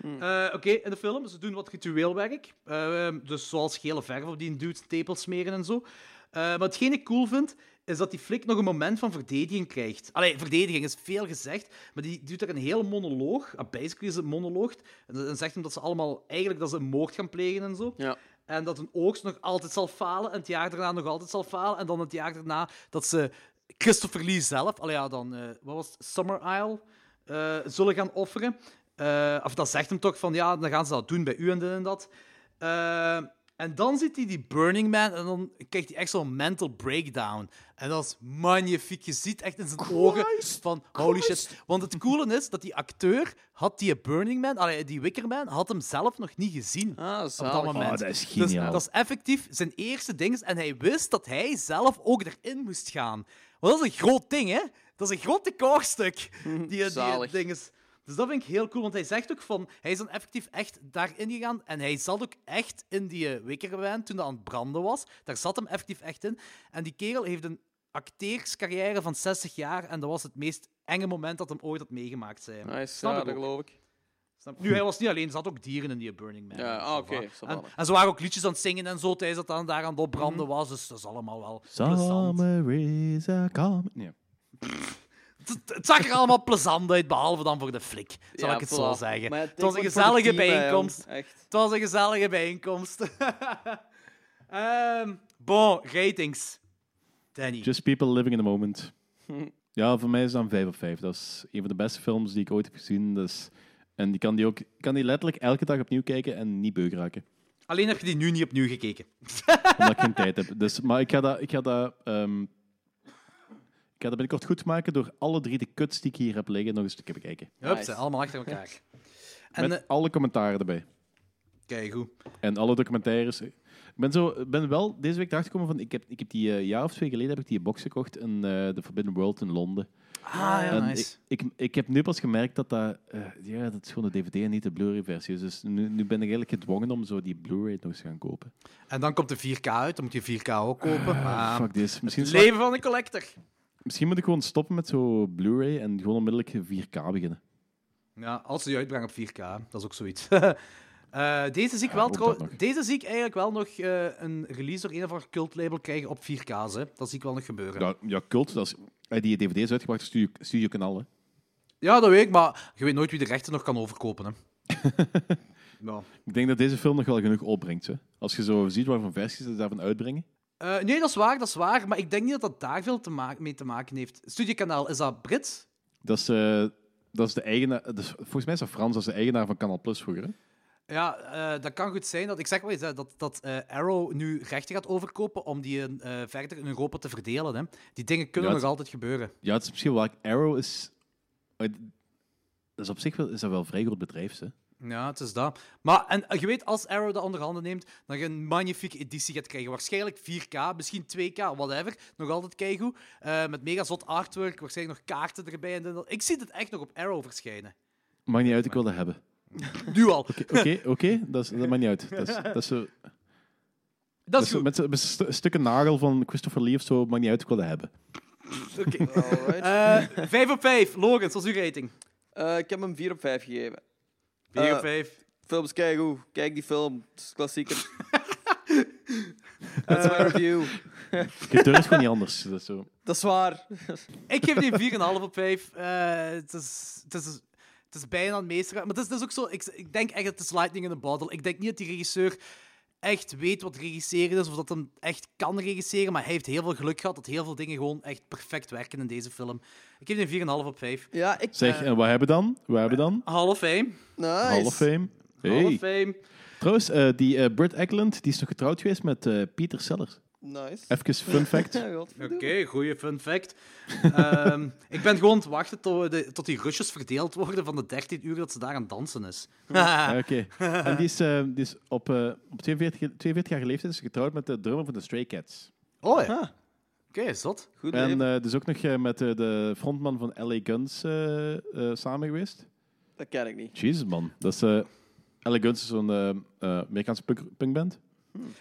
Speaker 1: Eh, Oké, in de film, ze doen wat ritueelwerk. Eh, dus zoals gele verf op die dude tepels smeren en zo. Eh, maar hetgeen ik cool vind, is dat die flik nog een moment van verdediging krijgt. Allee, verdediging is veel gezegd, maar die doet er een hele monoloog. Ah, basically is het monoloog. En, en zegt hem dat ze allemaal eigenlijk dat ze een moord gaan plegen en zo.
Speaker 3: Ja.
Speaker 1: En dat een oogst nog altijd zal falen, en het jaar daarna nog altijd zal falen. En dan het jaar daarna dat ze Christopher Lee zelf, allee, ja, dan, eh, wat was het, Summer Isle, eh, zullen gaan offeren. Eh, of dat zegt hem toch van, ja, dan gaan ze dat doen bij u en dit en dat. Eh, en dan ziet hij die Burning Man en dan krijgt hij echt zo'n mental breakdown. En dat is magnifiek. Je ziet echt in zijn ogen van holy shit. Want het coole is dat die acteur had die Burning Man, allee, die Wicker Man, had hem zelf nog niet gezien
Speaker 3: Ah,
Speaker 1: op
Speaker 3: zalig.
Speaker 1: dat moment.
Speaker 2: dat is
Speaker 1: Dus
Speaker 2: geniaal.
Speaker 1: dat is effectief zijn eerste ding. En hij wist dat hij zelf ook erin moest gaan. Want dat is een groot ding, hè? Dat is een groot decorstuk, die, die,
Speaker 3: zalig.
Speaker 1: ding is. Dus dat vind ik heel cool, want hij zegt ook van... Hij is dan effectief echt daarin gegaan. En hij zat ook echt in die eh, wikkerwijn toen dat aan het branden was. Daar zat hem effectief echt in. En die kerel heeft een acteerscarrière van 60 jaar. En dat was het meest enge moment dat hem ooit had meegemaakt. Zei. hij.
Speaker 3: Nice,
Speaker 1: Snap
Speaker 3: ja,
Speaker 1: ik
Speaker 3: dat
Speaker 1: ook.
Speaker 3: geloof ik.
Speaker 1: Snap je? Nu, hij was niet alleen, er zaten ook dieren in die Burning Man.
Speaker 3: Ja,
Speaker 1: en
Speaker 3: ah,
Speaker 1: zo
Speaker 3: oké,
Speaker 1: van.
Speaker 3: snap
Speaker 1: En,
Speaker 3: wel. Mhm.
Speaker 1: en ze waren ook liedjes aan het zingen en zo tijdens dat dan daar aan het opbranden was. Dus dat is allemaal wel plezant.
Speaker 2: Summer is a coming. Ja.
Speaker 1: Het, het zag er allemaal plezant uit, behalve dan voor de flik, zal
Speaker 3: Ja,
Speaker 1: ik het
Speaker 3: voilà.
Speaker 1: zo zeggen.
Speaker 3: Maar ja,
Speaker 1: het was een
Speaker 3: denk ook voor de
Speaker 1: gezellige
Speaker 3: team, hè, jong.
Speaker 1: bijeenkomst.
Speaker 3: Echt.
Speaker 1: Het was een gezellige bijeenkomst. Ehm bon, ratings. Danny.
Speaker 2: Just people living in the moment. Ja, voor mij is dat een 5 op 5. Dat is een van de beste films die ik ooit heb gezien. Dus, en die kan die ook ik kan die letterlijk elke dag opnieuw kijken en niet beu raken.
Speaker 1: Alleen heb je die nu niet opnieuw gekeken.
Speaker 2: Omdat ik geen tijd heb. Dus, maar ik ga dat, ik ga dat, ehm, ik ga dat binnenkort goed maken door alle drie de kuts die ik hier heb liggen nog eens te bekijken.
Speaker 1: Hups,
Speaker 3: Nice.
Speaker 1: allemaal achter elkaar. En
Speaker 2: Met
Speaker 1: eh
Speaker 2: alle commentaren erbij.
Speaker 1: kijk hoe.
Speaker 2: En alle documentaires. Ik ben, zo, ik ben wel deze week erachter gekomen van... Ik heb, ik heb die eh, jaar of twee geleden heb ik die box gekocht in eh, de Forbidden World in Londen.
Speaker 1: Ah, ja,
Speaker 2: En
Speaker 1: nice.
Speaker 2: ik, ik, ik heb nu pas gemerkt dat dat... eh, ja, dat is gewoon de DVD en niet de Blu-ray-versie. Dus nu, nu ben ik eigenlijk gedwongen om zo die Blu-ray nog eens te gaan kopen.
Speaker 1: En dan komt de 4K uit, dan moet je 4K ook kopen. Ah. maar
Speaker 2: Ah, Fuck this. Misschien,
Speaker 1: het
Speaker 2: sla-
Speaker 1: leven van een collector.
Speaker 2: misschien moet ik gewoon stoppen met zo Blu-ray en gewoon onmiddellijk 4K beginnen.
Speaker 1: Ja, als ze die uitbrengen op 4K, dat is ook zoiets. Eh, deze, zie ik wel
Speaker 2: ook
Speaker 1: trouw-
Speaker 2: dat nog.
Speaker 1: deze zie ik eigenlijk wel nog eh, een release door een of ander cultlabel krijgen op 4K. Hè. Dat zie ik wel nog gebeuren.
Speaker 2: Ja, ja cult, dat is, eh, die DVD is uitgebracht door Studio, Studio Kanaal. hè.
Speaker 1: Ja, dat weet ik, maar je weet nooit wie de rechten nog kan overkopen. Hè. ja.
Speaker 2: Ik denk dat deze film nog wel genoeg opbrengt. Hè? Als je zo ziet waarvan versies ze daarvan uitbrengen.
Speaker 1: Eh, nee, dat is waar, dat is waar. Maar ik denk niet dat dat daar veel te ma- mee te maken heeft. Studiekanaal, is dat Brits?
Speaker 2: Dat is, eh, dat is de eigenaar... dat is- volgens mij is dat Frans, dat is de eigenaar van Kanaal Plus vroeger. hè.
Speaker 1: Ja, eh, dat kan goed zijn. Dat, ik zeg wel eens hè, dat, dat eh, Arrow nu rechten gaat overkopen om die eh, verder in Europa te verdelen. Hè. Die dingen kunnen
Speaker 2: Ja,
Speaker 1: nog
Speaker 2: het-
Speaker 1: altijd gebeuren.
Speaker 2: Ja, het is misschien wel... Arrow is... eh, Dat is op zich wel, is dat wel een vrij groot bedrijf, hè?
Speaker 1: Ja, het is dat. Maar en, eh, je weet, als Arrow dat onder handen neemt, dan je een magnifieke editie gaat krijgen. Waarschijnlijk 4K, misschien 2K, whatever. Nog altijd keigoed. Eh met mega zot artwork, waarschijnlijk nog kaarten erbij. En dan, ik zie het echt nog op Arrow verschijnen.
Speaker 2: Maakt niet uit, ik wil dat hebben.
Speaker 1: Nu al.
Speaker 2: Oké, oké, dat, is- dat maakt niet uit. Dat is, dat is, zo- dat
Speaker 1: Dat
Speaker 2: is
Speaker 1: is
Speaker 2: zo-
Speaker 1: goed.
Speaker 2: met, zo- met stu- stukken nagel van Christopher Lee of zo, maakt niet uit, ik wil dat hebben.
Speaker 1: Oké. Eh, Vijf op vijf. Logans, wat is uw rating?
Speaker 3: Eh, ik heb hem 4 op 5 gegeven.
Speaker 1: Vier
Speaker 3: Eh,
Speaker 1: op vijf.
Speaker 3: Films, kijk hoe. Kijk die film. Het is klassieker. Dat is mijn review.
Speaker 2: Je durft gewoon niet anders. Dat is zo.
Speaker 3: Dat is waar.
Speaker 1: Ik geef die een 4,5 op 5. het, is, het, is, het is bijna een meester. Maar het is, het is ook zo. Ik, ik denk echt dat het is lightning in a bottle. Ik denk niet dat die regisseur echt weet wat regisseren is. Of dat hem echt kan regisseren. Maar hij heeft heel veel geluk gehad dat heel veel dingen gewoon echt perfect werken in deze film. Ik geef die een 4,5 op 5.
Speaker 3: Ja, ik... eh,
Speaker 2: Zeg, en wat hebben we dan? Wat hebben we dan?
Speaker 1: Hall of Fame.
Speaker 3: Nice.
Speaker 2: Hall of Fame.
Speaker 1: Hall of
Speaker 2: Hey.
Speaker 1: Fame.
Speaker 2: Trouwens, eh, die eh Burt Eklund die is nog getrouwd geweest met eh, Pieter Sellers.
Speaker 3: Nice.
Speaker 2: Even fun fact.
Speaker 3: Ja, godverdomme.
Speaker 1: Oké, goede fun fact. Ehm, ik ben gewoon aan het wachten tot, we de- tot die Rusjes verdeeld worden van de 13 uur dat ze daar aan het dansen is.
Speaker 2: Ah, Oké. En die is, eh, die is op, eh, op 42, 42-jarige leeftijd is ze getrouwd met de drummer van de Stray Cats.
Speaker 1: Oh ja. Oké, zot.
Speaker 3: Goed
Speaker 2: En
Speaker 3: leven.
Speaker 2: eh, dus ook nog eh, met eh, de frontman van LA Guns eh, eh, samen geweest.
Speaker 3: Dat ken ik niet.
Speaker 2: Jezus, man. Dat is, eh, LA Guns is zo'n eh, eh, Amerikaanse punk, punkband.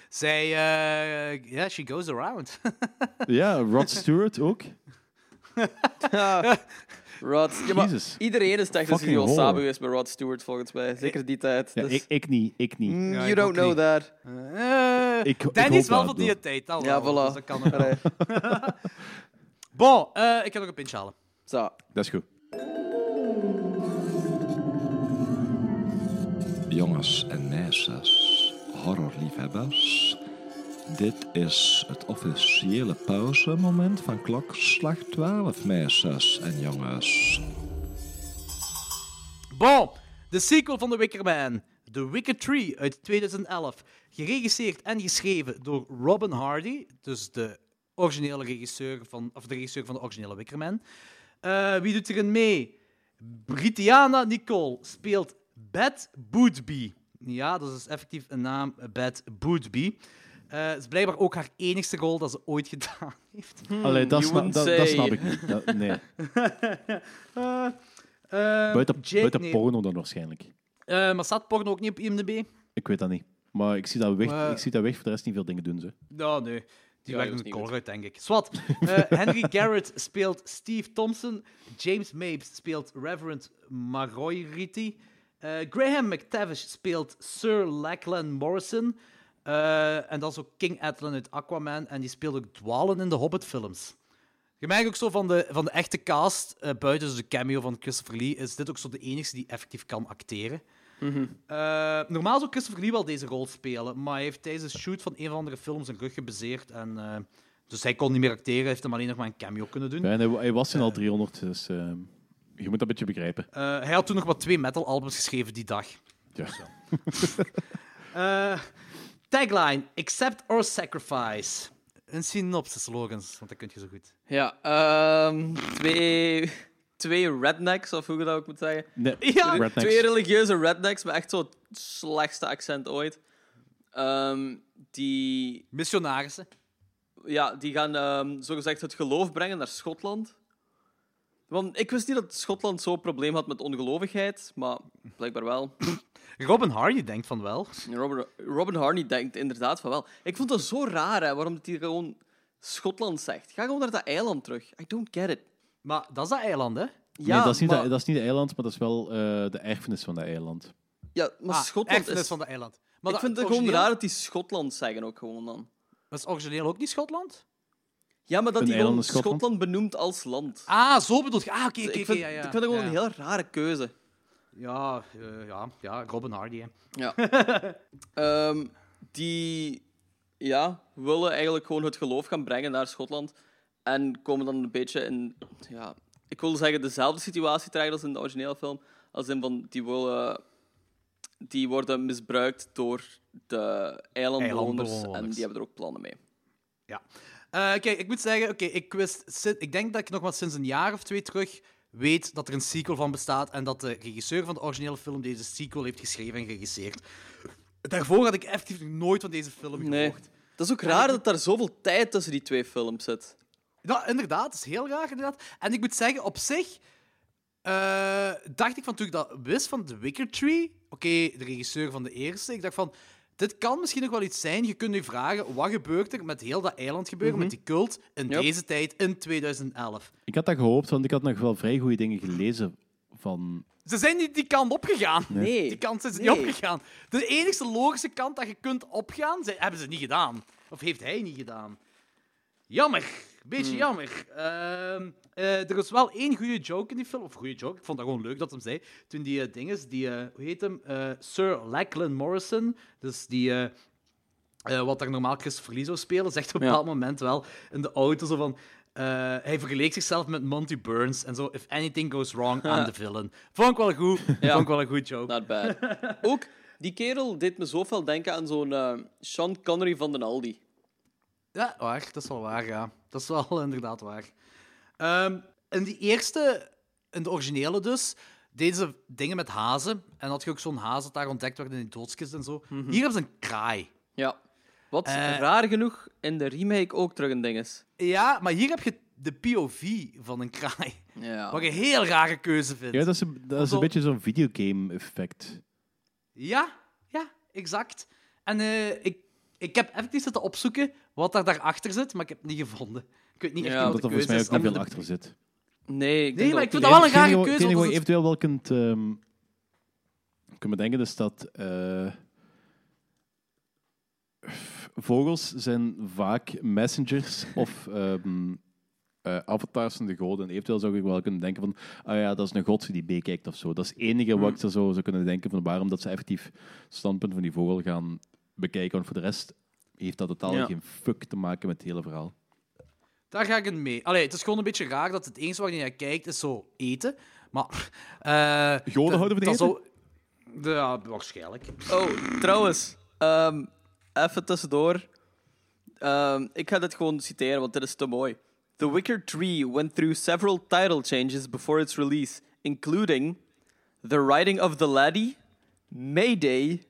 Speaker 1: Zij, eh yeah, she goes around.
Speaker 2: ja, Rod Stewart ook.
Speaker 3: Ja. Rod. Ja, maar
Speaker 2: Jezus.
Speaker 3: iedereen is technisch
Speaker 2: Fucking
Speaker 3: gezien al samen
Speaker 2: horror.
Speaker 3: geweest met Rod Stewart, volgens mij. Zeker die tijd.
Speaker 2: Ja,
Speaker 3: Dus-
Speaker 2: ik, ik niet, ik niet.
Speaker 3: Mm,
Speaker 1: Ja,
Speaker 3: you
Speaker 1: ik
Speaker 3: don't
Speaker 1: ook
Speaker 3: know
Speaker 1: niet.
Speaker 3: that.
Speaker 1: Eh,
Speaker 2: Ik- ik
Speaker 1: Danny
Speaker 2: hoop
Speaker 1: is wel
Speaker 2: dat,
Speaker 1: van die
Speaker 2: hoor.
Speaker 1: tijd. al
Speaker 3: Ja,
Speaker 1: wel,
Speaker 3: voilà.
Speaker 1: dus dat kan nog wel.
Speaker 3: Allee.
Speaker 1: Bon, eh, ik kan nog een pintje halen.
Speaker 3: Zo.
Speaker 2: Dat is goed.
Speaker 9: Jongens en meisjes, horrorliefhebbers. Dit is het officiële pauzemoment van klokslag 12, meisjes en jongens.
Speaker 1: Bon, de sequel van The Wicker Man. The Wicker Tree uit 2011. Geregisseerd en geschreven door Robin Hardy. Dus de, originele regisseur van, of de regisseur van de originele Wicker Man. Eh, wie doet erin mee? Britiana Nicole speelt Beth Bootby. Ja, dat is effectief een naam, Beth Bootby. Eh, het is blijkbaar ook haar enigste rol dat ze ooit gedaan heeft.
Speaker 2: Allee, dat,
Speaker 3: you
Speaker 2: sna-
Speaker 3: wouldn't
Speaker 2: dat, dat
Speaker 3: say.
Speaker 2: snap ik niet. Dat- nee.
Speaker 1: Eh,
Speaker 2: Buiten,
Speaker 1: Jake-
Speaker 2: buiten
Speaker 1: nee.
Speaker 2: porno dan waarschijnlijk.
Speaker 1: Eh, maar staat porno ook niet op IMDb?
Speaker 2: Ik weet dat niet. Maar ik zie dat weg,
Speaker 1: Maar-
Speaker 2: ik zie dat weg voor de rest niet veel dingen doen. Ze.
Speaker 1: Nou, nee. Die
Speaker 3: Ja,
Speaker 1: werken
Speaker 3: dat
Speaker 1: met
Speaker 3: is niet
Speaker 1: kool
Speaker 3: goed.
Speaker 1: uit, denk ik. Swat. Eh, Henry Garrett speelt Steve Thompson. James Mapes speelt Reverend Maroiriti. Eh Graham McTavish speelt Sir Lachlan Morrison. Eh, en dat is ook King Atlan uit Aquaman. En die speelt ook Dwalen in de Hobbit-films. Je merkt ook zo van de, van de echte cast, eh, buiten dus de cameo van Christopher Lee, is dit ook zo de enige die effectief kan acteren. Eh, normaal zou Christopher Lee wel deze rol spelen, maar hij heeft tijdens de shoot van een van andere films zijn rug gebezeerd. En, eh, dus hij kon niet meer acteren, hij heeft hem alleen nog maar een cameo kunnen doen.
Speaker 2: Ja, en hij, hij was in al 300, dus eh, je moet dat een beetje begrijpen.
Speaker 1: Eh, hij had toen nog maar twee metal albums geschreven die dag.
Speaker 2: Ja.
Speaker 1: Eh, tagline: Accept or Sacrifice. Een synopsis, Logans, want dat kun je zo goed.
Speaker 3: Ja, ehm, twee, twee rednecks, of hoe je dat ook moet zeggen.
Speaker 2: Nee,
Speaker 1: Ja,
Speaker 2: rednecks.
Speaker 3: Twee religieuze rednecks met echt zo'n slechtste accent ooit. Ehm, die,
Speaker 1: Missionarissen.
Speaker 3: ja, die gaan ehm, zogezegd het geloof brengen naar Schotland. Want ik wist niet dat Schotland zo'n probleem had met ongelovigheid, maar blijkbaar wel.
Speaker 1: Robin Hardy denkt van wel.
Speaker 3: Robin, Robin Harney denkt inderdaad van wel. Ik vond dat zo raar, hè, waarom dat hij gewoon Schotland zegt. Ga gewoon naar dat eiland terug. I don't get it.
Speaker 1: Maar dat is dat eiland, hè?
Speaker 3: Ja,
Speaker 2: nee, dat is, niet
Speaker 3: maar,
Speaker 2: de, dat is niet de eiland, maar dat is wel eh, de erfenis van de eiland.
Speaker 3: ja, maar
Speaker 1: Ah,
Speaker 3: Schotland
Speaker 1: erfenis
Speaker 3: is...
Speaker 1: van de eiland. Maar dat
Speaker 3: Ik vind het
Speaker 1: origineel-
Speaker 3: gewoon raar dat die Schotland zeggen ook gewoon dan.
Speaker 1: Was origineel ook niet Schotland?
Speaker 3: Ja, maar dat
Speaker 2: Een
Speaker 3: hij gewoon
Speaker 2: eiland in Schotland?
Speaker 3: Schotland benoemt als land.
Speaker 1: Ah, zo bedoel je. Ah, oké,
Speaker 3: Dus
Speaker 1: oké,
Speaker 3: ik,
Speaker 1: oké.
Speaker 3: vind,
Speaker 1: Ja, ja.
Speaker 3: ik vind dat gewoon
Speaker 1: Ja,
Speaker 3: een heel rare keuze.
Speaker 1: Ja, eh, ja, ja, Robin Hardy. Hè.
Speaker 3: Ja. Ehm, die ja, willen eigenlijk gewoon het geloof gaan brengen naar Schotland. En komen dan een beetje in, ja, ik wil zeggen, dezelfde situatie terecht als in de originele film. Als in van, die, willen, die worden misbruikt door de eilandbewoners. En
Speaker 1: Eilandbewoners.
Speaker 3: die hebben er ook plannen mee.
Speaker 1: Ja. Eh, kijk, ik moet zeggen, oké, ik wist, sin- ik denk dat ik nog maar sinds een jaar of twee terug weet dat er een sequel van bestaat en dat de regisseur van de originele film deze sequel heeft geschreven en geregisseerd. Daarvoor had ik effectief nog nooit van deze film gehoord.
Speaker 3: Nee. Dat is ook raar dat daar zoveel tijd tussen die twee films zit.
Speaker 1: Ja, inderdaad, dat is heel raar. Inderdaad. En ik moet zeggen, op zich eh, dacht ik van toen ik dat wist van The Wicker Tree, oké, de regisseur van de eerste, ik dacht van. Dit kan misschien nog wel iets zijn. Je kunt nu vragen, wat gebeurt er met heel dat eiland gebeuren, met die cult, in
Speaker 3: Yep.
Speaker 1: deze tijd, in 2011?
Speaker 2: Ik had dat gehoopt, want ik had nog wel vrij goede dingen gelezen van...
Speaker 1: Ze zijn niet die kant opgegaan.
Speaker 3: Nee.
Speaker 1: Die kant zijn ze
Speaker 3: Nee.
Speaker 1: niet opgegaan. De enigste logische kant dat je kunt opgaan, ze- hebben ze niet gedaan. Of heeft hij niet gedaan. Jammer. Beetje
Speaker 3: Hmm.
Speaker 1: jammer. Ehm, eh, er was wel één goede joke in die film. Of goede joke. Ik vond dat gewoon leuk dat hem zei. Toen die eh, dinges, die, eh, hoe heet hem? Eh, Sir Lachlan Morrison. Dus die, eh, eh, wat daar normaal Christopher Lee zou spelen, zegt op een
Speaker 3: Ja.
Speaker 1: bepaald moment wel in de auto zo van... eh, hij vergeleek zichzelf met Monty Burns en zo. If anything goes wrong, I'm the villain. Vond ik wel goed. Vond ik wel een goed
Speaker 2: Nou.
Speaker 1: joke.
Speaker 3: Not bad. ook, die kerel deed me zoveel denken aan zo'n eh, Sean Connery van den Aldi.
Speaker 1: Ja, waar. Dat is wel waar, ja. Dat is wel inderdaad waar. Ehm in die eerste, in de originele dus, deden ze dingen met hazen. En had je ook zo'n hazen dat daar ontdekt werd in die doodskist en zo.
Speaker 2: Mhm.
Speaker 1: Hier hebben ze een kraai.
Speaker 3: Ja. Wat
Speaker 1: Eh.
Speaker 3: raar genoeg in de remake ook terug een ding is.
Speaker 1: Ja, maar hier heb je de POV van een kraai.
Speaker 3: Ja.
Speaker 1: Wat je een heel rare keuze vindt.
Speaker 2: Ah, Ja, dat is, een- dat is
Speaker 1: Hoezo?
Speaker 2: een beetje zo'n videogame-effect.
Speaker 1: Ja, ja, exact. En eh, ik, ik heb effectief zitten opzoeken wat daar daarachter zit, maar ik heb het niet gevonden. Ik weet niet echt
Speaker 3: Ja,
Speaker 1: wat
Speaker 2: Dat
Speaker 1: de
Speaker 2: er volgens
Speaker 1: keuze
Speaker 2: mij
Speaker 1: is.
Speaker 2: ook niet
Speaker 1: ander
Speaker 2: veel
Speaker 1: dan-
Speaker 2: achter zit.
Speaker 3: Nee,
Speaker 1: Nee,
Speaker 3: ik
Speaker 1: maar
Speaker 3: denk dat
Speaker 1: ik
Speaker 3: ook
Speaker 1: vind dat wel een
Speaker 2: Het enige
Speaker 1: rare
Speaker 2: wat-
Speaker 1: keuze.
Speaker 2: Het enige
Speaker 1: want dat is-
Speaker 2: wat je eventueel wel kunt... ehm kunt bedenken is dat... eh, vogels zijn vaak messengers of... ehm, eh, avatars van de goden. En eventueel zou ik wel kunnen denken van... Ah ja, dat is een god die meekijkt of zo. Dat is het enige
Speaker 1: Mm.
Speaker 2: wat ik er zo zou kunnen denken van waarom dat ze effectief het standpunt van die vogel gaan bekijken. Want voor de rest heeft dat totaal
Speaker 3: Ja.
Speaker 2: geen fuck te maken met het hele verhaal.
Speaker 1: Daar ga ik in mee. Allee, het is gewoon een beetje raar dat het enige waar je naar kijkt is zo eten. Maar. eh
Speaker 2: Goden
Speaker 1: dat-
Speaker 2: houden van
Speaker 1: dat
Speaker 2: eten? Eh,
Speaker 1: zou- Ja, waarschijnlijk.
Speaker 3: Oh, trouwens. ehm, even tussendoor. Ehm, ik ga dit gewoon citeren, want dit is te mooi. The Wicker Tree went through several title changes before its release, including The Riding of the Laddie, Mayday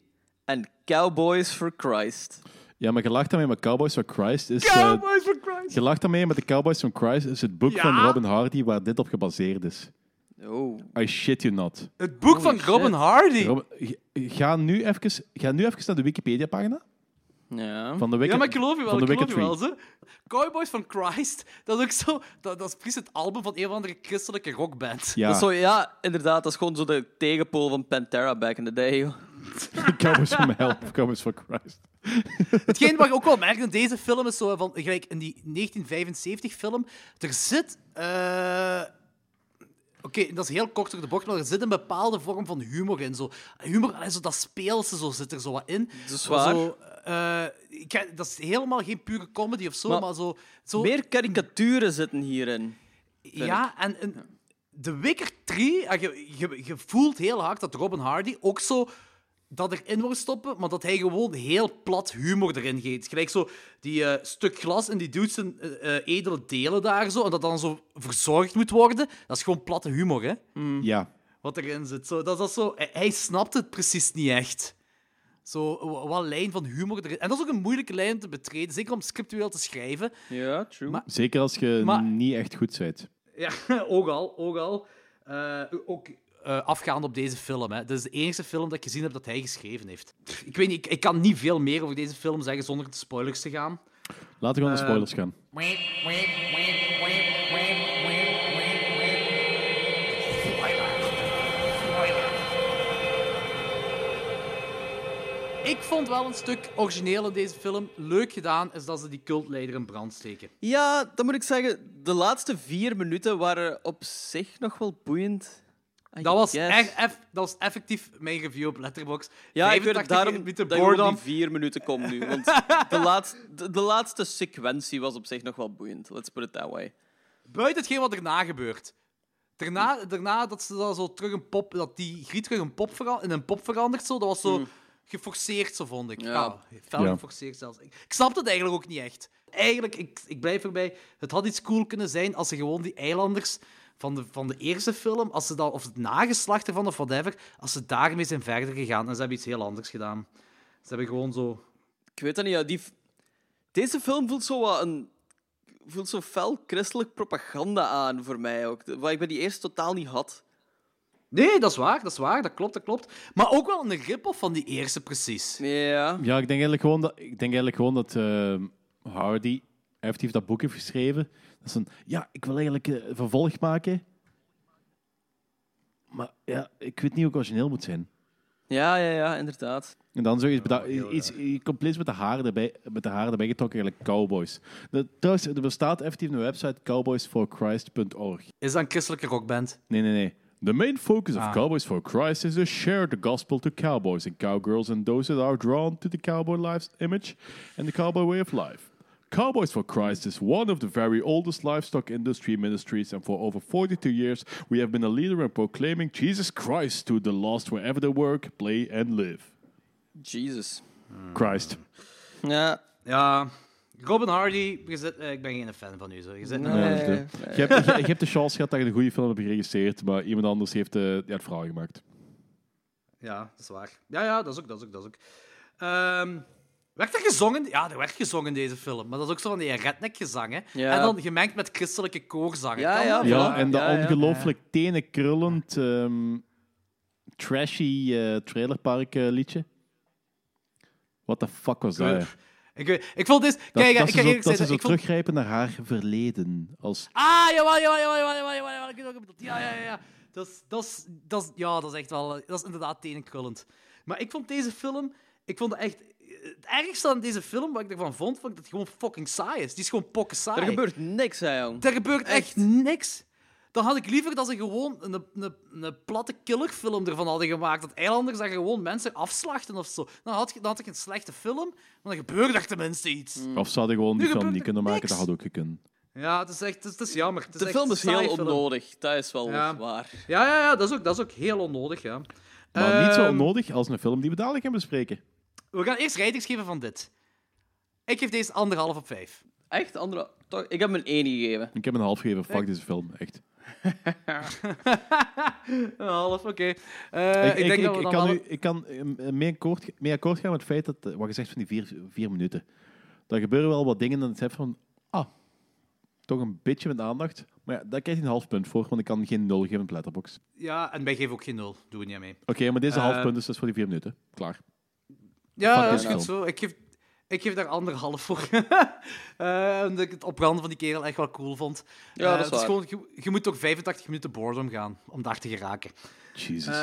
Speaker 3: and Cowboys for Christ.
Speaker 2: Ja, maar je lacht daarmee met Cowboys van Christ. Is, eh,
Speaker 1: Oh, for Christ!
Speaker 2: je lacht daarmee met de Cowboys van Christ is het boek
Speaker 1: Ja?
Speaker 2: van Robin Hardy waar dit op gebaseerd is.
Speaker 3: Oh.
Speaker 2: I shit you not.
Speaker 1: Het boek van
Speaker 3: shit.
Speaker 1: Robin Hardy.
Speaker 2: Robin, g- ga, nu even, ga nu even naar de Wikipedia-pagina
Speaker 3: Ja.
Speaker 2: van de Wicked
Speaker 1: Ja, maar ik geloof je wel,
Speaker 2: van
Speaker 1: ik
Speaker 2: de
Speaker 1: geloof je
Speaker 2: Wicked
Speaker 1: wel. Ze. Cowboys van Christ, dat is ook zo... Dat, dat is precies het album van een of andere christelijke rockband.
Speaker 2: Ja,
Speaker 3: Dat is zo, ja, inderdaad. Dat is gewoon zo de tegenpool van Pantera back in the day. joh.
Speaker 2: Cowboys van Hell, Cowboys van Christ.
Speaker 1: Hetgeen wat je ook wel merkt in deze film is zo van, gelijk in die 1975-film, er zit. eh, Oké, dat is heel kort door de bocht, maar er zit een bepaalde vorm van humor in. Zo. Humor, allee, zo, dat speelse zo, zit er zo wat in.
Speaker 3: Dat is waar.
Speaker 1: Zo, eh, ik ga- dat is helemaal geen pure comedy of zo, maar,
Speaker 3: Maar
Speaker 1: zo. zo
Speaker 3: Meer karikaturen zitten hierin.
Speaker 1: ja, en en de Wicker 3, eh, je, je, je voelt heel hard dat Robin Hardy ook zo dat erin wil stoppen, maar dat hij gewoon heel plat humor erin geeft. Gelijk zo die eh, stuk glas en die dudes zijn eh, eh, edele delen daar zo, en dat dan zo verzorgd moet worden. Dat is gewoon platte humor, hè?
Speaker 2: Ja.
Speaker 1: Wat erin zit. Zo, dat, is dat zo, hij, hij snapt het precies niet echt. Zo, wa- wat lijn van humor erin. En dat is ook een moeilijke lijn om te betreden, zeker om scriptueel te schrijven.
Speaker 3: Ja, true.
Speaker 1: Maar-
Speaker 2: Zeker als je
Speaker 1: Maar-
Speaker 2: niet echt goed bent.
Speaker 1: Ja, ook al, ook al. Eh, ook eh, afgaand op deze film. Hè. Dit is de enige film dat ik gezien heb dat hij geschreven heeft. Pff, Ik weet niet, ik, ik kan niet veel meer over deze film zeggen zonder te spoilers te gaan.
Speaker 2: Laten we naar de
Speaker 1: Eh,
Speaker 2: spoilers gaan.
Speaker 1: ik vond wel een stuk origineel in deze film leuk gedaan, is dat ze die cultleider in brand steken.
Speaker 3: Ja, dan moet ik zeggen, de laatste vier minuten waren op zich nog wel boeiend. I
Speaker 1: Dat was,
Speaker 3: guess.
Speaker 1: echt, eff- dat was effectief mijn review op Letterboxd.
Speaker 3: Ja, ik weet het,
Speaker 1: 85
Speaker 3: daarom
Speaker 1: minuten
Speaker 3: dat ik op
Speaker 1: boredom.
Speaker 3: die vier minuten kom nu. Want de, laatste, de, de laatste sequentie was op zich nog wel boeiend. Let's put it that way.
Speaker 1: Buiten hetgeen wat daarna gebeurt. Daarna, daarna dat ze dan zo terug een pop, dat die Griet terug een pop vera- in een pop verandert, zo, dat was zo geforceerd, zo vond ik. Ja,
Speaker 3: Ja.
Speaker 1: fel
Speaker 2: Ja.
Speaker 1: geforceerd zelfs. Ik, ik snap het eigenlijk ook niet echt. Eigenlijk, ik, ik blijf erbij, het had iets cool kunnen zijn als ze gewoon die eilanders van de, van de eerste film, als ze dan, of het nageslacht ervan of whatever, als ze daarmee zijn verder gegaan en ze hebben iets heel anders gedaan. Ze hebben gewoon zo...
Speaker 3: Ik weet dat niet. Ja, die, f- deze film voelt zo wat een. voelt zo fel christelijk propaganda aan voor mij ook. Wat ik bij die eerste totaal niet had.
Speaker 1: Nee, dat is waar, dat is waar, dat klopt, dat klopt. Maar ook wel een rip-off van die eerste, precies.
Speaker 3: Ja.
Speaker 2: Ja, ik denk eigenlijk gewoon dat, ik denk eigenlijk gewoon dat ehm, Hardy effectief dat boek heeft geschreven. Dat is een, ja, ik wil eigenlijk eh, een vervolg maken. Maar ja, ik weet niet hoe ik origineel moet zijn.
Speaker 3: Ja, ja, ja, inderdaad.
Speaker 2: En dan zoiets, beda- iets, iets compleets met de haren erbij, met de haren erbij getrokken, eigenlijk Cowboys. De, trouwens, er bestaat effectief een website, cowboysforchrist.org.
Speaker 1: Is dat een christelijke rockband?
Speaker 2: Nee, nee, nee. The main focus of
Speaker 1: Ah.
Speaker 2: Cowboys for Christ is to share the gospel to cowboys and cowgirls and those that are drawn to the cowboy life's image and the cowboy way of life. Cowboys for Christ is one of the very oldest livestock industry ministries, and for over 42 years, we have been a leader in proclaiming Jesus Christ to the lost wherever they work, play, and live.
Speaker 3: Jesus.
Speaker 2: Christ.
Speaker 3: Ja.
Speaker 1: Ja, Robin Hardy, je zit- eh, ik ben geen fan van u. Zo. Je zit
Speaker 3: Nee.
Speaker 2: Je, hebt, je, je hebt de chance gehad dat je de goede film hebt geregistreerd, maar iemand anders heeft eh, ja, het verhaal gemaakt.
Speaker 1: Ja, dat is waar. Ja, ja, dat is ook, dat is ook, dat is ook. Ehm, werd er gezongen? Ja, er werd gezongen in deze film. Maar dat is ook zo van die redneck-gezang, hè.
Speaker 3: Ja.
Speaker 1: En dan gemengd met christelijke koorzangen.
Speaker 3: Ja,
Speaker 1: Kan
Speaker 3: ja,
Speaker 1: dat?
Speaker 2: Ja,
Speaker 3: voilà.
Speaker 2: en dat
Speaker 3: Ja, ja.
Speaker 2: ongelooflijk tenenkrullend, ehm, trashy eh, trailerpark eh, liedje. What the fuck was dat?
Speaker 1: Eh,
Speaker 2: hè?
Speaker 1: Ik, weet- ik vond dit...
Speaker 2: Dat,
Speaker 1: Kijk,
Speaker 2: dat
Speaker 1: ik kan
Speaker 2: ze zo,
Speaker 1: eerlijk
Speaker 2: dat ze
Speaker 1: zijn,
Speaker 2: zo
Speaker 1: ik vond...
Speaker 2: teruggrijpen naar haar verleden. Als,
Speaker 1: Ah, jawel, jawel, jawel, jawel, jawel, jawel, jawel, ik weet wat je bedoelt. Ja, ja, ja, ja. Dat is, dat, is, dat is, ja, dat is echt wel... Dat is inderdaad tenenkrullend. Maar ik vond deze film... Ik vond het echt... Het ergste aan deze film, wat ik ervan vond, vond ik dat het gewoon fucking saai is. Die is gewoon pokken saai.
Speaker 3: Er gebeurt niks, hè, jong.
Speaker 1: Er gebeurt echt,
Speaker 3: Echt.
Speaker 1: niks. Dan had ik liever dat ze gewoon een, een, een platte killerfilm ervan hadden gemaakt. Dat eilanders daar gewoon mensen afslachten of zo. Dan had, je- dan had ik een slechte film, maar dan gebeurde er tenminste iets.
Speaker 2: of ze hadden gewoon die
Speaker 1: Nu
Speaker 2: film
Speaker 1: gebeurt
Speaker 2: niet kunnen
Speaker 1: er
Speaker 2: maken, dat
Speaker 1: niks.
Speaker 2: had ook gekund.
Speaker 1: Mm. Ja, het is echt het is, het is jammer. Het is
Speaker 3: De
Speaker 1: echt
Speaker 3: film
Speaker 1: een
Speaker 3: is heel
Speaker 1: saaie film.
Speaker 3: onnodig. Dat is wel
Speaker 1: Ja.
Speaker 3: waar.
Speaker 1: Ja, ja, ja dat, is ook, dat is ook heel onnodig. Ja.
Speaker 2: Maar niet zo
Speaker 1: Ehm,
Speaker 2: onnodig als een film die we dadelijk gaan bespreken.
Speaker 1: We gaan eerst ratings geven van dit. Ik geef deze anderhalf op vijf.
Speaker 3: Echt, andere... Toch, ik heb hem een 1 gegeven.
Speaker 2: Ik heb een half gegeven, fuck deze film, echt.
Speaker 1: Een half, oké. Eh, ik,
Speaker 2: ik,
Speaker 1: denk
Speaker 2: ik-
Speaker 1: dat we
Speaker 2: ik
Speaker 1: dan
Speaker 2: kan,
Speaker 1: alle-
Speaker 2: nu, ik kan eh, mee akkoord, mee akkoord gaan met het feit dat, eh, wat je zegt van die vier, vier minuten, daar gebeuren wel wat dingen en ik heb van, ah, toch een beetje met aandacht. Maar ja, daar krijg je een half punt voor, want ik kan geen nul geven op Letterboxd.
Speaker 1: Ja, en wij geven ook geen nul. Doen we niet aan mee.
Speaker 2: Oké, maar deze
Speaker 1: Eh.
Speaker 2: half punt is dus voor die vier minuten. Klaar.
Speaker 1: Ja,
Speaker 2: Fuck
Speaker 1: dat is
Speaker 2: yourself.
Speaker 1: goed zo. Ik geef, ik geef daar anderhalf voor. Eh, omdat ik het opranden van die kerel echt wel cool vond.
Speaker 3: Ja,
Speaker 1: Eh,
Speaker 3: dat is
Speaker 1: het
Speaker 3: waar.
Speaker 1: gewoon, je, je moet toch 85 minuten boredom gaan om daar te geraken.
Speaker 2: Jesus.
Speaker 1: Eh,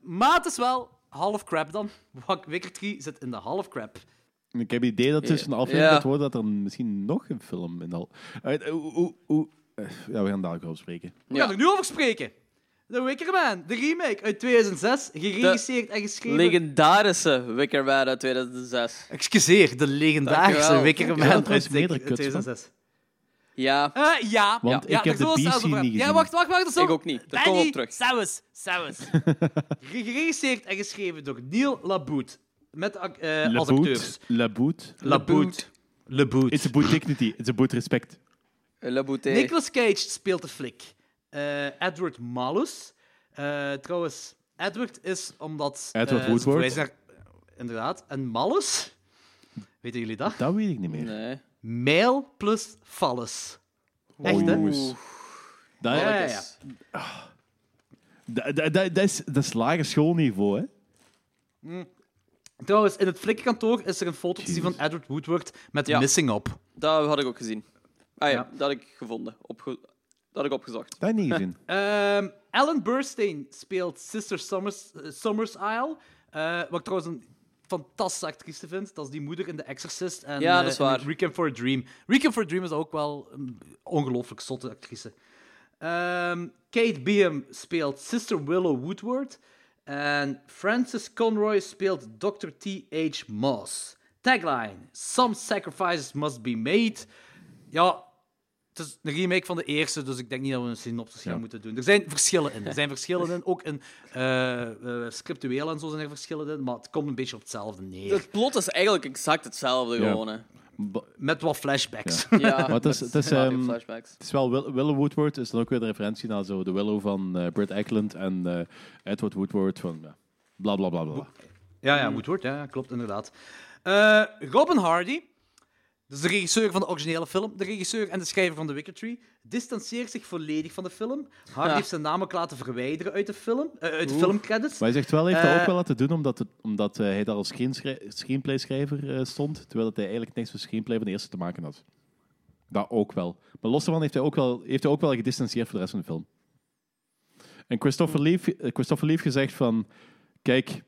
Speaker 1: maar het is wel half crap dan. Wak- Wicker 3 zit in de half crap.
Speaker 2: ik heb het idee dat tussen de aflevering
Speaker 3: Ja.
Speaker 2: gaat worden dat er misschien nog een film in de hal... eh, Uit- oeh, oeh, oeh. Eh, Ja, we gaan dadelijk wel spreken.
Speaker 1: We gaan er nu over spreken. The Wicker Man, de remake uit 2006, geregisseerd en geschreven.
Speaker 3: Legendarische Wicker Man uit 2006.
Speaker 1: Excuseer, de legendarische
Speaker 3: Dankjewel.
Speaker 1: Wicker Man
Speaker 2: Ja,
Speaker 1: uit
Speaker 2: er is meerdere kuts,
Speaker 1: 2006.
Speaker 3: Ja.
Speaker 1: Eh, ja.
Speaker 2: Want
Speaker 1: ja.
Speaker 2: ik heb
Speaker 1: daar zullen
Speaker 2: de
Speaker 1: we het
Speaker 2: DC
Speaker 1: zelfs over
Speaker 2: niet
Speaker 1: hebben. Ja,
Speaker 2: gezien.
Speaker 1: wacht, wacht, wacht. dat is
Speaker 3: Ik ook niet. Daar komen we op terug.
Speaker 1: Sauce, sauce. Geregisseerd en geschreven door Neil Labute. Met ac- eh, als acteurs.
Speaker 2: Laboot.
Speaker 1: Labute.
Speaker 2: It's a
Speaker 1: Labute.
Speaker 2: boot dignity. It's a boot respect.
Speaker 3: La Bouté.
Speaker 1: Nicolas Cage speelt de flik. Eh, Edward Malus. Eh, trouwens, Edward is omdat... eh,
Speaker 2: Edward
Speaker 1: ze
Speaker 2: Woodward.
Speaker 1: verwijzen naar- inderdaad. En Malus... Weten jullie dat?
Speaker 2: Dat weet ik niet meer.
Speaker 3: Nee.
Speaker 1: Male plus fallus. Echt, hè?
Speaker 2: Oeh. Dat,
Speaker 1: Ja, ja, ja.
Speaker 3: Yes.
Speaker 2: dat, dat, dat, dat is, dat is lager schoolniveau, hè?
Speaker 1: Trouwens, in het flikkenkantoor is er een foto te zien van
Speaker 2: Jezus.
Speaker 1: Edward Woodward met
Speaker 3: Ja.
Speaker 1: Missing Op.
Speaker 3: Dat had ik ook gezien. Ah ja,
Speaker 1: Ja.
Speaker 3: dat had ik gevonden. Opge dat had ik opgezocht.
Speaker 2: Dat heb ik niet gezien.
Speaker 1: Ehm Alan Burstein speelt Sister Summers, eh, Summers Isle. eh, wat ik trouwens een fantastische actrice vind. Dat is die moeder in The Exorcist en
Speaker 3: Ja,
Speaker 1: eh,
Speaker 3: dat is
Speaker 1: in
Speaker 3: waar.
Speaker 1: Requiem for a Dream. Requiem for a Dream is ook wel een ongelooflijk zotte actrice. Ehm, Kate Beam speelt Sister Willow Woodward. En Frances Conroy speelt Dr. T.H. Moss. Tagline: Some sacrifices must be made. Ja, het is een remake van de eerste, dus ik denk niet dat we een synopsis gaan moeten doen. Er zijn verschillen in. Er zijn verschillen in. Ook in eh, eh, scriptueel en zo zijn er verschillen in. Maar het komt een beetje op hetzelfde neer.
Speaker 3: Het plot is eigenlijk exact hetzelfde,
Speaker 2: Ja.
Speaker 3: gewoon. Hè.
Speaker 2: Ba-
Speaker 1: Met wat flashbacks.
Speaker 3: Ja,
Speaker 2: Maar het is-
Speaker 3: met
Speaker 2: het is,
Speaker 3: Mario
Speaker 2: ehm,
Speaker 3: flashbacks.
Speaker 2: Het is wel Will- Willow Woodward, is dan ook weer de referentie naar zo de Willow van eh Britt Eklund en eh, Edward Woodward van ja, bla bla bla bla. bla.
Speaker 1: Ja, ja, Woodward, ja, klopt inderdaad. Eh, Robin Hardy, dus de regisseur van de originele film, de regisseur en de schrijver van The Wicker Tree, distanceert zich volledig van de film. Hardy
Speaker 3: Ja.
Speaker 1: heeft zijn naam ook laten verwijderen uit de, film, eh, uit de filmcredits.
Speaker 2: Maar hij zegt wel, hij heeft dat
Speaker 1: Eh,
Speaker 2: ook wel laten doen omdat, het, omdat eh, hij daar als screenschrij- screenplay-schrijver eh, stond, terwijl dat hij eigenlijk niks met screenplay van de eerste te maken had. Dat ook wel. Maar los daarvan heeft hij ook wel, heeft hij ook wel gedistanceerd voor de rest van de film. En Christopher Leaf, eh, Christopher Leaf gezegd van, kijk,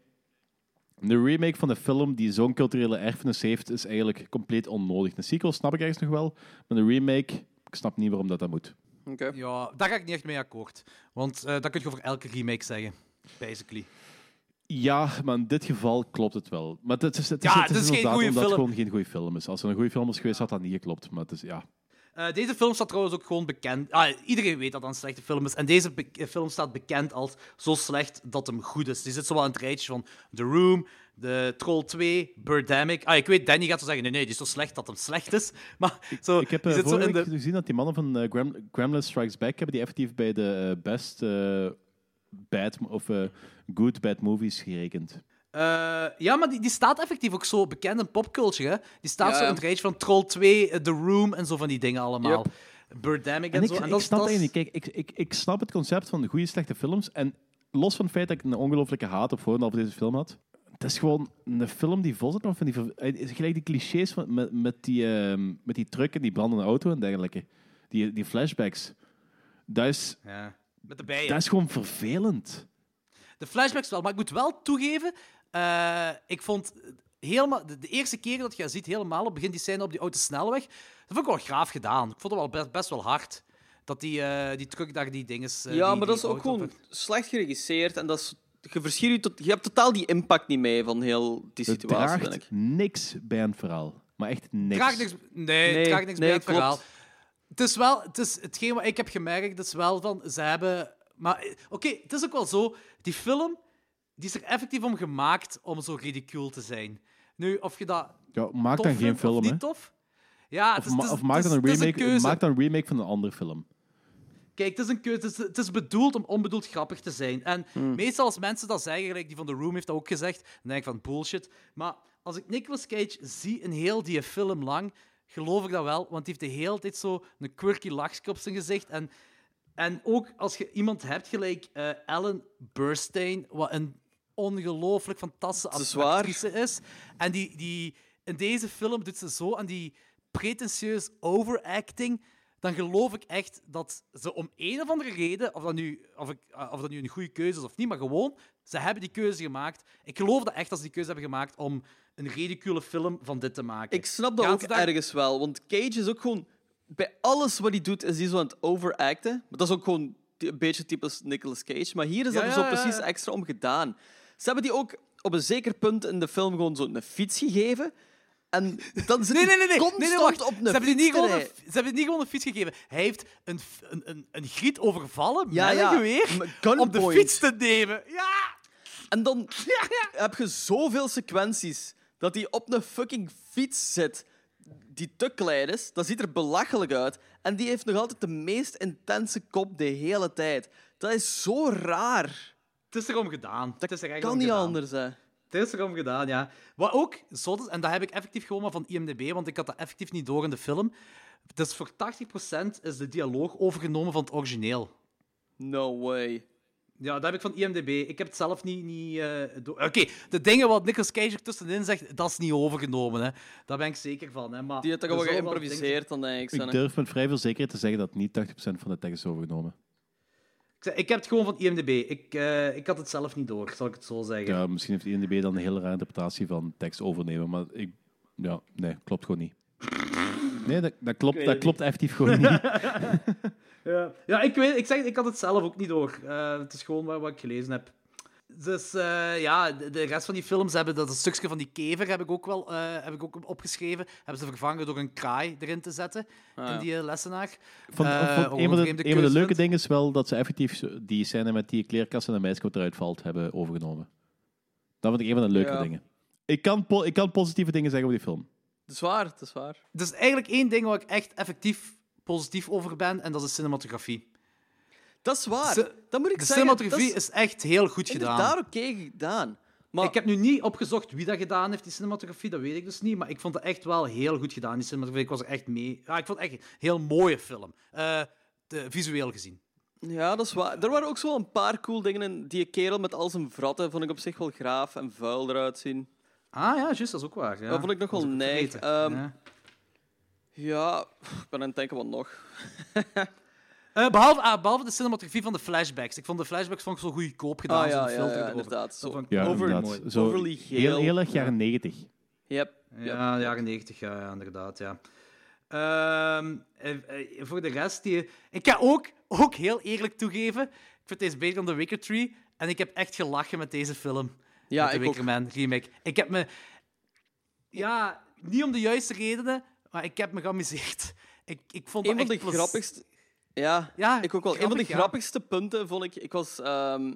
Speaker 2: de remake van de film die zo'n culturele erfenis heeft, is eigenlijk compleet onnodig. Een sequel snap ik ergens nog wel, maar de remake, ik snap niet waarom dat, dat moet.
Speaker 3: Oké.
Speaker 1: Ja, daar ga ik niet echt mee akkoord. Want eh, dat kun je over elke remake zeggen, basically.
Speaker 2: Ja, maar in dit geval klopt het wel. Maar het is, het is,
Speaker 1: Ja,
Speaker 2: het is,
Speaker 1: het is geen
Speaker 2: inderdaad
Speaker 1: goeie
Speaker 2: omdat het
Speaker 1: film.
Speaker 2: gewoon geen goede film is. Als er een goede film was geweest, had dat niet geklopt. Maar het is, ja.
Speaker 1: Eh, deze film staat trouwens ook gewoon bekend. Ah, iedereen weet dat dat een slechte film is. En deze be- eh, film staat bekend als zo slecht dat hem goed is. Die zit zo wel in het rijtje van The Room, The Troll 2, Birdemic. Ah, ik weet, Danny gaat zo zeggen: nee, nee, die is zo slecht dat hem slecht is. Maar zo,
Speaker 2: Ik heb
Speaker 1: die
Speaker 2: eh,
Speaker 1: zit zo
Speaker 2: vorige
Speaker 1: in
Speaker 2: week
Speaker 1: de.
Speaker 2: gezien dat die mannen van eh, Grem- Gremlins Strikes Back hebben die effectief bij de eh, best eh, bad mo- of eh, good bad movies gerekend.
Speaker 1: Eh, ja, maar die, die staat effectief ook zo bekend in popculture. Hè? Die staat
Speaker 3: Ja,
Speaker 1: zo in
Speaker 3: ja.
Speaker 1: het rijtje van Troll 2, eh, The Room en zo van die dingen allemaal. Birdemic en,
Speaker 2: En ik,
Speaker 1: zo. En
Speaker 2: ik
Speaker 1: dat, is-
Speaker 2: snap
Speaker 1: dat is-
Speaker 2: eigenlijk, kijk, ik, ik, ik snap het concept van goede slechte films. En los van het feit dat ik een ongelofelijke haat op voorhand al voor deze film had. Het is gewoon een film die vol zit met van die... ver- eh, is Gelijk die clichés van, met, met, die, ehm, met die truck en die brandende auto en dergelijke. Die, die flashbacks. Dat is,
Speaker 1: Ja. Met de bijen.
Speaker 2: dat is gewoon vervelend.
Speaker 1: De flashbacks wel, maar ik moet wel toegeven, eh, ik vond helemaal, de, de eerste keer dat je dat ziet, helemaal op het begin die scène op die oude snelweg, dat vond ik wel graaf gedaan. Ik vond het wel best, best wel hard. Dat die, eh, die truck daar die dinges... eh,
Speaker 3: ja,
Speaker 1: die- die
Speaker 3: maar dat is ook
Speaker 1: auto
Speaker 3: gewoon
Speaker 1: pakt.
Speaker 3: slecht geregisseerd. En dat is, je, verschiet je, tot, je hebt totaal die impact niet mee van heel die
Speaker 2: Het
Speaker 3: situatie, vind
Speaker 2: draagt
Speaker 3: ik.
Speaker 2: niks bij een verhaal. Maar echt niks.
Speaker 1: Draagt niks, nee,
Speaker 3: Nee,
Speaker 1: het draagt niks
Speaker 3: nee,
Speaker 1: bij het
Speaker 3: klopt.
Speaker 1: verhaal. Het is wel, het is hetgeen wat ik heb gemerkt, dat is wel van, ze hebben... Maar eh, oké, het is ook wel zo, die film, die is er effectief om gemaakt om zo ridicuul te zijn. Nu, of je dat
Speaker 2: Ja, maak
Speaker 1: tof
Speaker 2: dan geen
Speaker 1: vindt of
Speaker 2: film, hè.
Speaker 1: niet tof... Ja, het
Speaker 2: Of,
Speaker 1: is, het
Speaker 2: ma-
Speaker 1: is-
Speaker 2: of
Speaker 1: het
Speaker 2: maak,
Speaker 1: is-
Speaker 2: dan een
Speaker 1: het is
Speaker 2: remake,
Speaker 1: keuze.
Speaker 2: maak dan een remake van een andere film.
Speaker 1: Kijk, het is een keuze. Het is, het is bedoeld om onbedoeld grappig te zijn. En
Speaker 2: Hmm.
Speaker 1: meestal als mensen dat zeggen, gelijk die van The Room heeft dat ook gezegd, dan denk ik van bullshit. Maar als ik Nicolas Cage zie in heel die film lang, geloof ik dat wel, want die heeft de hele tijd zo een quirky lachje op zijn gezicht. En, en ook als je iemand hebt gelijk eh Ellen Burstein, wat een ongelooflijk fantastische
Speaker 3: Het is waar.
Speaker 1: actrice is. En die, die, in deze film doet ze zo aan die pretentieus overacting. Dan geloof ik echt dat ze om een of andere reden, of dat, nu, of, ik, eh, of dat nu een goede keuze is of niet, maar gewoon, ze hebben die keuze gemaakt. Ik geloof dat echt dat ze die keuze hebben gemaakt om een ridicule film van dit te maken.
Speaker 3: Ik snap dat
Speaker 1: Gaat
Speaker 3: ook
Speaker 1: het daar-
Speaker 3: ergens wel. Want Cage is ook gewoon... Bij alles wat hij doet, is hij zo aan het overacten. Maar dat is ook gewoon ty- een beetje typisch Nicolas Cage. Maar hier is
Speaker 1: Ja,
Speaker 3: dat er
Speaker 1: ja,
Speaker 3: zo
Speaker 1: ja,
Speaker 3: precies
Speaker 1: ja.
Speaker 3: extra om gedaan. Ze hebben die ook op een zeker punt in de film gewoon zo'n fiets gegeven. En dan zit
Speaker 1: Nee, nee, nee,
Speaker 3: hij
Speaker 1: nee.
Speaker 3: constant
Speaker 1: nee, nee wacht.
Speaker 3: op een
Speaker 1: ze, hebben die
Speaker 3: fiets
Speaker 1: niet
Speaker 3: te
Speaker 1: gewoon een,
Speaker 3: rijden.
Speaker 1: ze hebben die niet gewoon een fiets gegeven. Hij heeft een, f- een, een, een griet overvallen
Speaker 3: Ja,
Speaker 1: met
Speaker 3: ja.
Speaker 1: een geweer
Speaker 3: M- gunpoint.
Speaker 1: om de fiets te nemen. Ja!
Speaker 3: En dan
Speaker 1: Ja, ja.
Speaker 3: heb je zoveel sequenties dat hij op een fucking fiets zit die te klein is. Dat ziet er belachelijk uit. En die heeft nog altijd de meest intense kop de hele tijd. Dat is zo raar.
Speaker 1: Het is erom gedaan. het is er echt
Speaker 3: Kan
Speaker 1: om
Speaker 3: niet
Speaker 1: gedaan.
Speaker 3: anders, hè.
Speaker 1: Het is erom gedaan, ja. Wat ook zot is, en dat heb ik effectief gewoon maar van IMDb, want ik had dat effectief niet door in de film. Dus voor 80% is de dialoog overgenomen van het origineel.
Speaker 3: No way.
Speaker 1: Ja, dat heb ik van IMDb. Ik heb het zelf niet... niet eh, door- Oké, de dingen wat Nicolas Cage er tussenin zegt, dat is niet overgenomen. Hè. Daar ben ik zeker van. Hè. Maar
Speaker 3: Die heeft toch
Speaker 1: er
Speaker 3: gewoon
Speaker 1: zullen wel dingen-
Speaker 3: geïmproviseerd, dan denk ik.
Speaker 2: Ik
Speaker 3: zo, hè.
Speaker 2: durf met vrij veel zekerheid te zeggen dat niet 80% van de tekst is overgenomen.
Speaker 1: Ik zeg, ik heb het gewoon van IMDb. Ik, eh, ik had het zelf niet door, zal ik het zo zeggen.
Speaker 2: Ja, misschien heeft INDB dan een hele rare interpretatie van tekst overnemen, maar ik... Ja, nee, klopt gewoon niet. Nee, dat, dat, klopt,
Speaker 3: weet
Speaker 2: dat
Speaker 3: het
Speaker 2: klopt effectief gewoon niet.
Speaker 1: Ja, ja ik, weet, ik, zeg, het, ik had het zelf ook niet door. Eh, het is gewoon wat, wat ik gelezen heb. Dus eh, ja, de, de rest van die films hebben dat stukje van die kever heb ik ook wel eh, heb ik ook opgeschreven. Hebben ze vervangen door een kraai erin te zetten
Speaker 3: Ah, ja.
Speaker 1: in die eh, lessenaar.
Speaker 2: Van,
Speaker 1: Eh,
Speaker 2: van-
Speaker 1: ook
Speaker 2: een van
Speaker 1: vreemde
Speaker 2: de, een van de
Speaker 1: keuze
Speaker 2: leuke
Speaker 1: vindt.
Speaker 2: dingen is wel dat ze effectief zo- die scène met die kleerkast en de meisje wat eruit valt hebben overgenomen. Dat vond ik een van de leukere
Speaker 3: Ja.
Speaker 2: dingen. Ik kan, po- ik kan positieve dingen zeggen over die film.
Speaker 3: Dat is waar, dat is waar.
Speaker 1: Dus eigenlijk één ding waar ik echt effectief positief over ben, en dat is de cinematografie.
Speaker 3: Dat is waar.
Speaker 1: Ze-
Speaker 3: dat moet ik
Speaker 1: De
Speaker 3: zeggen.
Speaker 1: cinematografie
Speaker 3: dat
Speaker 1: is echt heel goed gedaan.
Speaker 3: inderdaad oké gedaan. Maar
Speaker 1: Ik heb nu niet opgezocht wie dat gedaan heeft, die cinematografie, dat weet ik dus niet. Maar ik vond het echt wel heel goed gedaan, die cinematografie. Ik was er echt mee. Ja, ik vond het echt een heel mooie film. Eh, de, visueel gezien.
Speaker 3: Ja, dat is waar. Er waren ook zo een paar cool dingen in. Die kerel met al zijn vratten vond ik op zich wel graaf en vuil eruit zien.
Speaker 1: Ah ja, juist, dat is ook waar. Ja.
Speaker 3: Dat vond ik nog
Speaker 1: Dat is
Speaker 3: wel
Speaker 1: ook
Speaker 3: neig.
Speaker 1: vergeten.
Speaker 3: Ehm,
Speaker 1: Ja.
Speaker 3: Ja, ik ben aan het denken wat nog.
Speaker 1: Eh, behalve, ah, behalve de cinematografie van de flashbacks. Ik vond de flashbacks vond ik zo goedkoop gedaan.
Speaker 3: Ah, ja,
Speaker 1: zo'n
Speaker 3: ja,
Speaker 1: filter
Speaker 3: ja,
Speaker 1: erover.
Speaker 3: inderdaad.
Speaker 1: Dat
Speaker 3: Zo.
Speaker 1: vond ik-
Speaker 2: Ja,
Speaker 3: Over-
Speaker 2: inderdaad. Zo
Speaker 3: overly geel.
Speaker 2: Heel, heel erg jaren negentig.
Speaker 3: Yep.
Speaker 1: Ja, jaren 90, ja, ja, inderdaad, ja. Ehm, eh, eh, voor de rest, die... ik ga ook, ook heel eerlijk toegeven, ik vind deze beter dan The Wicker Tree, en ik heb echt gelachen met deze film.
Speaker 3: Ja,
Speaker 1: met de
Speaker 3: ik ook.
Speaker 1: Wicker Man remake. Ik heb me... Ja, niet om de juiste redenen, maar ik heb me geamuseerd. Ik, ik vond
Speaker 3: Een
Speaker 1: dat
Speaker 3: van de
Speaker 1: echt plez-
Speaker 3: grappigste... Ja,
Speaker 1: Ja,
Speaker 3: ik ook wel. een van de
Speaker 1: grappig, ja.
Speaker 3: grappigste punten vond ik... Ik was... ehm,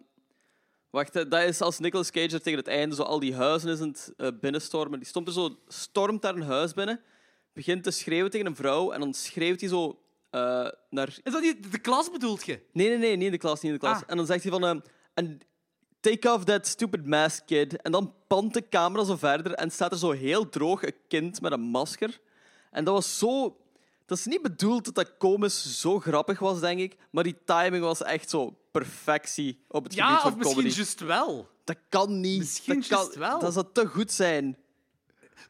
Speaker 3: Wacht, hè, dat is als Nicolas Cage er tegen het einde zo al die huizen is aan het eh, binnenstormen. Die stond er zo, stormt daar een huis binnen, begint te schreeuwen tegen een vrouw en dan schreeuwt hij zo eh, naar
Speaker 1: Is dat niet de, de klas bedoelt je?
Speaker 3: Nee, nee, nee, niet in de klas, niet in de klas.
Speaker 1: Ah.
Speaker 3: En dan zegt hij van... ehm, en take off that stupid mask, kid. En dan pant de camera zo verder en staat er zo heel droog een kind met een masker. En dat was zo... Dat is niet bedoeld dat dat komisch zo grappig was, denk ik. Maar die timing was echt zo perfectie op het
Speaker 1: Ja,
Speaker 3: gebied
Speaker 1: of
Speaker 3: van
Speaker 1: misschien
Speaker 3: comedy.
Speaker 1: juist wel.
Speaker 3: Dat kan niet.
Speaker 1: Misschien
Speaker 3: dat kan,
Speaker 1: juist wel.
Speaker 3: Dat zou te goed zijn.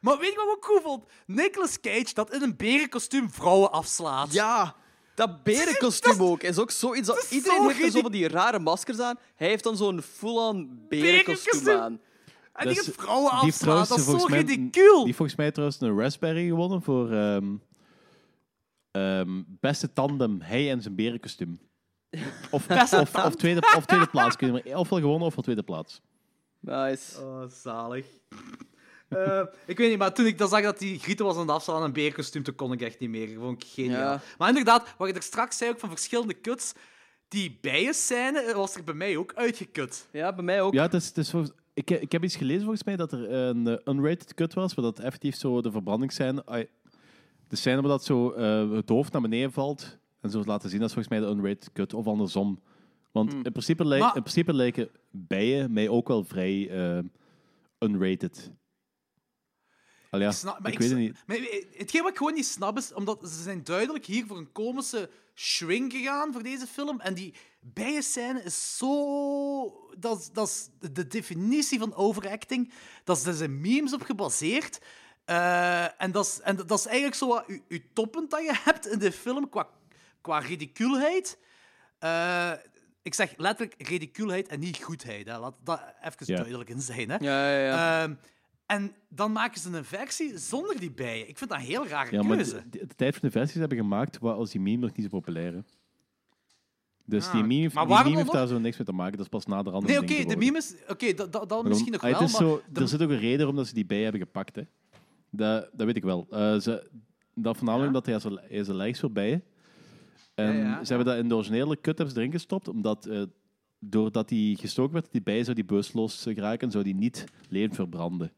Speaker 1: Maar weet je wat ik ook cool vond? Nicolas Cage dat in een berenkostuum vrouwen afslaat.
Speaker 3: Ja, dat berenkostuum ook is ook zoiets. Dat,
Speaker 1: is
Speaker 3: iedereen
Speaker 1: zo
Speaker 3: heeft er zo
Speaker 1: ridic-
Speaker 3: van die rare maskers aan. Hij heeft dan zo'n full-on berenkostuum
Speaker 1: Berenkostuum.
Speaker 3: aan.
Speaker 1: En die
Speaker 2: Dus
Speaker 1: gaat vrouwen
Speaker 2: die heeft
Speaker 1: afslaan.
Speaker 2: trouwens
Speaker 1: Dat is zo
Speaker 2: volgens mij- Die
Speaker 1: ridicuul.
Speaker 2: heeft volgens mij trouwens een Raspberry gewonnen voor ehm, ehm, beste tandem, hij en zijn berenkostuum. Of, of, of, tweede, of tweede plaats. kun je maar- Ofwel gewonnen ofwel tweede plaats.
Speaker 3: Nice.
Speaker 1: Oh, zalig. Eh, ik weet niet, maar toen ik dat zag dat die Grieten was aan het afslaan en een beerkostuum, toen kon ik echt niet meer. Dat vond ik geniaal.
Speaker 3: Ja.
Speaker 1: Maar inderdaad, wat ik er straks zei ook van verschillende kuts, die bijenscène eh, was er bij mij ook uitgekut.
Speaker 3: Ja, bij mij ook.
Speaker 2: Ja, het is, het is volgens- ik, ik heb iets gelezen volgens mij dat er een eh, unrated cut was, maar dat effectief zo de verbrandingsscène... ai, de scène waar dat zo eh, het hoofd naar beneden valt en zo laten zien, dat is volgens mij de unrated cut, of andersom. Want in, principe lij-
Speaker 1: Hmm. Maar-
Speaker 2: in principe lijken bijen mij ook wel vrij eh, unrated. Al ja,
Speaker 1: Ik snap-
Speaker 2: ik,
Speaker 1: maar ik
Speaker 2: weet het
Speaker 1: sna-
Speaker 2: niet.
Speaker 1: Maar hetgeen wat ik gewoon niet snap is, omdat ze zijn duidelijk hier voor een komische swing gegaan voor deze film. En die bijenscène is zo... Dat, is- dat is de definitie van overacting. Dat is, daar zijn memes op gebaseerd. Eh, en, dat is, en dat is eigenlijk zo wat je, je toppunt dat je hebt in de film qua, qua ridicuulheid. Eh, ik zeg letterlijk ridicuulheid en niet goedheid. Hè. Laat dat even
Speaker 2: Ja.
Speaker 1: duidelijk in zijn. Hè.
Speaker 3: Ja, ja, ja.
Speaker 1: Ehm, en dan maken ze een versie zonder die bijen. Ik vind dat een heel rare
Speaker 2: Ja, maar de,
Speaker 1: keuze.
Speaker 2: de- de tijd van de versies hebben gemaakt waar als die meme nog niet zo populair hè. Dus
Speaker 1: Ah,
Speaker 2: die
Speaker 1: oké.
Speaker 2: meme, heeft-
Speaker 1: Maar
Speaker 2: die
Speaker 1: waarom
Speaker 2: meme heeft
Speaker 1: dan
Speaker 2: daar zo niks mee te maken. Dat is pas na de andere
Speaker 1: nee, oké, de meme is... Oké, dat, dat, dat misschien nog
Speaker 2: Ah, het
Speaker 1: wel,
Speaker 2: is
Speaker 1: maar...
Speaker 2: zo-
Speaker 1: de-
Speaker 2: Er zit ook een reden om dat ze die bij hebben gepakt. Hè. Dat, dat weet ik wel. Eh, ze, dat voornamelijk omdat hij zijn, hij zijn lijst voor bijen. En
Speaker 1: Ja, ja,
Speaker 2: ze hebben dat in de originele cut hebben ze erin gestopt, omdat eh, doordat hij gestoken werd, die bij zou die bewusteloos eh, geraken en zou die niet levend verbranden.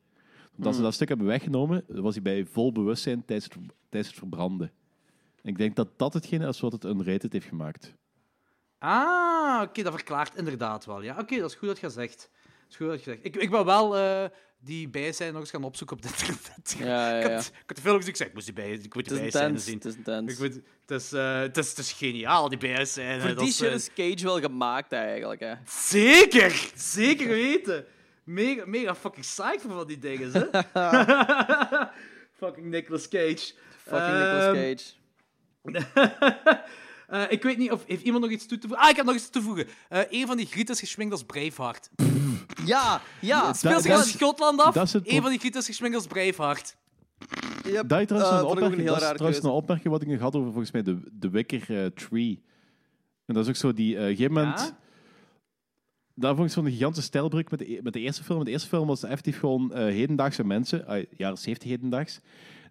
Speaker 2: Omdat ze dat stuk hebben weggenomen, was hij bij vol bewustzijn tijdens het, tijdens het verbranden. En ik denk dat dat hetgene is wat het unrated heeft gemaakt.
Speaker 1: Ah, oké, dat verklaart inderdaad wel. Ja, oké, dat is goed dat je dat zegt. Dat is goed dat je dat zegt. Ik, ik ben wel eh, die bijscène nog eens gaan opzoeken op dit internet.
Speaker 3: ja,
Speaker 1: Ik,
Speaker 3: ja.
Speaker 1: had, ik had de film gezien, ik zei, ik moest die bij, ik moet
Speaker 3: Het
Speaker 1: die
Speaker 3: is een
Speaker 1: bijscène
Speaker 3: dance.
Speaker 1: zien.
Speaker 3: Het is een
Speaker 1: Ik
Speaker 3: dance.
Speaker 1: moet, het, is, eh, het, is, het is geniaal, die bijscène.
Speaker 3: Voor
Speaker 1: dat
Speaker 3: die
Speaker 1: is,
Speaker 3: shit
Speaker 1: eh,
Speaker 3: is Cage wel gemaakt, eigenlijk. Hè.
Speaker 1: Zeker! Zeker weten! Mega, mega fucking psyched voor van die dingen, hè? fucking Nicolas Cage.
Speaker 3: Ehm, Fucking
Speaker 1: Ehm,
Speaker 3: Nicolas Cage.
Speaker 1: Eh, ik weet niet of heeft iemand nog iets toe te voegen. Ah, ik heb nog iets toe te voegen. Eh een van die Grieten is geschminkt als Braveheart. ja, ja. Speelt
Speaker 2: dat-
Speaker 1: zich
Speaker 2: dat
Speaker 1: aan
Speaker 2: is-
Speaker 1: Schotland af.
Speaker 2: dat is het
Speaker 1: Een
Speaker 2: pro-
Speaker 1: van die Grieten is geschminkt als Braveheart.
Speaker 3: Yep.
Speaker 2: Dat is trouwens een
Speaker 3: Eh, vond ik ook
Speaker 2: opmerking.
Speaker 3: heel
Speaker 2: Dat is
Speaker 3: rare
Speaker 2: trouwens een
Speaker 3: keuze.
Speaker 2: opmerking wat ik nog had over volgens mij de, de Wicker eh, Tree. En dat is ook zo die eh, op een gegeven moment.
Speaker 1: Ja?
Speaker 2: Daar vond ik zo'n gigantische stijlbreuk met de, e- met de eerste film. De eerste film was effectief gewoon eh, hedendaagse mensen, ah, jaren 70 hedendaags,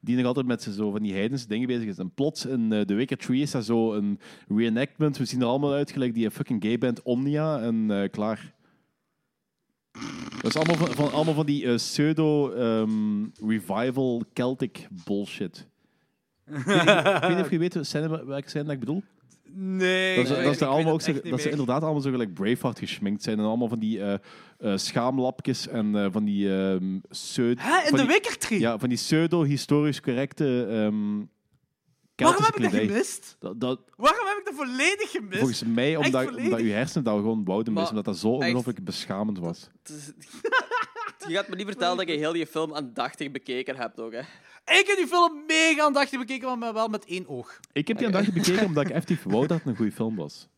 Speaker 2: die nog altijd met zo van die heidense dingen bezig is. En plots in eh The Wicker Tree is daar zo een reenactment. We zien er allemaal uit gelijk die fucking gay band Omnia en eh, klaar. Dat is allemaal van, van, allemaal van die eh, pseudo-revival Celtic bullshit. Ik weet niet of je weet wat scène- welke scène dat ik bedoel.
Speaker 1: Nee.
Speaker 2: Dat, ze-
Speaker 1: ik weet-
Speaker 2: dat,
Speaker 1: ik
Speaker 2: ze,
Speaker 1: weet
Speaker 2: allemaal
Speaker 1: het
Speaker 2: ook zo-
Speaker 1: echt niet
Speaker 2: dat ze
Speaker 1: meer.
Speaker 2: inderdaad allemaal zo gelijk Braveheart geschminkt zijn. En allemaal van die eh, eh, schaamlapjes en eh, van die ehm pseudo...
Speaker 1: Hè, in
Speaker 2: van
Speaker 1: de
Speaker 2: die,
Speaker 1: Wicker Tree?
Speaker 2: Ja, van die pseudo-historisch correcte ehm
Speaker 1: Waarom
Speaker 2: Keltische
Speaker 1: heb ik dat
Speaker 2: kledij.
Speaker 1: gemist?
Speaker 2: Dat, dat-
Speaker 1: Waarom heb ik dat volledig gemist?
Speaker 2: volgens mij,
Speaker 1: Echt
Speaker 2: omdat,
Speaker 1: volledig.
Speaker 2: omdat uw hersenen daar gewoon wouden
Speaker 3: Maar
Speaker 2: missen. Omdat dat zo
Speaker 3: echt.
Speaker 2: ongelooflijk beschamend was.
Speaker 3: Het is- Je gaat me niet vertellen dat je heel die film aandachtig bekeken hebt ook, hè.
Speaker 1: Ik heb die film mega aandachtig bekeken, maar wel met één oog.
Speaker 2: Ik heb die aan dag bekeken omdat ik effectief wou dat het een goede film was.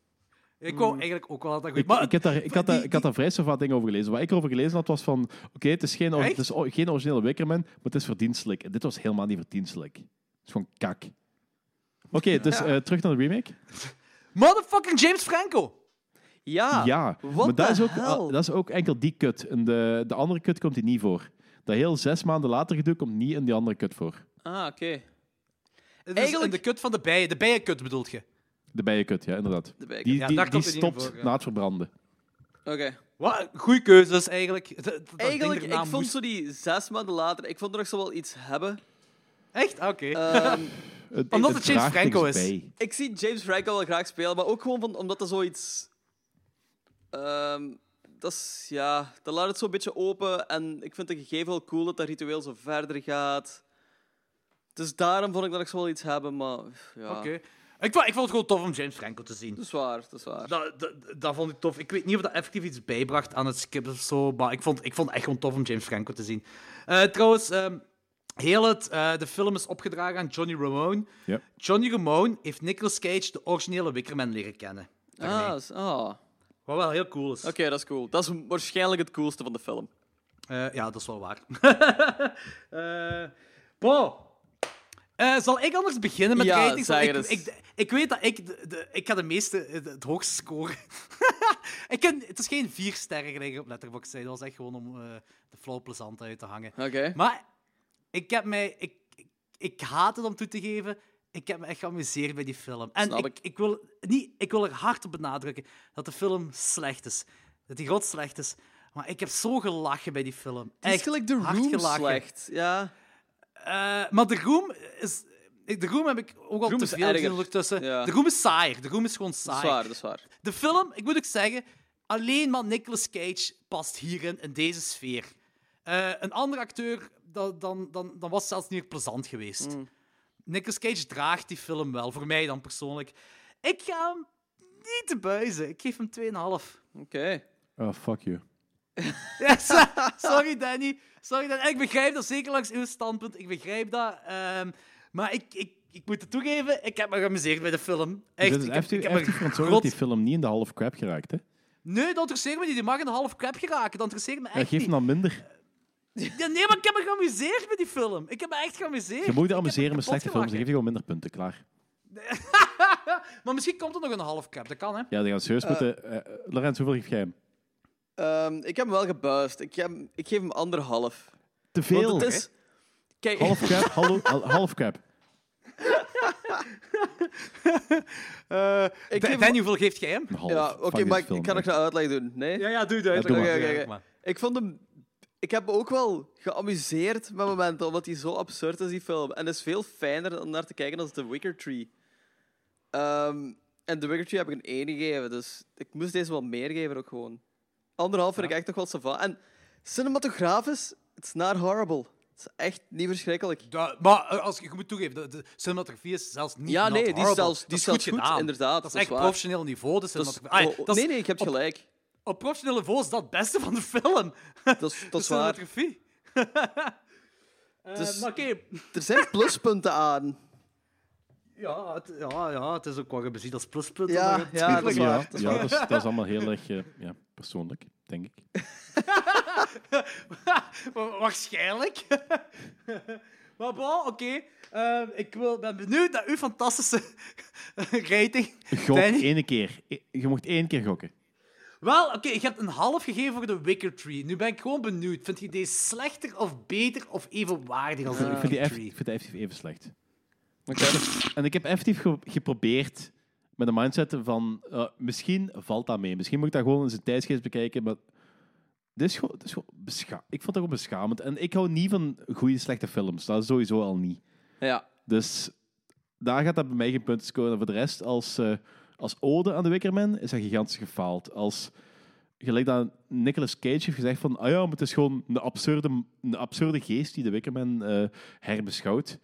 Speaker 1: Ik wou eigenlijk ook wel dat dat goed...
Speaker 2: Ik,
Speaker 1: maar
Speaker 2: ik, heb daar, ik, had daar,
Speaker 1: die-
Speaker 2: ik had daar vrij zo wat dingen over gelezen. Wat ik erover gelezen had, was van... Oké, het is, geen, or-
Speaker 1: Echt?
Speaker 2: het is o- geen originele Wickerman, maar het is verdienstelijk. En dit was helemaal niet verdienstelijk. Het is gewoon kak. Oké, dus eh, terug naar de remake.
Speaker 1: Motherfucking James Franco! Ah,
Speaker 3: Ja.
Speaker 2: ja,
Speaker 3: what
Speaker 2: maar dat
Speaker 3: the
Speaker 2: is, ook, ah,
Speaker 3: hell?
Speaker 2: dat is ook enkel die kut. En de, de andere kut komt hier niet voor. Dat heel zes maanden later gedoe komt niet in die andere kut voor.
Speaker 3: Ah, oké.
Speaker 1: Dus
Speaker 3: Eigenlijk-
Speaker 1: Eigenlijk... de kut van de bijen. De bijenkut bedoelt je.
Speaker 2: De bijenkut, ja, inderdaad.
Speaker 3: De bijenkut.
Speaker 2: Die,
Speaker 1: Ja,
Speaker 2: die,
Speaker 1: daar
Speaker 2: die
Speaker 1: komt het niet
Speaker 2: stopt
Speaker 1: voor, ja.
Speaker 2: na het verbranden.
Speaker 3: Oké.
Speaker 1: Wat? Goeie keuzes, eigenlijk. Dat- dat- dat
Speaker 3: Eigenlijk,
Speaker 1: ding erna
Speaker 3: ik vond
Speaker 1: moest-
Speaker 3: zo die zes maanden later, ik vond er nog zo wel iets hebben.
Speaker 1: Echt? Ah, Oké.
Speaker 3: Ehm,
Speaker 2: Het-
Speaker 1: Omdat het James
Speaker 2: vraagt
Speaker 1: Franco
Speaker 2: niks
Speaker 1: is.
Speaker 2: bij.
Speaker 3: ik zie James Franco wel graag spelen, maar ook gewoon van, omdat dat zoiets... Ehm, dat is, ja, dat laat het zo een beetje open en ik vind het gegeven wel cool dat dat ritueel zo verder gaat. Dus daarom vond ik dat ik zo wel iets hebben, maar ja.
Speaker 1: Oké. Ik, vond, ik vond het gewoon tof om James Franco te zien. Dus
Speaker 3: Dat is waar, dat is waar.
Speaker 1: Dat, dat, dat vond ik tof. Ik weet niet of dat effectief iets bijbracht aan het skip of zo, maar ik vond, ik vond het echt gewoon tof om James Franco te zien. Eh, trouwens, ehm, heel het, eh, de film is opgedragen aan Johnny Ramone.
Speaker 2: Ja.
Speaker 1: Johnny Ramone heeft Nicolas Cage de originele Wickerman leren kennen.
Speaker 3: Ah, dat is- ah. oké,
Speaker 1: Wat wel heel cool is.
Speaker 3: dat is cool. Dat is waarschijnlijk het coolste van de film.
Speaker 1: Eh, ja, dat is wel waar. Eh Bo, Eh, zal ik anders beginnen met
Speaker 3: Ja,
Speaker 1: ratings? Want
Speaker 3: zeg
Speaker 1: ik,
Speaker 3: het eens.
Speaker 1: ik, ik weet dat ik, de, de- ik ga de meeste, de- het hoogste scoren. ik ken, het is geen vier sterren gelijk op Letterboxd. hè. Dat was echt gewoon om eh, de flow plezant uit te hangen.
Speaker 3: Oké.
Speaker 1: Maar ik heb mij... Ik, ik, ik haat het om toe te geven. Ik heb me echt geamuseerd bij die film. En
Speaker 3: Snap
Speaker 1: ik,
Speaker 3: ik.
Speaker 1: ik. wil, niet, ik wil er hard op benadrukken dat de film slecht is. Dat die rot slecht is. Maar ik heb zo gelachen bij die film.
Speaker 3: Het
Speaker 1: Echt
Speaker 3: is gelijk de
Speaker 1: hard
Speaker 3: room
Speaker 1: gelachen.
Speaker 3: slecht. Ja.
Speaker 1: Eh, maar de Room is... ik- De Room heb ik ook al
Speaker 3: Room
Speaker 1: te
Speaker 3: is
Speaker 1: veel
Speaker 3: erger.
Speaker 1: gezien ondertussen.
Speaker 3: Ja.
Speaker 1: De Room is saaier. De Room is gewoon
Speaker 3: Dat is
Speaker 1: saai.
Speaker 3: waar, dat is waar.
Speaker 1: De film, ik moet ook zeggen, alleen maar Nicolas Cage past hierin, in deze sfeer. Eh, een andere acteur, dan, dan, dan, dan was het zelfs niet meer plezant geweest. Nicolas Cage draagt die film wel, voor mij dan persoonlijk. Ik ga hem niet te buizen. Ik geef hem 2,5.
Speaker 3: Oké.
Speaker 2: Oh, fuck you.
Speaker 1: Ja, so- sorry, Danny. Sorry, Danny. En ik begrijp dat zeker langs uw standpunt. Ik begrijp dat. ehm, maar ik, ik, ik moet het toegeven, ik heb me geamuseerd bij de film. Echt,
Speaker 2: Dus het
Speaker 1: ik
Speaker 2: is
Speaker 1: heb,
Speaker 2: effectief
Speaker 1: ik heb me
Speaker 2: effectief ontzorgd dat
Speaker 1: grot-
Speaker 2: die film niet in de half crap geraakt, hè?
Speaker 1: Nee, dat interesseert me niet. Die mag in de half crap geraken. Dat interesseert me echt
Speaker 2: Ja, geef hem
Speaker 1: niet.
Speaker 2: dan nou minder.
Speaker 1: Ja, nee, maar ik heb me geamuseerd met die film. Ik heb me echt geamuseerd.
Speaker 2: Je moet je
Speaker 1: Ik heb me
Speaker 2: amuseren met
Speaker 1: kapot
Speaker 2: slechte films. Dan
Speaker 1: gelachen.
Speaker 2: geef je gewoon minder punten, klaar.
Speaker 1: Maar misschien komt er nog een half crap. Dat kan, hè?
Speaker 2: Ja, dan gaan we serieus moeten... eh, Lorenz, hoeveel geef jij hem?
Speaker 3: Ehm, ik heb hem wel gebuist. Ik, heb, ik geef hem anderhalf.
Speaker 2: Te
Speaker 3: Want
Speaker 2: veel.
Speaker 3: het is... Kijk,
Speaker 2: Half crap, hallo, hal- half crap.
Speaker 3: ik
Speaker 1: Da-
Speaker 3: geef hem-
Speaker 1: Danny, hoeveel geeft jij hem?
Speaker 2: Een half.
Speaker 3: Ja, oké,
Speaker 2: Fucking
Speaker 3: maar ik,
Speaker 2: film,
Speaker 3: ik kan nog
Speaker 2: echt.
Speaker 3: een uitleg doen. Nee?
Speaker 1: Ja, ja, doe het
Speaker 2: doe maar.
Speaker 1: uitleggen.
Speaker 3: Oké, oké,
Speaker 1: Ja,
Speaker 3: oké. Ik vond hem... Ik heb me ook wel geamuseerd met momenten, omdat hij zo absurd is, die film. En het is veel fijner om naar te kijken dan The Wicker Tree. Ehm, en The Wicker Tree heb ik een 1 gegeven, dus ik moest deze wel meer geven ook gewoon. Anderhalf vind ik echt nog wel sava. En cinematografisch, it's not horrible. Het is echt niet verschrikkelijk.
Speaker 1: Da- maar eh, als, je moet toegeven, de, de cinematografie is zelfs niet
Speaker 3: Ja,
Speaker 1: not
Speaker 3: nee, die is
Speaker 1: horrible.
Speaker 3: zelfs- die
Speaker 1: Dat
Speaker 3: is zelfs goed,
Speaker 1: gedaan.
Speaker 3: inderdaad,
Speaker 1: Dat
Speaker 3: dat
Speaker 1: is
Speaker 3: is
Speaker 1: echt
Speaker 3: waar.
Speaker 1: professioneel niveau, de
Speaker 3: Dat is-
Speaker 1: cinematografie. Ah,
Speaker 3: oh,
Speaker 1: dat is-
Speaker 3: nee, nee, ik heb
Speaker 1: op-
Speaker 3: gelijk.
Speaker 1: Op professioneel niveau is dat het beste van de film.
Speaker 3: Dat is,
Speaker 1: de
Speaker 3: dat is waar.
Speaker 1: cinematografie. Eh,
Speaker 3: Dus-
Speaker 1: maar oké,
Speaker 3: Er zijn pluspunten aan.
Speaker 1: Ja, het, ja, ja, het is ook wat bezien als pluspunt.
Speaker 3: Ja,
Speaker 1: maar het-
Speaker 3: ja, dat is waar.
Speaker 2: Ja, ja dat, is, dat is allemaal heel erg eh, ja, persoonlijk, denk ik.
Speaker 1: Wa- Waarschijnlijk. maar bon, oké. Ehm, ik wil, ben benieuwd naar uw fantastische rating.
Speaker 2: Gok,
Speaker 1: Danny?
Speaker 2: één keer. I- Je mocht één keer gokken.
Speaker 1: Wel, oké, je hebt een half gegeven voor de Wicker Tree. Nu ben ik gewoon benieuwd. Vind je deze slechter of beter of evenwaardig als de
Speaker 2: Eh, ik, vind die
Speaker 1: Wicker
Speaker 2: eff- ik
Speaker 1: Tree?
Speaker 2: vind die effectief even slecht.
Speaker 3: Oké.
Speaker 2: En ik heb effectief ge- geprobeerd met een mindset van eh, misschien valt dat mee. Misschien moet ik dat gewoon in zijn tijdsgeest bekijken. Maar dit is gewoon, dit is gewoon bescha- ik vond dat gewoon beschamend. En ik hou niet van goede, slechte films. Dat is sowieso al niet.
Speaker 3: Ja.
Speaker 2: Dus daar gaat dat bij mij geen punten scoren. En voor de rest, als, eh, als ode aan de Wickerman, is hij gigantisch gefaald. Als gelijk dat Nicolas Cage heeft gezegd van, ah ja, maar het is gewoon een absurde, een absurde geest die de Wickerman eh, herbeschouwt,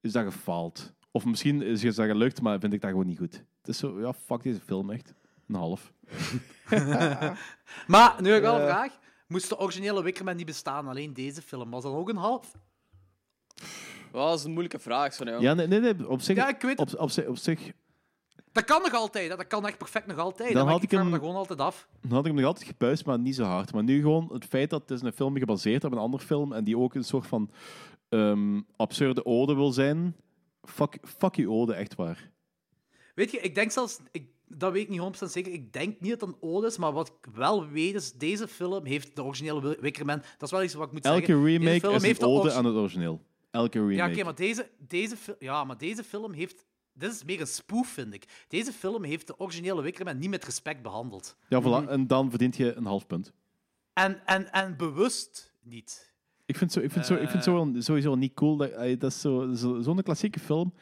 Speaker 2: is dat gefaald. Of misschien is is dat gelukt, maar vind ik dat gewoon niet goed. Het is zo, ja, fuck deze film echt. Een half.
Speaker 1: Maar, nu heb ik wel een vraag. Moest de originele Wickerman niet bestaan, alleen deze film? Was dat ook een half?
Speaker 3: Wel, dat is een moeilijke vraag, zo nou.
Speaker 2: Ja, nee, nee, nee op zich...
Speaker 1: Oh. Ja, ik weet het.
Speaker 2: op, op, zich- op zich
Speaker 1: Dat kan nog altijd, hè. dat kan echt perfect nog altijd.
Speaker 2: Dan
Speaker 1: Dan
Speaker 2: had
Speaker 1: ik, ik
Speaker 2: ik
Speaker 1: vraag me
Speaker 2: hem-
Speaker 1: dat gewoon altijd af.
Speaker 2: Dan had ik hem nog altijd gepuist, maar niet zo hard. Maar nu gewoon het feit dat het is een film gebaseerd op een ander film en die ook een soort van ehm, absurde ode wil zijn. Fuck, fuck die ode, echt waar.
Speaker 1: Weet je, ik denk zelfs, ik, dat weet ik niet 100% zeker, ik denk niet dat het een ode is, maar wat ik wel weet is, deze film heeft de originele Wil- Wickerman, dat is wel iets wat ik moet zeggen.
Speaker 2: Elke
Speaker 1: Deze
Speaker 2: remake
Speaker 1: film
Speaker 2: is
Speaker 1: heeft
Speaker 2: een
Speaker 1: de
Speaker 2: ode
Speaker 1: origi-
Speaker 2: aan het origineel. Elke remake.
Speaker 1: Ja, oké, maar, deze, deze, fil- ja, maar deze film heeft, dit is meer een spoof, vind ik. Deze film heeft de originele Wickerman niet met respect behandeld.
Speaker 2: Ja, voilà. En dan verdient je een half punt.
Speaker 1: En, en, en bewust niet.
Speaker 2: Ik vind zo, ik vind zo, ik vind zo wel- sowieso wel niet cool. Dat, eh, dat is zo- zo- zo'n klassieke film.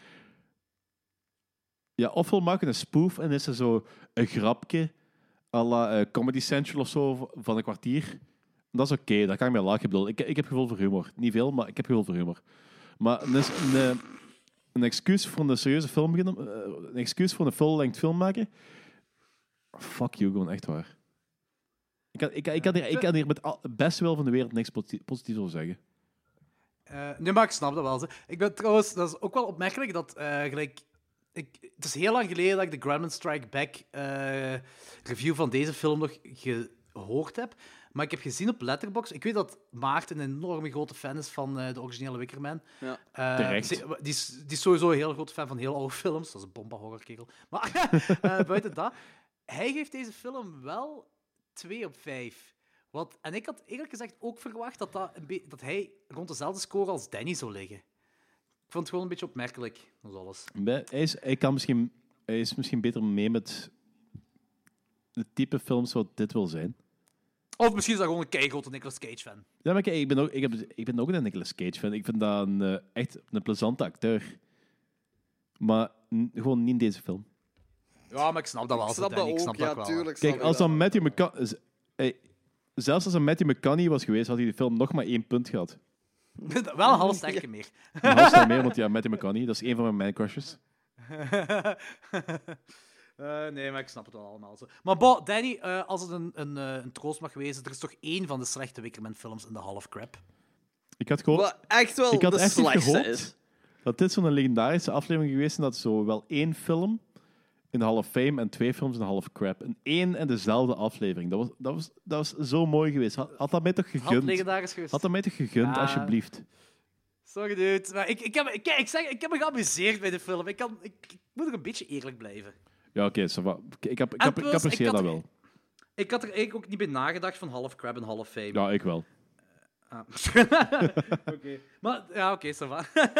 Speaker 2: Ja, ofwel maken een spoof en is er zo een grapje à la eh, Comedy Central of zo v- van een kwartier. Dat is oké, daar kan ik mee lachen. Ik bedoel, ik, ik heb gevoel voor humor. Niet veel, maar ik heb gevoel voor humor. Maar een, is- een, eh, een excuus voor een serieuze film beginnen, eh, een excuus voor een full-length film maken. Fuck you, gewoon echt waar. Ik kan, ik, kan- ik kan, hier, ik kan hier met al- best wel van de wereld niks posi- positiefs over zeggen.
Speaker 1: Eh, nee, maar ik snap dat wel. ze. Ik ben trouwens, dat is ook wel opmerkelijk dat eh, gelijk. Ik, het is heel lang geleden dat ik de Gremlin Strike Back eh, review van deze film nog gehoord heb. Maar ik heb gezien op Letterboxd. Ik weet dat Maarten een enorme grote fan is van eh, de originele Wickerman.
Speaker 3: Ja.
Speaker 1: Eh,
Speaker 2: Terecht.
Speaker 1: ze- Die is, die is sowieso een heel groot fan van heel oude films. Dat is een bomba horrorkerel. Maar eh, buiten dat, hij geeft deze film wel 2 op 5. Wat, en ik had eerlijk gezegd ook verwacht dat, dat, een be- dat hij rond dezelfde score als Danny zou liggen. Ik vond het gewoon een beetje opmerkelijk, dat is alles.
Speaker 2: Bij- Hij is, hij, kan misschien, hij is misschien beter mee met het type films wat dit wil zijn.
Speaker 1: Of misschien is dat gewoon een keigrote Nicolas Cage-fan.
Speaker 2: Ja, maar kijk, ik ben ook, ik heb, ik ben ook een Nicolas Cage fan. Ik vind dat een, eh, echt een plezante acteur. Maar n- gewoon niet in deze film.
Speaker 1: Ja, maar ik snap dat wel.
Speaker 3: Ik snap dat
Speaker 1: Danny, ik snap
Speaker 3: ook, ja,
Speaker 1: dat wel.
Speaker 3: tuurlijk. snap
Speaker 2: Kijk,
Speaker 3: ik
Speaker 2: als
Speaker 3: dat.
Speaker 2: dan Matthew McConaughey... zelfs als een Matthew McConaughey was geweest, had hij de film nog maar één punt gehad.
Speaker 1: wel een half sterke meer.
Speaker 2: Een half star meer, want ja, Matthew McConaughey, dat is één van mijn man crushes.
Speaker 1: Eh, nee, maar ik snap het wel allemaal zo. Maar bo, Danny, eh, als het een, een, eh, een troost mag wezen, er is toch één van de slechte Wickerman-films in de half crap.
Speaker 2: Ik had gewoon...
Speaker 3: Wat echt wel
Speaker 2: Ik had
Speaker 3: de
Speaker 2: echt niet
Speaker 3: slechtste
Speaker 2: gehoopt.
Speaker 3: is.
Speaker 2: Dat dit zo'n legendarische aflevering geweest is dat zo wel één film in de Hall of Fame en twee films in de Hall of Crap. In één en dezelfde aflevering. Dat was, dat was, dat was zo mooi geweest. Had, had dat mij toch
Speaker 1: Had
Speaker 2: gegund?
Speaker 1: legendarisch geweest.
Speaker 2: Had dat mij toch gegund,
Speaker 1: Ja.
Speaker 2: alsjeblieft?
Speaker 1: Sorry, dude. Maar ik, ik, heb, ik, kijk, ik, zeg, ik heb me geamuseerd bij de film. Ik, kan, ik, ik moet ook een beetje eerlijk blijven.
Speaker 2: Ja, oké, ça va. ik, ik, heb- ik,
Speaker 1: En
Speaker 2: heb- ik,
Speaker 1: plus, ik
Speaker 2: apprecieer
Speaker 1: had-
Speaker 2: dat wel.
Speaker 1: Ik had er eigenlijk ook niet bij nagedacht van half crap en half fame.
Speaker 2: Ja, ik wel.
Speaker 1: Ah. oké. Maar, ja, oké, ça va.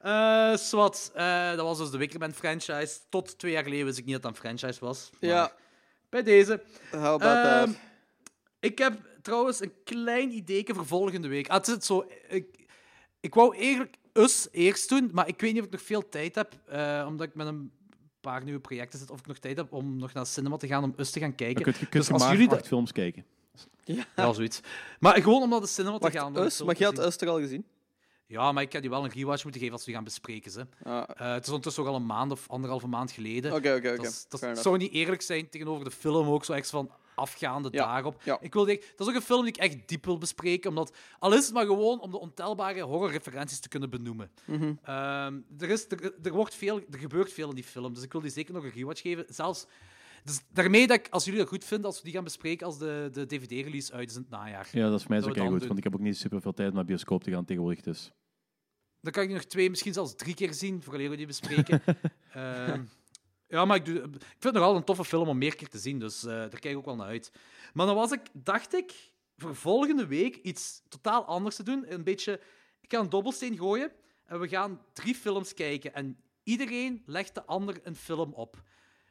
Speaker 1: Eh, zwart, eh, dat was dus de Wickerman franchise. Tot twee jaar geleden wist ik niet dat dat een franchise was. Maar
Speaker 3: Ja, eh,
Speaker 1: Bij deze.
Speaker 3: how about that?
Speaker 1: Ehm, Ik heb trouwens een klein idee voor volgende week. Ah, het is zo, ik, ik wou eigenlijk us eerst doen, maar ik weet niet of ik nog veel tijd heb, eh, omdat ik met een paar nieuwe projecten zit, of ik nog tijd heb om nog naar het cinema te gaan om us te gaan kijken.
Speaker 2: Dan kun je, kun je
Speaker 1: dus als
Speaker 2: maar
Speaker 1: jullie
Speaker 2: jullie
Speaker 1: dat-
Speaker 2: acht films kijken.
Speaker 1: Ja, zoiets. Maar gewoon om naar de cinema
Speaker 3: Wacht,
Speaker 1: te gaan. om
Speaker 3: Us?
Speaker 1: het zo
Speaker 3: Maar
Speaker 1: te
Speaker 3: jij had
Speaker 1: zien.
Speaker 3: Us toch al gezien?
Speaker 1: Ja, maar ik heb die wel een rewatch moeten geven als we die gaan bespreken. Ze.
Speaker 3: Ah,
Speaker 1: Eh, het is ondertussen ook al een maand of anderhalve maand geleden.
Speaker 3: Oké, oké,
Speaker 1: Dat
Speaker 3: oké.
Speaker 1: is- dat
Speaker 3: Fair enough.
Speaker 1: zou niet eerlijk zijn tegenover de film ook. Zo echt van, afgaande
Speaker 3: Ja,
Speaker 1: daarop.
Speaker 3: ja.
Speaker 1: Ik wil, echt- dat is ook een film die ik echt diep wil bespreken, omdat, al is het maar gewoon om de ontelbare horrorreferenties te kunnen benoemen.
Speaker 3: Mhm.
Speaker 1: Ehm, er, is, er, er wordt veel, er gebeurt veel in die film, dus ik wil die zeker nog een rewatch geven. Zelfs, dus daarmee dat ik, als jullie dat goed vinden, als we die gaan bespreken als de, de DVD-release uit is in het najaar.
Speaker 2: Ja, dat is mij
Speaker 1: Zullen
Speaker 2: zo
Speaker 1: we
Speaker 2: kei
Speaker 1: dan
Speaker 2: goed,
Speaker 1: doen?
Speaker 2: want ik heb ook niet super veel tijd om naar bioscoop te gaan tegenwoordig. Dus.
Speaker 1: Dan kan ik die nog twee, misschien zelfs drie keer zien, voor we die bespreken. Ehm, ja, maar ik, doe, ik vind het nogal een toffe film om meer keer te zien, dus eh, daar kijk ik ook wel naar uit. Maar dan was ik, dacht ik, voor volgende week iets totaal anders te doen. Een beetje, ik ga een dobbelsteen gooien en we gaan drie films kijken. En iedereen legt de ander een film op.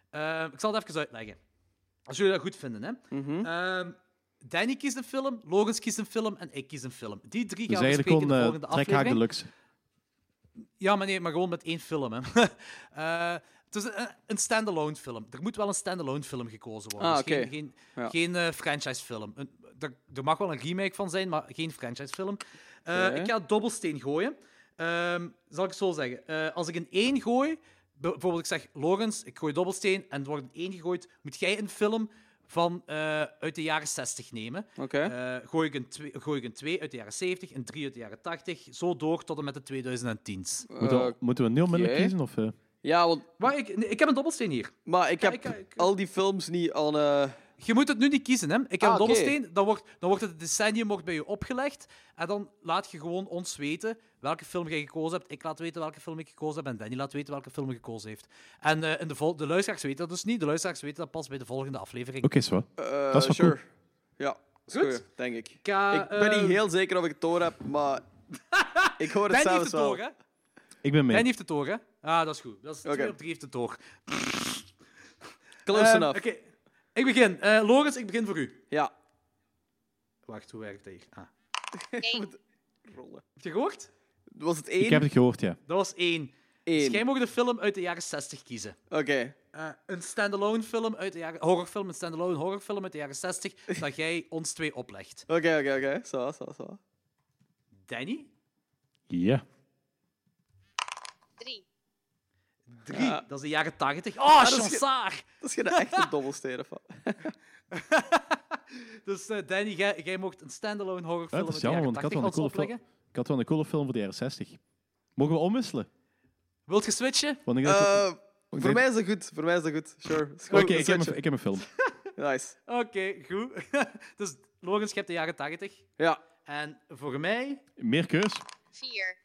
Speaker 1: Ehm, ik zal het even uitleggen. Als jullie dat goed vinden, hè.
Speaker 2: Mhm.
Speaker 1: Ehm, Danny kiest een film, Logans kiest een film en ik kies een film. Die drie
Speaker 2: Dus
Speaker 1: gaan we
Speaker 2: eigenlijk
Speaker 1: bespreken in
Speaker 2: gewoon
Speaker 1: de volgende
Speaker 2: eh, trekhaak
Speaker 1: aflevering.
Speaker 2: deluxe.
Speaker 1: Ja, maar nee, maar gewoon met één film. Hè. Eh, het is een, een standalone film. Er moet wel een standalone film gekozen worden.
Speaker 3: Ah,
Speaker 1: Dus
Speaker 3: oké.
Speaker 1: geen geen,
Speaker 3: Ja.
Speaker 1: geen eh, franchisefilm. Een- Er, er mag wel een remake van zijn, maar geen franchisefilm. Eh,
Speaker 3: Oké.
Speaker 1: Ik ga dobbelsteen gooien. Ehm, zal ik het zo zeggen. Eh, als ik een één gooi, b- bijvoorbeeld ik zeg, Logans, ik gooi dobbelsteen en er wordt een één gegooid, moet jij een film van, eh, uit de jaren 60 nemen.
Speaker 3: Oké.
Speaker 1: Eh, gooi, ik een twee, gooi ik een 2 uit de jaren 70, een 3 uit de jaren 80, zo door tot en met de 2010s.
Speaker 2: Moeten, we, moeten we nu onmiddellijk
Speaker 3: oké.
Speaker 2: kiezen? Of, eh?
Speaker 3: Eh, Ja, want,
Speaker 1: Maar ik, nee, ik heb een dobbelsteen hier.
Speaker 3: maar ik heb
Speaker 1: Kijk, kijk.
Speaker 3: al die films niet aan... eh,
Speaker 1: Je moet het nu niet kiezen, hè? Ik heb
Speaker 3: Ah,
Speaker 1: een
Speaker 3: oké.
Speaker 1: dobbelsteen, dan wordt, dan wordt het decennium wordt bij je opgelegd. En dan laat je gewoon ons weten welke film jij gekozen hebt. Ik laat weten welke film ik gekozen heb. En Danny laat weten welke film hij gekozen heeft. En eh, in de, vol- de luisteraars weten dat dus niet. De luisteraars weten dat pas bij de volgende aflevering.
Speaker 2: Oké, zo.
Speaker 3: eh,
Speaker 2: Dat is wel
Speaker 3: sure. Ja, dat is
Speaker 1: Goed.
Speaker 3: goed, denk ik.
Speaker 1: Ik, ga,
Speaker 3: ik ben
Speaker 1: eh,
Speaker 3: niet heel zeker of ik het door heb, maar ik hoor het
Speaker 1: Danny
Speaker 3: zelfs
Speaker 1: heeft het
Speaker 3: wel.
Speaker 1: door, hè?
Speaker 2: Ik ben mee.
Speaker 1: Danny heeft het door, hè? Ah, dat is goed. Dat is
Speaker 3: Oké.
Speaker 1: twee op drie heeft het door.
Speaker 3: Close
Speaker 1: Ehm,
Speaker 3: enough.
Speaker 1: Oké, ik begin. Eh Lorenz, ik begin voor u.
Speaker 3: Ja.
Speaker 1: Wacht, hoe werkt dat hier? Ah.
Speaker 3: Rollen.
Speaker 1: Heb je gehoord?
Speaker 3: Was het
Speaker 2: Ik heb
Speaker 3: één?
Speaker 2: het gehoord, ja.
Speaker 1: Dat was één. Dus
Speaker 3: Eén.
Speaker 1: jij mag de film uit de jaren 60 kiezen.
Speaker 3: Oké.
Speaker 1: Eh, een standalone film uit de jaren... Horrorfilm, een standalone horrorfilm uit de jaren 60 dat jij ons twee oplegt.
Speaker 3: Oké, oké, oké. Zo, zo, zo.
Speaker 1: Danny?
Speaker 2: Ja.
Speaker 10: Drie.
Speaker 1: Drie. Dat is de jaren 80. Oh,
Speaker 3: dat is ge-
Speaker 1: chansaar!
Speaker 3: Dat is geen echte dobbelstenen van.
Speaker 1: Dus eh, Danny, jij, jij mocht een standalone
Speaker 2: Ja,
Speaker 1: horrorfilm
Speaker 2: dat
Speaker 1: uit
Speaker 2: is
Speaker 1: de
Speaker 2: jammer,
Speaker 1: jaren
Speaker 2: want ik
Speaker 1: 80
Speaker 2: had wel een
Speaker 1: ons
Speaker 2: coole film.
Speaker 1: opleggen.
Speaker 2: Ik had wel een coole film voor de jaren 60. Mogen we omwisselen?
Speaker 1: Wilt je switchen?
Speaker 2: Want ik dacht-
Speaker 3: Eh,
Speaker 2: ik
Speaker 3: voor
Speaker 2: denk-
Speaker 3: mij is dat goed. Voor mij is dat goed. Sure. Is
Speaker 2: Oké, ik,
Speaker 3: goed,
Speaker 2: heb
Speaker 3: switchen.
Speaker 2: een- ik heb een film.
Speaker 3: Nice.
Speaker 1: Oké, goed. dus Lorenz, je hebt de jaren 80.
Speaker 3: Ja.
Speaker 1: En voor mij...
Speaker 2: Meer keus?
Speaker 10: Vier.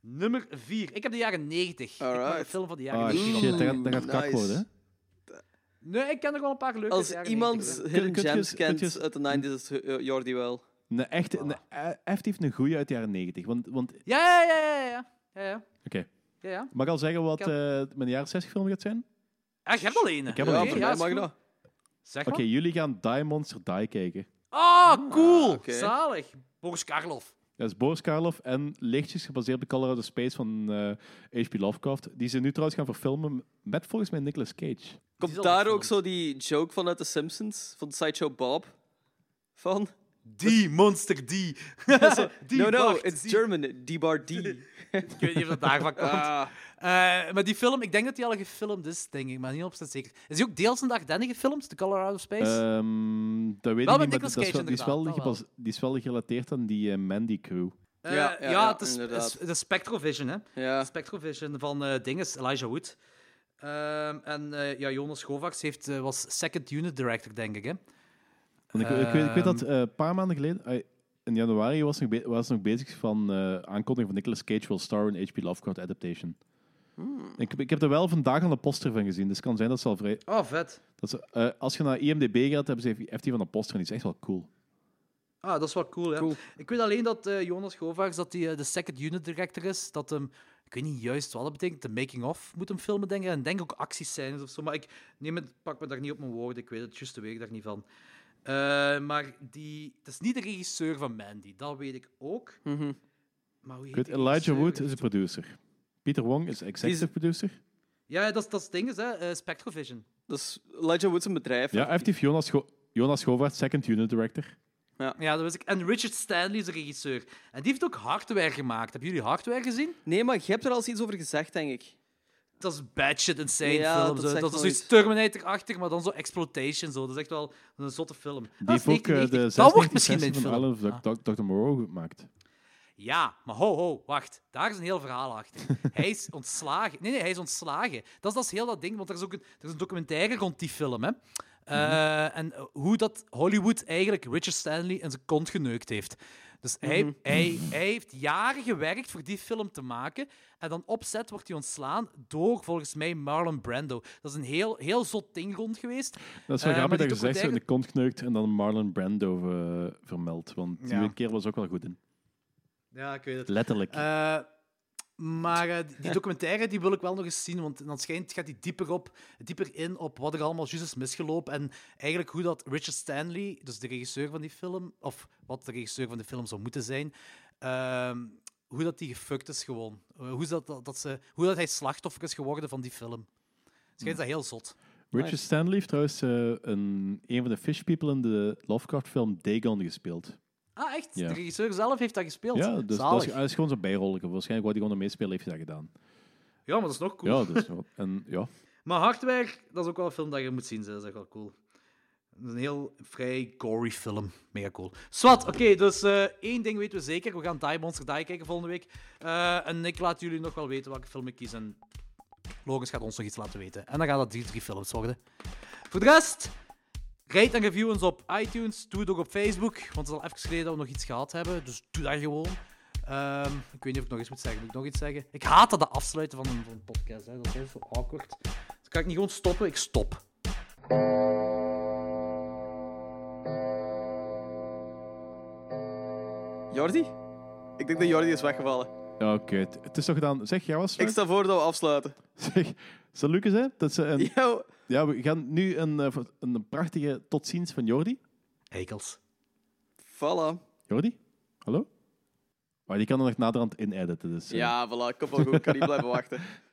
Speaker 1: Nummer 4. Ik heb de jaren 90. Ik maak een
Speaker 3: Alright.
Speaker 1: film van de jaren
Speaker 2: Ah,
Speaker 1: 90.
Speaker 2: shit, dat gaat, dat gaat kak
Speaker 3: Nice.
Speaker 2: worden. hè?
Speaker 1: Nee, ik ken nog wel een paar leuke uit de
Speaker 3: Als
Speaker 1: jaren
Speaker 3: iemand
Speaker 1: 90.
Speaker 3: Hidden
Speaker 2: Kun- kun-
Speaker 3: Gems
Speaker 2: kun- kun-
Speaker 3: kent uit de 90s, is eh, Jordi wel.
Speaker 2: Een echte, een, eh, effectief een goeie uit de jaren 90. Want, want oké,
Speaker 1: Ja, ja, ja, ja. ja. ja, ja. ja, ja.
Speaker 2: mag ik al zeggen wat
Speaker 1: Ik
Speaker 2: eh mijn jaren 60 film gaat zijn?
Speaker 1: Ah, je hebt al één. Ik
Speaker 2: heb al
Speaker 3: Ja,
Speaker 2: Oké,
Speaker 3: voor mij
Speaker 1: is
Speaker 3: mag
Speaker 1: goed.
Speaker 3: dat.
Speaker 1: Zeg
Speaker 2: Oké,
Speaker 1: maar.
Speaker 2: jullie gaan Die Monster Die kijken.
Speaker 1: Ah, cool.
Speaker 3: oké.
Speaker 1: Zalig. Boris Karloff.
Speaker 2: Dat is Boris Karloff en lichtjes gebaseerd op Colorado Space van eh, H.P. Lovecraft. Die ze nu trouwens gaan verfilmen met volgens mij Nicolas Cage.
Speaker 1: Die
Speaker 3: Komt
Speaker 1: is al
Speaker 3: daar ook
Speaker 1: gefilmd.
Speaker 3: zo die joke van uit The Simpsons? Van Sideshow Bob? Van?
Speaker 1: Die monster, die. die
Speaker 3: no, no,
Speaker 1: wacht,
Speaker 3: it's
Speaker 1: die.
Speaker 3: German. D-bar D.
Speaker 1: Ik weet niet of dat daarvan komt.
Speaker 3: Ah,
Speaker 1: Eh, maar die film, ik denk dat die al gefilmd is, denk ik, maar niet op zijn zeker. Is die ook deels een dag dan gefilmd, The Colorado Space?
Speaker 2: Ehm, dat
Speaker 1: Wel
Speaker 2: weet ik
Speaker 1: met
Speaker 2: niet, maar
Speaker 1: Nicolas
Speaker 2: dat is
Speaker 1: Cage
Speaker 2: wel- die, is wel
Speaker 1: inderdaad, dat
Speaker 2: gebas- die is wel gerelateerd aan die eh, Mandy Crew.
Speaker 1: Eh,
Speaker 3: ja, ja, ja,
Speaker 1: het is
Speaker 3: inderdaad.
Speaker 1: is- de Spectrovision, hè.
Speaker 3: ja.
Speaker 1: Spectrovision van eh dinges, Elijah Wood. Ehm, en eh, ja, Jonas Govaerts heeft, eh, was second unit director, denk ik, hè.
Speaker 2: Want ik, ik, weet, ik weet dat
Speaker 1: Ehm.
Speaker 2: eh, een paar maanden geleden, eh, in januari, was nog, be- was nog bezig van eh, aankondiging van Nicolas Cage will star in H.P. Lovecraft adaptation.
Speaker 1: Hmm.
Speaker 2: Ik, ik heb er wel vandaag aan de poster van gezien, dus het kan zijn dat ze al vrij...
Speaker 1: Oh, vet.
Speaker 2: Dat ze, eh, als je naar IMDb gaat, hebben ze, heeft hij van de poster en die is echt wel cool.
Speaker 1: Ah, dat is wel cool, hè?
Speaker 3: Cool.
Speaker 1: Ik weet alleen dat eh, Jonas Govaerts, dat hij eh, de second unit director is, dat hem, ik weet niet juist wat dat betekent, de making-of moet hem filmen, denk ik, en denk ook actiescènes of zo, maar ik neem het, pak me daar niet op mijn woorden, ik weet het, juist weet ik daar niet van. Eh, maar die, het is niet de regisseur van Mandy, dat weet ik ook.
Speaker 3: Mhm.
Speaker 1: Maar hoe
Speaker 2: Ik
Speaker 1: heet die
Speaker 2: weet, Elijah
Speaker 1: regisseur?
Speaker 2: Wood is de producer. Peter Wong is executive producer.
Speaker 1: Ja, ja, dat is- dat is het ding, is, hè? eh, Spectrovision.
Speaker 3: Dat is Elijah Wood zijn bedrijf.
Speaker 2: Ja, effectief Ah, Jonas, Go Jonas Govaert, second unit director.
Speaker 1: Ja, dat wist ik. En Richard Stanley is de regisseur. En die heeft ook hardware gemaakt. Hebben jullie hardware gezien?
Speaker 3: Nee, maar je hebt er al eens iets over gezegd, denk ik.
Speaker 1: dat is bad shit insane
Speaker 3: Ja,
Speaker 1: film.
Speaker 3: dat
Speaker 1: Dat,
Speaker 3: is
Speaker 1: zo.
Speaker 3: echt
Speaker 1: dat is
Speaker 3: wel
Speaker 1: zoiets Terminator-achtig, maar dan zo exploitation. Zo. Dat is echt wel een zotte film.
Speaker 2: Die
Speaker 1: Dat is
Speaker 2: heeft ook eh,
Speaker 1: 1990.
Speaker 2: de
Speaker 1: dat wordt misschien
Speaker 2: 96
Speaker 1: een Ah.
Speaker 2: van
Speaker 1: film.
Speaker 2: 11 Doc- Doc- Dr. Moreau gemaakt.
Speaker 1: Ja, maar ho, ho, wacht. Daar is een heel verhaal achter. Hij is ontslagen. Nee, nee, hij is ontslagen. Dat is, dat is heel dat ding, want er is ook een, er is een documentaire rond die film. Hè. Eh, En eh, hoe dat Hollywood eigenlijk Richard Stanley in zijn kont geneukt heeft. Dus hij, hij, hij heeft jaren gewerkt voor die film te maken. En dan opzet wordt hij ontslaan door, volgens mij, Marlon Brando. Dat is een heel, heel zot ding rond geweest.
Speaker 2: Dat is wel
Speaker 1: Eh, maar
Speaker 2: grappig
Speaker 1: die
Speaker 2: dat je zegt, zo in
Speaker 1: documentaire-
Speaker 2: de kont kneukt en dan Marlon Brando eh, vermeldt. Want die
Speaker 1: Ja.
Speaker 2: ene keer was ook wel goed in.
Speaker 1: Ja, ik weet het.
Speaker 2: Letterlijk.
Speaker 1: Eh, maar eh, die documentaire die wil ik wel nog eens zien, want dan schijnt gaat hij dieper, op, dieper in op wat er allemaal juist is misgelopen. En eigenlijk hoe dat Richard Stanley, dus de regisseur van die film, of wat de regisseur van de film zou moeten zijn, ehm, hoe dat die gefucked is gewoon. Eh, hoe, is dat, dat, dat ze, hoe dat hij slachtoffer is geworden van die film. Schijnt dat heel zot.
Speaker 2: Richard Stanley heeft trouwens eh, een, een van de fish people in de Lovecraft-film Dagon gespeeld.
Speaker 1: Ah, echt?
Speaker 2: Ja.
Speaker 1: De regisseur zelf heeft dat gespeeld?
Speaker 2: Ja, dus dat
Speaker 1: Zalig.
Speaker 2: is, dat is gewoon zo'n bijrolletje. Waarschijnlijk wat hij gewoon meespelen heeft hij dat gedaan.
Speaker 1: Ja, maar dat is nog cool.
Speaker 2: Ja, dus, wel- en, ja.
Speaker 1: Maar Hardware, dat is ook wel een film dat je moet zien. Dat is echt wel cool. Dat is een heel vrij gory film. Mega cool. Swat, oké, dus eh, één ding weten we zeker. We gaan Die Monster Die kijken volgende week. Eh, en ik laat jullie nog wel weten welke film ik kies. En Logans gaat ons nog iets laten weten. En dan gaan dat die drie films worden. Voor de rest, rate en review ons op iTunes. Doe het ook op Facebook. Want het is al even geleden dat we nog iets gehad hebben. Dus doe dat gewoon. Ehm, ik weet niet of ik nog iets moet zeggen. Moet ik nog iets zeggen? Ik haat dat, dat afsluiten van een, van een podcast. Hè. Dat is heel zo awkward. Dus kan ik niet gewoon stoppen? Ik stop.
Speaker 3: Jordi? Ik denk dat Jordi is weggevallen.
Speaker 2: Ja, oké. Het- Het is toch gedaan. Zeg, jij was.
Speaker 3: Ik
Speaker 2: Zeg,
Speaker 3: stel voor dat we afsluiten.
Speaker 2: zal Lucas, hè? Dat ze een,
Speaker 3: Yo.
Speaker 2: ja, we gaan nu een, eh, een prachtige tot ziens van Jordi.
Speaker 1: Hekels.
Speaker 3: Voilà.
Speaker 2: Jordi? Hallo? Maar die kan er nog naderhand in editen. Dus, eh.
Speaker 3: Ja, voilà. Kom wel goed. Ik kan niet blijven wachten.